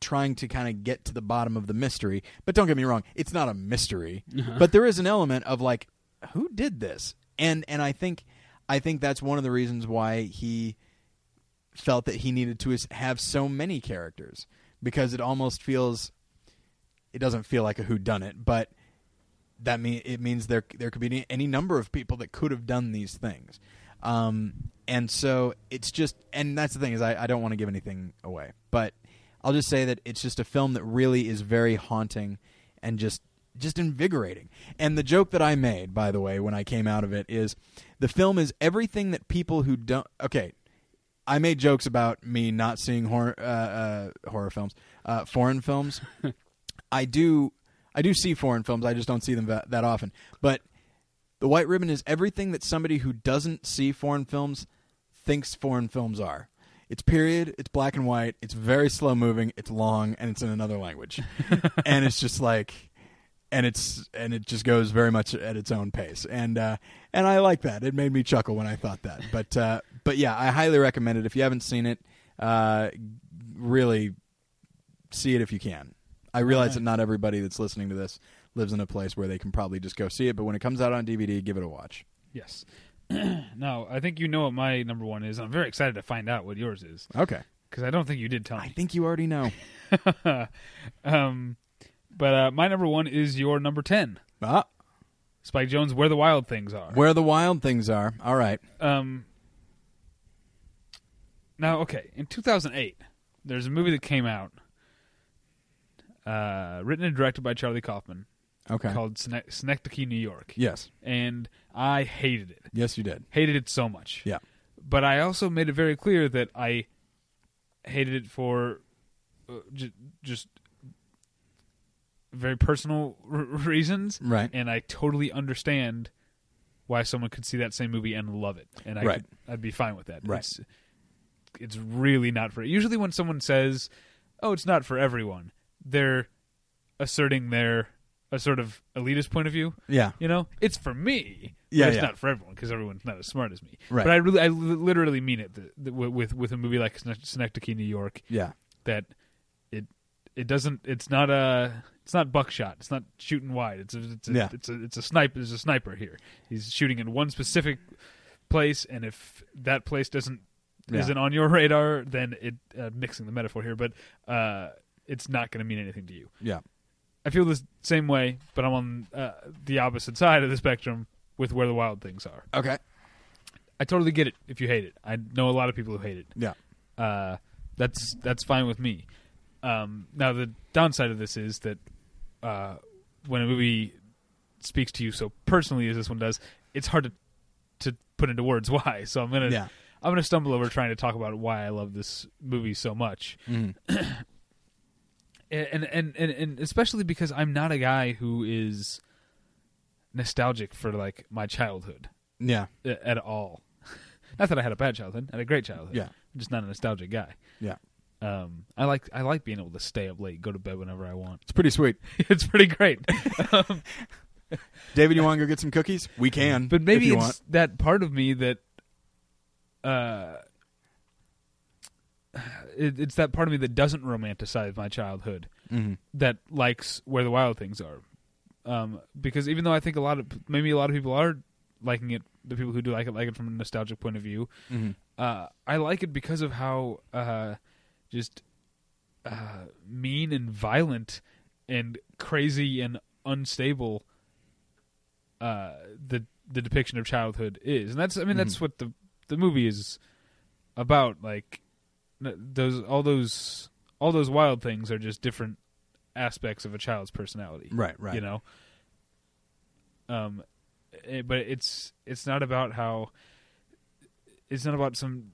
trying to kind of get to the bottom of the mystery. But don't get me wrong, it's not a mystery, but there is an element of like, who did this? And and I think I think that's one of the reasons why he felt that he needed to is- have so many characters because it almost feels it doesn't feel like a who done it, but that mean it means there there could be any number of people that could have done these things. Um, and so it's just and that's the thing is I, I don't want to give anything away, but I'll just say that it's just a film that really is very haunting and just just invigorating. And the joke that I made, by the way, when I came out of it is the film is everything that people who don't okay, I made jokes about me not seeing horror uh, uh, horror films, uh, foreign films. I do I do see foreign films. I just don't see them that, that often. But the White Ribbon is everything that somebody who doesn't see foreign films thinks foreign films are. It's period. It's black and white. It's very slow moving. It's long, and it's in another language. and it's just like, and it's and it just goes very much at its own pace. And uh, and I like that. It made me chuckle when I thought that. But uh, but yeah, I highly recommend it. If you haven't seen it, uh, really see it if you can. I realize that not everybody that's listening to this lives in a place where they can probably just go see it, but when it comes out on DVD, give it a watch. Yes. now I think you know what my number one is. I'm very excited to find out what yours is Okay. because I don't think you did tell I me. think you already know. um, but uh, my number one is your number ten, ah, Spike Jones, Where the Wild Things Are. where the wild things are. All right. Um. Now, okay, in 2008, there's a movie that came out, uh, written and directed by Charlie Kaufman, Okay. called Sne- Synecdoche, New York, Yes. and I hated it, Yes, you did. hated it so much. Yeah. But I also made it very clear that I hated it for uh, j- just very personal r- reasons, Right. and I totally understand why someone could see that same movie and love it, and I Right. could, I'd be fine with that. Right. It's, it's really not for. Usually, when someone says, "Oh, it's not for everyone," they're asserting their a sort of elitist point of view. Yeah. You know, it's for me. but Yeah, it's yeah. not for everyone because everyone's not as smart as me. Right. But I really, I li- literally mean it th- th- with- with with a movie like Syne- Synecdoche, New York, Yeah. that it it doesn't. It's not a. It's not buckshot. It's not shooting wide. It's a, it's a, Yeah. it's a, it's a sniper. There's a sniper here. He's shooting in one specific place, and if that place doesn't Yeah. isn't on your radar, then it uh, mixing the metaphor here, but uh, it's not going to mean anything to you. Yeah. I feel the same way, but I'm on uh, the opposite side of the spectrum with where the wild things are. Okay. I totally get it if you hate it. I know a lot of people who hate it. Yeah. Uh, that's that's fine with me. Um, now the downside of this is that uh, when a movie speaks to you so personally as this one does, it's hard to to put into words why. So I'm gonna Yeah. I'm gonna stumble over trying to talk about why I love this movie so much Mhm. and and and, and especially because I'm not a guy who is nostalgic for like my childhood Yeah. uh, at all. not that I had a bad childhood; I had a great childhood. Yeah. I'm just not a nostalgic guy. Yeah. Um, I like I like being able to stay up late, go to bed whenever I want. It's pretty sweet. it's pretty great. um, David, you want to go get some cookies? We can. Mm-hmm. but maybe if you it's want. that part of me that uh it, it's that part of me that doesn't romanticize my childhood Mhm. that likes where the wild things are um because even though i think a lot of maybe a lot of people are liking it the people who do like it like it from a nostalgic point of view Mhm. uh i like it because of how uh just uh mean and violent and crazy and unstable uh, the the depiction of childhood is, and that's I mean that's what the the movie is about. Like n- those all those all those wild things are just different aspects of a child's personality, Right, right. You know, um, eh, but it's it's not about how it's not about some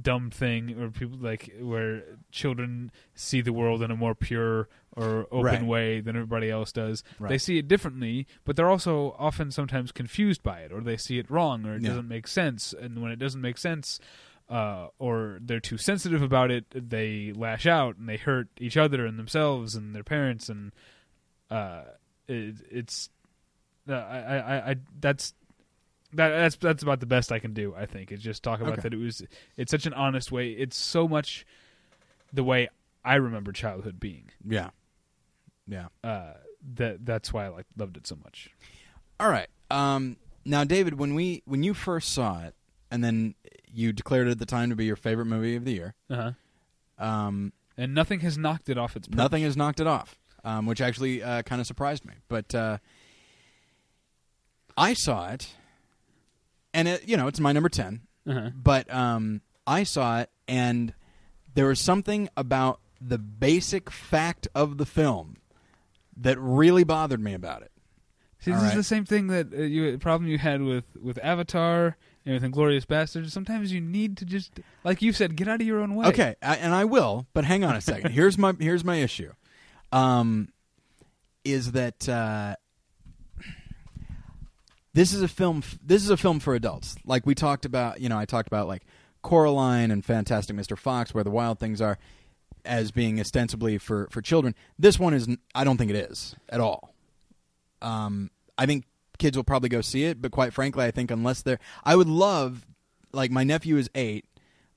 dumb thing or people like where children see the world in a more pure or open Right. way than everybody else does. Right. They see it differently, but they're also often sometimes confused by it, or they see it wrong, or it Yeah. doesn't make sense. And when it doesn't make sense, uh, or they're too sensitive about it, they lash out and they hurt each other and themselves and their parents. And uh, it, it's uh, I, I, I, I that's. That, that's that's about the best I can do. I think is just talk about Okay. that. It was it's such an honest way. It's so much the way I remember childhood being. Yeah. Yeah. Uh, that that's why I like loved it so much. All right. Um, now, David, when we when you first saw it, and then you declared it at the time to be your favorite movie of the year, Uh-huh. um, And nothing has knocked it off its perch. nothing has knocked it off, um, which actually uh, kind of surprised me. But uh, I saw it, and it, you know, it's my number ten. Uh-huh. But um, I saw it, and there was something about the basic fact of the film that really bothered me about it. See, All this is right. the same thing that uh, you the problem you had with with Avatar and with Inglorious Bastards. Sometimes you need to just, like you said, get out of your own way. Okay, I, and I will, but hang on a second. here's my here's my issue, um, is that uh, this is a film. f- This is a film for adults. Like we talked about, you know, I talked about like Coraline and Fantastic Mr. Fox, where the wild things are, as being ostensibly for for children. This one is. n- I don't think it is at all. Um, I think kids will probably go see it, but quite frankly, I think unless they're, I would love, like my nephew is eight,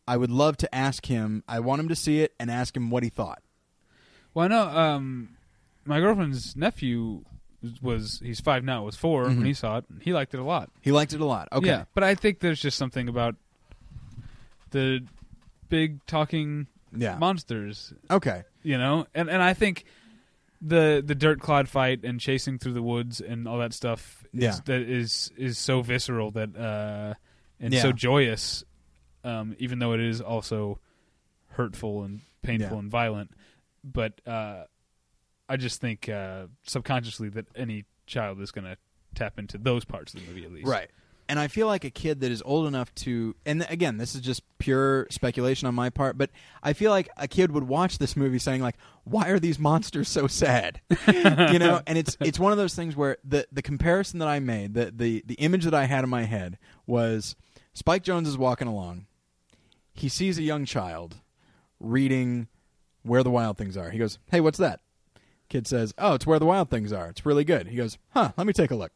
I would love to ask him. I want him to see it and ask him what he thought. Well, I know um, my girlfriend's nephew was he's five now, was 4 when he saw it, and he liked it a lot. He liked it a lot. Mm-hmm. Okay, Yeah, but I think there's just something about the big talking Yeah. monsters okay, you know and and i think the the dirt clod fight and chasing through the woods and all that stuff is, Yeah. that is is so visceral that uh and Yeah. so joyous um even though it is also hurtful and painful Yeah. and violent but uh i just think uh subconsciously that any child is going to tap into those parts of the movie at least right. And I feel like a kid that is old enough to, and again, this is just pure speculation on my part, but I feel like a kid would watch this movie saying like, "Why are these monsters so sad?" you know. And it's it's one of those things where the the comparison that I made, the the the image that I had in my head was Spike Jones is walking along, he sees a young child reading Where the Wild Things Are. He goes, Hey, what's that? Kid says, Oh, it's Where the Wild Things Are. It's really good. He goes, Huh, let me take a look.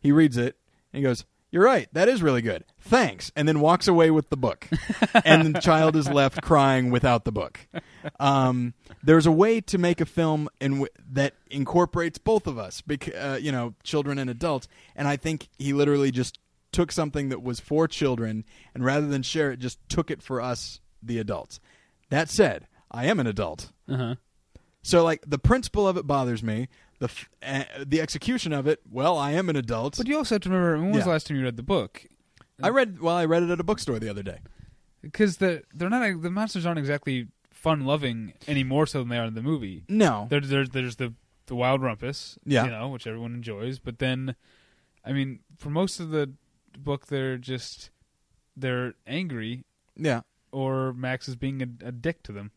He reads it and he goes, You're right. That is really good. Thanks. And then walks away with the book. and the child is left crying without the book. Um, there's a way to make a film in w- that incorporates both of us, bec- uh, you know, children and adults. And I think he literally just took something that was for children and rather than share it just took it for us the adults that said i am an adult uh-huh so like the principle of it bothers me the f- uh, the execution of it well i am an adult but you also have to remember when was Yeah. the last time you read the book i read well i read it at a bookstore the other day because the they're not the monsters aren't exactly fun loving any more so than they are in the movie. no There, there's there's the the wild rumpus, Yeah. you know, which everyone enjoys. But then, I mean, for most of the book, they're just they're angry yeah or Max is being a, a dick to them,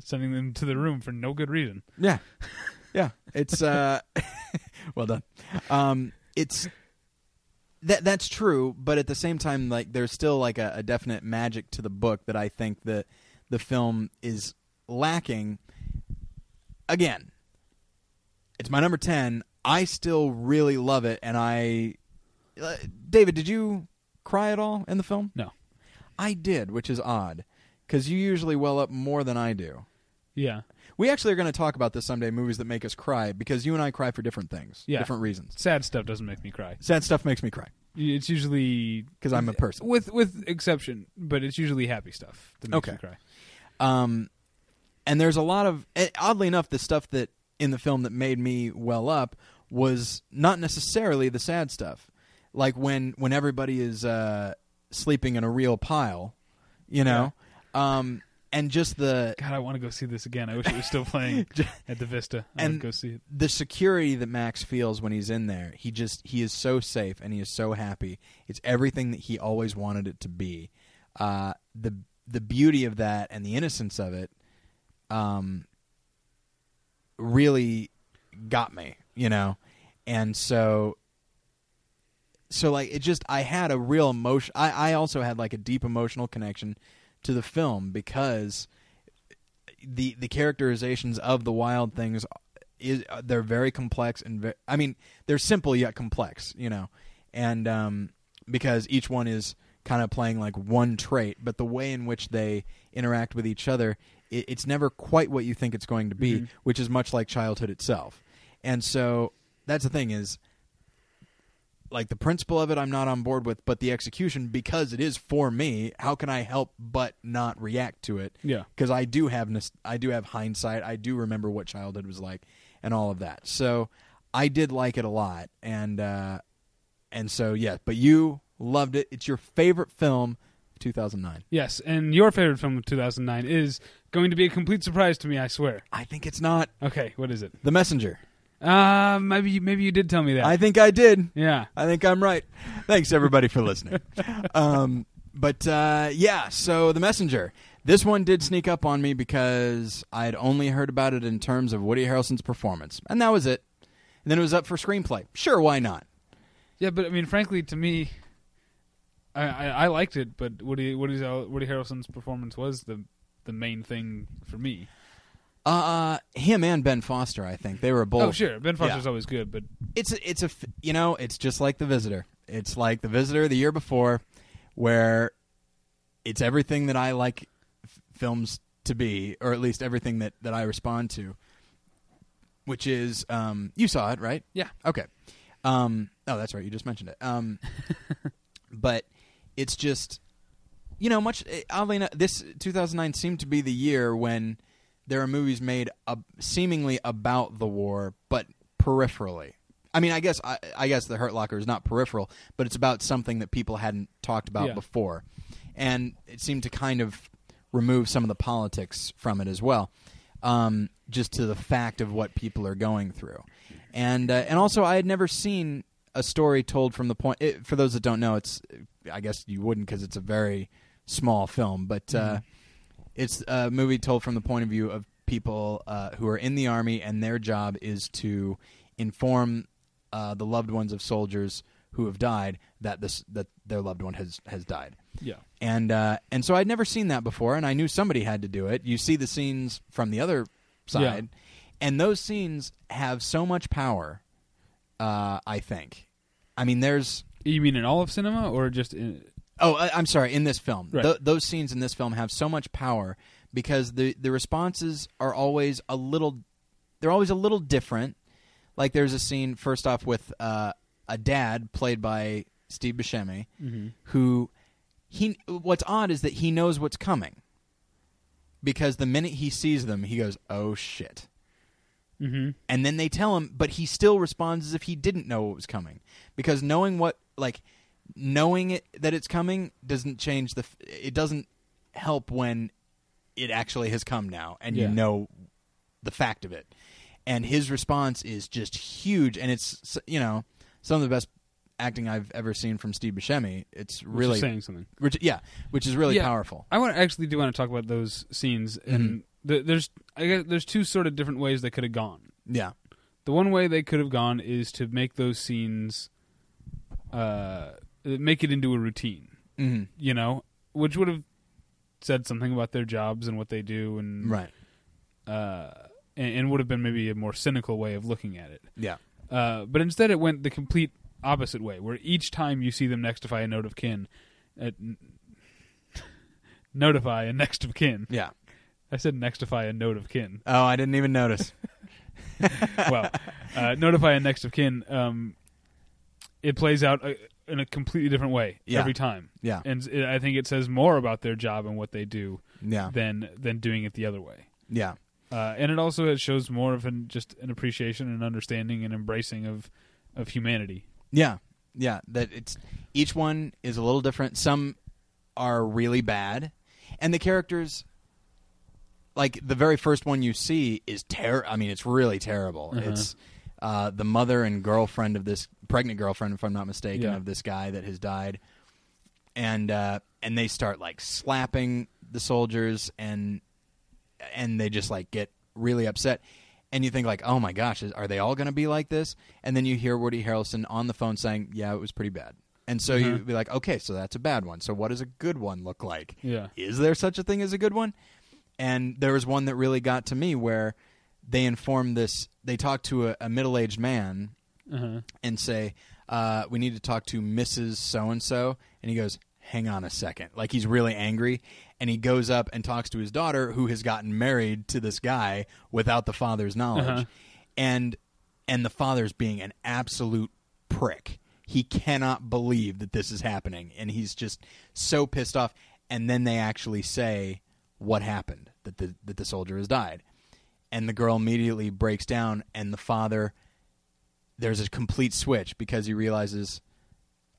sending them to the room for no good reason. Yeah. Yeah. It's uh well done. Um it's that that's true, but at the same time like there's still like a, a definite magic to the book that I think that the film is lacking. Again, it's my number 10. I still really love it and I uh, David, did you cry at all in the film? No. I did, which is odd cuz you usually well up more than I do. Yeah. We actually are going to talk about this someday movies that make us cry because you and I cry for different things, Yeah. different reasons. Sad stuff doesn't make me cry. Sad stuff makes me cry It's usually because I'm a person. with with exception, but it's usually happy stuff that makes Okay. me cry. Um, and there's a lot of eh, oddly enough, the stuff that in the film that made me well up was not necessarily the sad stuff. Like when when everybody is uh, sleeping in a real pile, you know, um, and just the God, I want to go see this again. I wish it was still playing at the Vista. I And- would go see it. the security that Max feels when he's in there, he just he is so safe and he is so happy. It's everything that he always wanted it to be. Uh, the the beauty of that and the innocence of it, um, really got me, you know, and so so like it just I had a real emotion. I I also had like a deep emotional connection to the film because the the characterizations of the wild things is uh, they're very complex and ve- I mean they're simple yet complex, you know, and um, because each one is kind of playing like one trait, but the way in which they interact with each other, it, it's never quite what you think it's going to be, which is much like childhood itself, and so that's the thing is like the principle of it I'm not on board with, but the execution because it is for me, how can I help but not react to it? Yeah. Because I do have nos- I do have hindsight. I do remember what childhood was like and all of that. So I did like it a lot, and uh, and so yeah. But you loved it. It's your favorite film, 2009. Yes, and your favorite film of 2009 is going to be a complete surprise to me. I swear. I think it's not Okay, what is it? The Messenger. Uh, maybe you- maybe you did tell me that. I think I did. yeah. I think I'm right. Thanks everybody for listening. um, but uh, yeah, so the messenger. This one did sneak up on me because I had only heard about it in terms of Woody Harrelson's performance, and that was it. And then it was up for screenplay. Sure, why not? Yeah, but I mean, frankly, to me, I, I, I liked it, but Woody Woody's, Woody Harrelson's performance was the the main thing for me. Uh, him and Ben Foster, I think they were both. Oh, sure, Ben Foster's Yeah. always good, but It's a, it's a f- you know it's just like the visitor. It's like the visitor the year before, where it's everything that I like f- films to be, or at least everything that that I respond to. Which is um, you saw it right? yeah, Okay. Um, oh, that's right. You just mentioned it. Um, but it's just, you know, much eh, oddly enough, this 2009 seemed to be the year when there are movies made ab- seemingly about the war, but peripherally. I mean, I guess I, I guess the Hurt Locker is not peripheral, but it's about something that people hadn't talked about Yeah. before, and it seemed to kind of remove some of the politics from it as well, um, just to the fact of what people are going through, and uh, and also I had never seen a story told from the point. It, for those that don't know, it's I guess you wouldn't because it's a very small film, but uh, it's a movie told from the point of view of people uh, who are in the army, and their job is to inform uh, the loved ones of soldiers who have died that this that their loved one has has died yeah, and uh, and so I'd never seen that before, and I knew somebody had to do it. You see the scenes from the other side, and those scenes have so much power. Uh, I think, I mean, there's you mean in all of cinema or just in, oh, I, I'm sorry, in this film, Right. Tho- those scenes in this film have so much power because the the responses are always a little, they're always a little different. Like there's a scene first off with uh, a dad played by Steve Buscemi, who he what's odd is that he knows what's coming because the minute he sees them he goes oh shit hmm and then they tell him but he still responds as if he didn't know what was coming because knowing what like knowing it that it's coming doesn't change the f- it doesn't help when it actually has come now and Yeah. you know the fact of it and his response is just huge and it's you know some of the best acting i've ever seen from steve buscemi it's really saying something. which, yeah which is really Yeah. powerful I want actually do want to talk about those scenes, and th- there's I guess there's two sort of different ways they could have gone. yeah The one way they could have gone is to make those scenes, uh, make it into a routine. mm-hmm. you know, which would have said something about their jobs and what they do, and Right. uh, and, and would have been maybe a more cynical way of looking at it. Yeah. Uh, but instead, it went the complete opposite way, where each time you see them nextify a note of kin, uh, n- notify a next of kin. Yeah. I said nextify a note of kin. Oh, I didn't even notice. well, uh, notify a next of kin. Um, it plays out uh in a completely different way Yeah. every time, Yeah. and it, I think it says more about their job and what they do Yeah. than than doing it the other way. Yeah. Uh, and it also it shows more of an, just an appreciation and understanding and embracing of of humanity. Yeah. Yeah. That it's each one is a little different. Some are really bad. And the characters like the very first one you see is ter I mean, it's really terrible. Uh-huh. It's uh, the mother and girlfriend of this pregnant girlfriend, if I'm not mistaken, Yeah. of this guy that has died. And uh, and they start like slapping the soldiers and and they just like get really upset and you think like oh my gosh is, are they all going to be like this and then you hear woody harrelson on the phone saying yeah it was pretty bad and so Uh-huh. you'd be like okay so that's a bad one so what does a good one look like Yeah. is there such a thing as a good one and there was one that really got to me where they informed this they talked to a, a middle-aged man Uh-huh. and say, uh, "We need to talk to Mrs. So and So," and he goes, "Hang on a second. Like he's really angry, and he goes up and talks to his daughter, who has gotten married to this guy without the father's knowledge, Uh-huh. and and the father's being an absolute prick. He cannot believe that this is happening, and he's just so pissed off. And then they actually say what happened that the that the soldier has died, and the girl immediately breaks down, and the father there's a complete switch because he realizes,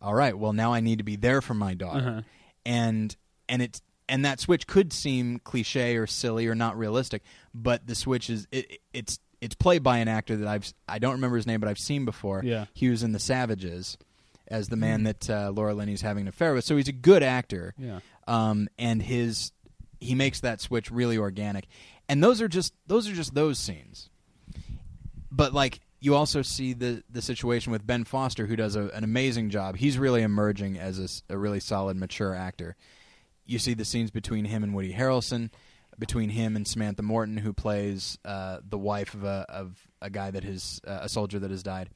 all right, well now I need to be there for my daughter, Uh-huh. and and it's and that switch could seem cliche or silly or not realistic, but the switch is it, it's it's played by an actor that I've I don't remember his name, but I've seen before. Yeah. Mm-hmm. he was in The Savages as the man that uh, Laura Linney's having an affair with, so he's a good actor Yeah. um, and his he makes that switch really organic and those are just those are just those scenes but like you also see the the situation with ben foster who does a, an amazing job he's really emerging as a s- a, really solid mature actor you see the scenes between him and woody harrelson between him and samantha morton who plays uh, the wife of a, of a guy that has uh, a soldier that has died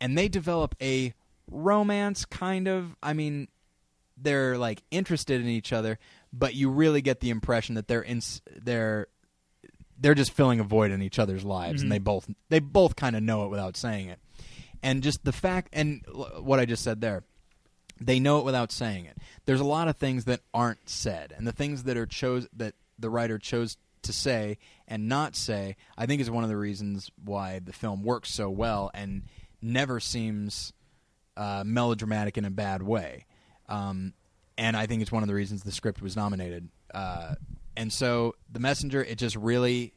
and they develop a romance kind of i mean they're like interested in each other, but you really get the impression that they're in they're they're just filling a void in each other's lives, and they both they both kind of know it without saying it, and just the fact and l- what I just said there, they know it without saying it. There's a lot of things that aren't said, and the things that are chose that the writer chose to say and not say, I think is one of the reasons why the film works so well and never seems uh, melodramatic in a bad way. Um, and I think it's one of the reasons the script was nominated. Uh, and so The Messenger, it just really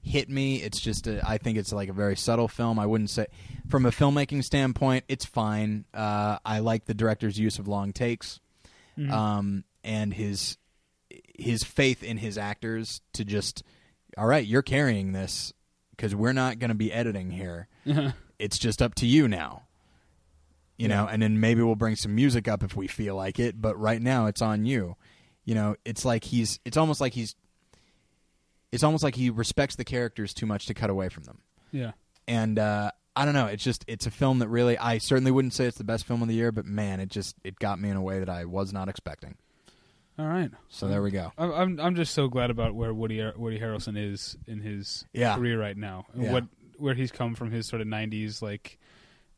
hit me. It's just, a, I think it's like a very subtle film. I wouldn't say, from a filmmaking standpoint, it's fine. Uh, I like the director's use of long takes um, and his his faith in his actors to just, all right, you're carrying this because we're not going to be editing here. It's just up to you now you know, and then maybe we'll bring some music up if we feel like it, but right now it's on you. You know, it's like he's it's almost like he's it's almost like he respects the characters too much to cut away from them. Yeah. And uh I don't know, it's just it's a film that really I certainly wouldn't say it's the best film of the year, but man, it just it got me in a way that I was not expecting. All right. So there we go. I'm I'm, I'm just so glad about where Woody Har- Woody Harrelson is in his Yeah. career right now. and Yeah. What where he's come from his sort of 90s like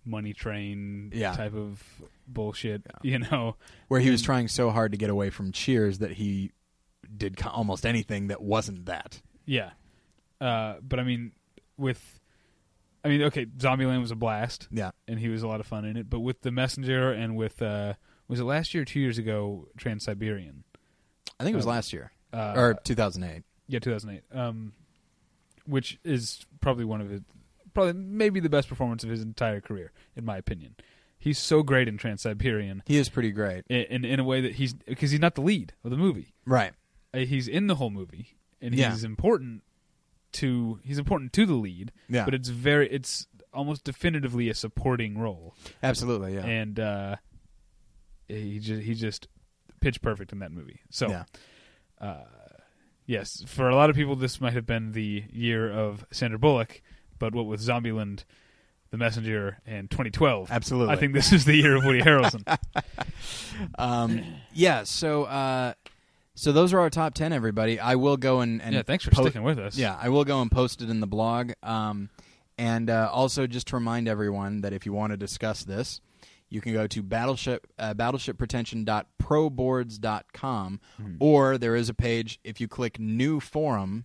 money train Yeah. type of bullshit, you know. Where he was trying so hard to get away from Cheers that he did co- almost anything that wasn't that. Yeah. Uh, but I mean with I mean okay, Zombieland was a blast Yeah. and he was a lot of fun in it, but with The Messenger and with uh was it last year or 2 years ago Trans-Siberian? I think it was Uh, last year Uh, or 2008. Yeah, 2008. Um, which is probably one of his, probably maybe the best performance of his entire career, in my opinion. He's so great in Trans Siberian, He is pretty great. in, in in a way that he's because he's not the lead of the movie. Right. Uh, He's in the whole movie, and Yeah. he's important to he's important to the lead. Yeah. but it's very it's almost definitively a supporting role, Absolutely, yeah. and uh, he just he just pitch perfect in that movie. So. Yeah. uh, yes, for a lot of people, this might have been the year of Sandra Bullock, but what with Zombieland, The Messenger, and 2012, Absolutely. I think this is the year of Woody Harrelson. Um, yeah. So, uh, so those are our top ten. Everybody, I will go and, and yeah, thanks for po- sticking with us. Yeah, I will go and post it in the blog. Um, and uh, also, just to remind everyone that if you want to discuss this, you can go to battleship uh, battleshippretension.proboards.com, or there is a page. If you click new forum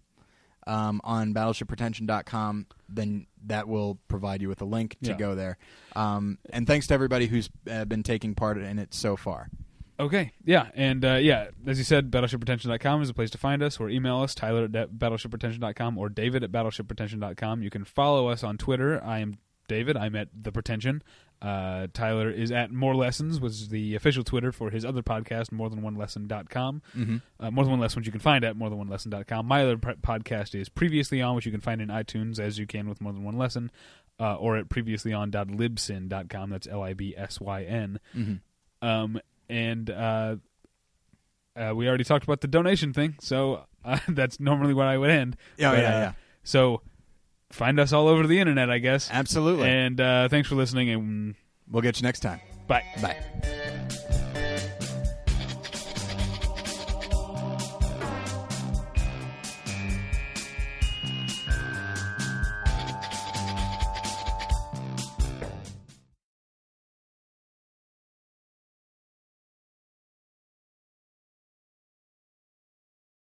um, on battleshippretension.com, then that will provide you with a link to Yeah. go there. Um, and thanks to everybody who's uh, been taking part in it so far. Okay. Yeah. And uh, yeah, as you said, battleshipretention.com is a place to find us or email us, Tyler at da- battleshipretention.com or David at battleshipretention.com. You can follow us on Twitter. I am David. I'm at The Pretension. Uh, Tyler is at More Lessons, which is the official Twitter for his other podcast, More Than One Lesson.com. Mm-hmm. Uh, More Than One Lessons you can find at More Than One Lesson.com. My other pr- podcast is Previously On, which you can find in iTunes as you can with More Than One Lesson. Uh, or at previously.libsyn.com. That's L I B S Y N. Mm-hmm. Oh, Um, and uh, uh, we already talked about the donation thing, so uh, that's normally where I would end. Yeah, yeah, uh, yeah. So find us all over the internet, I guess. Absolutely. And uh, thanks for listening, and we'll get you next time. bye. Bye.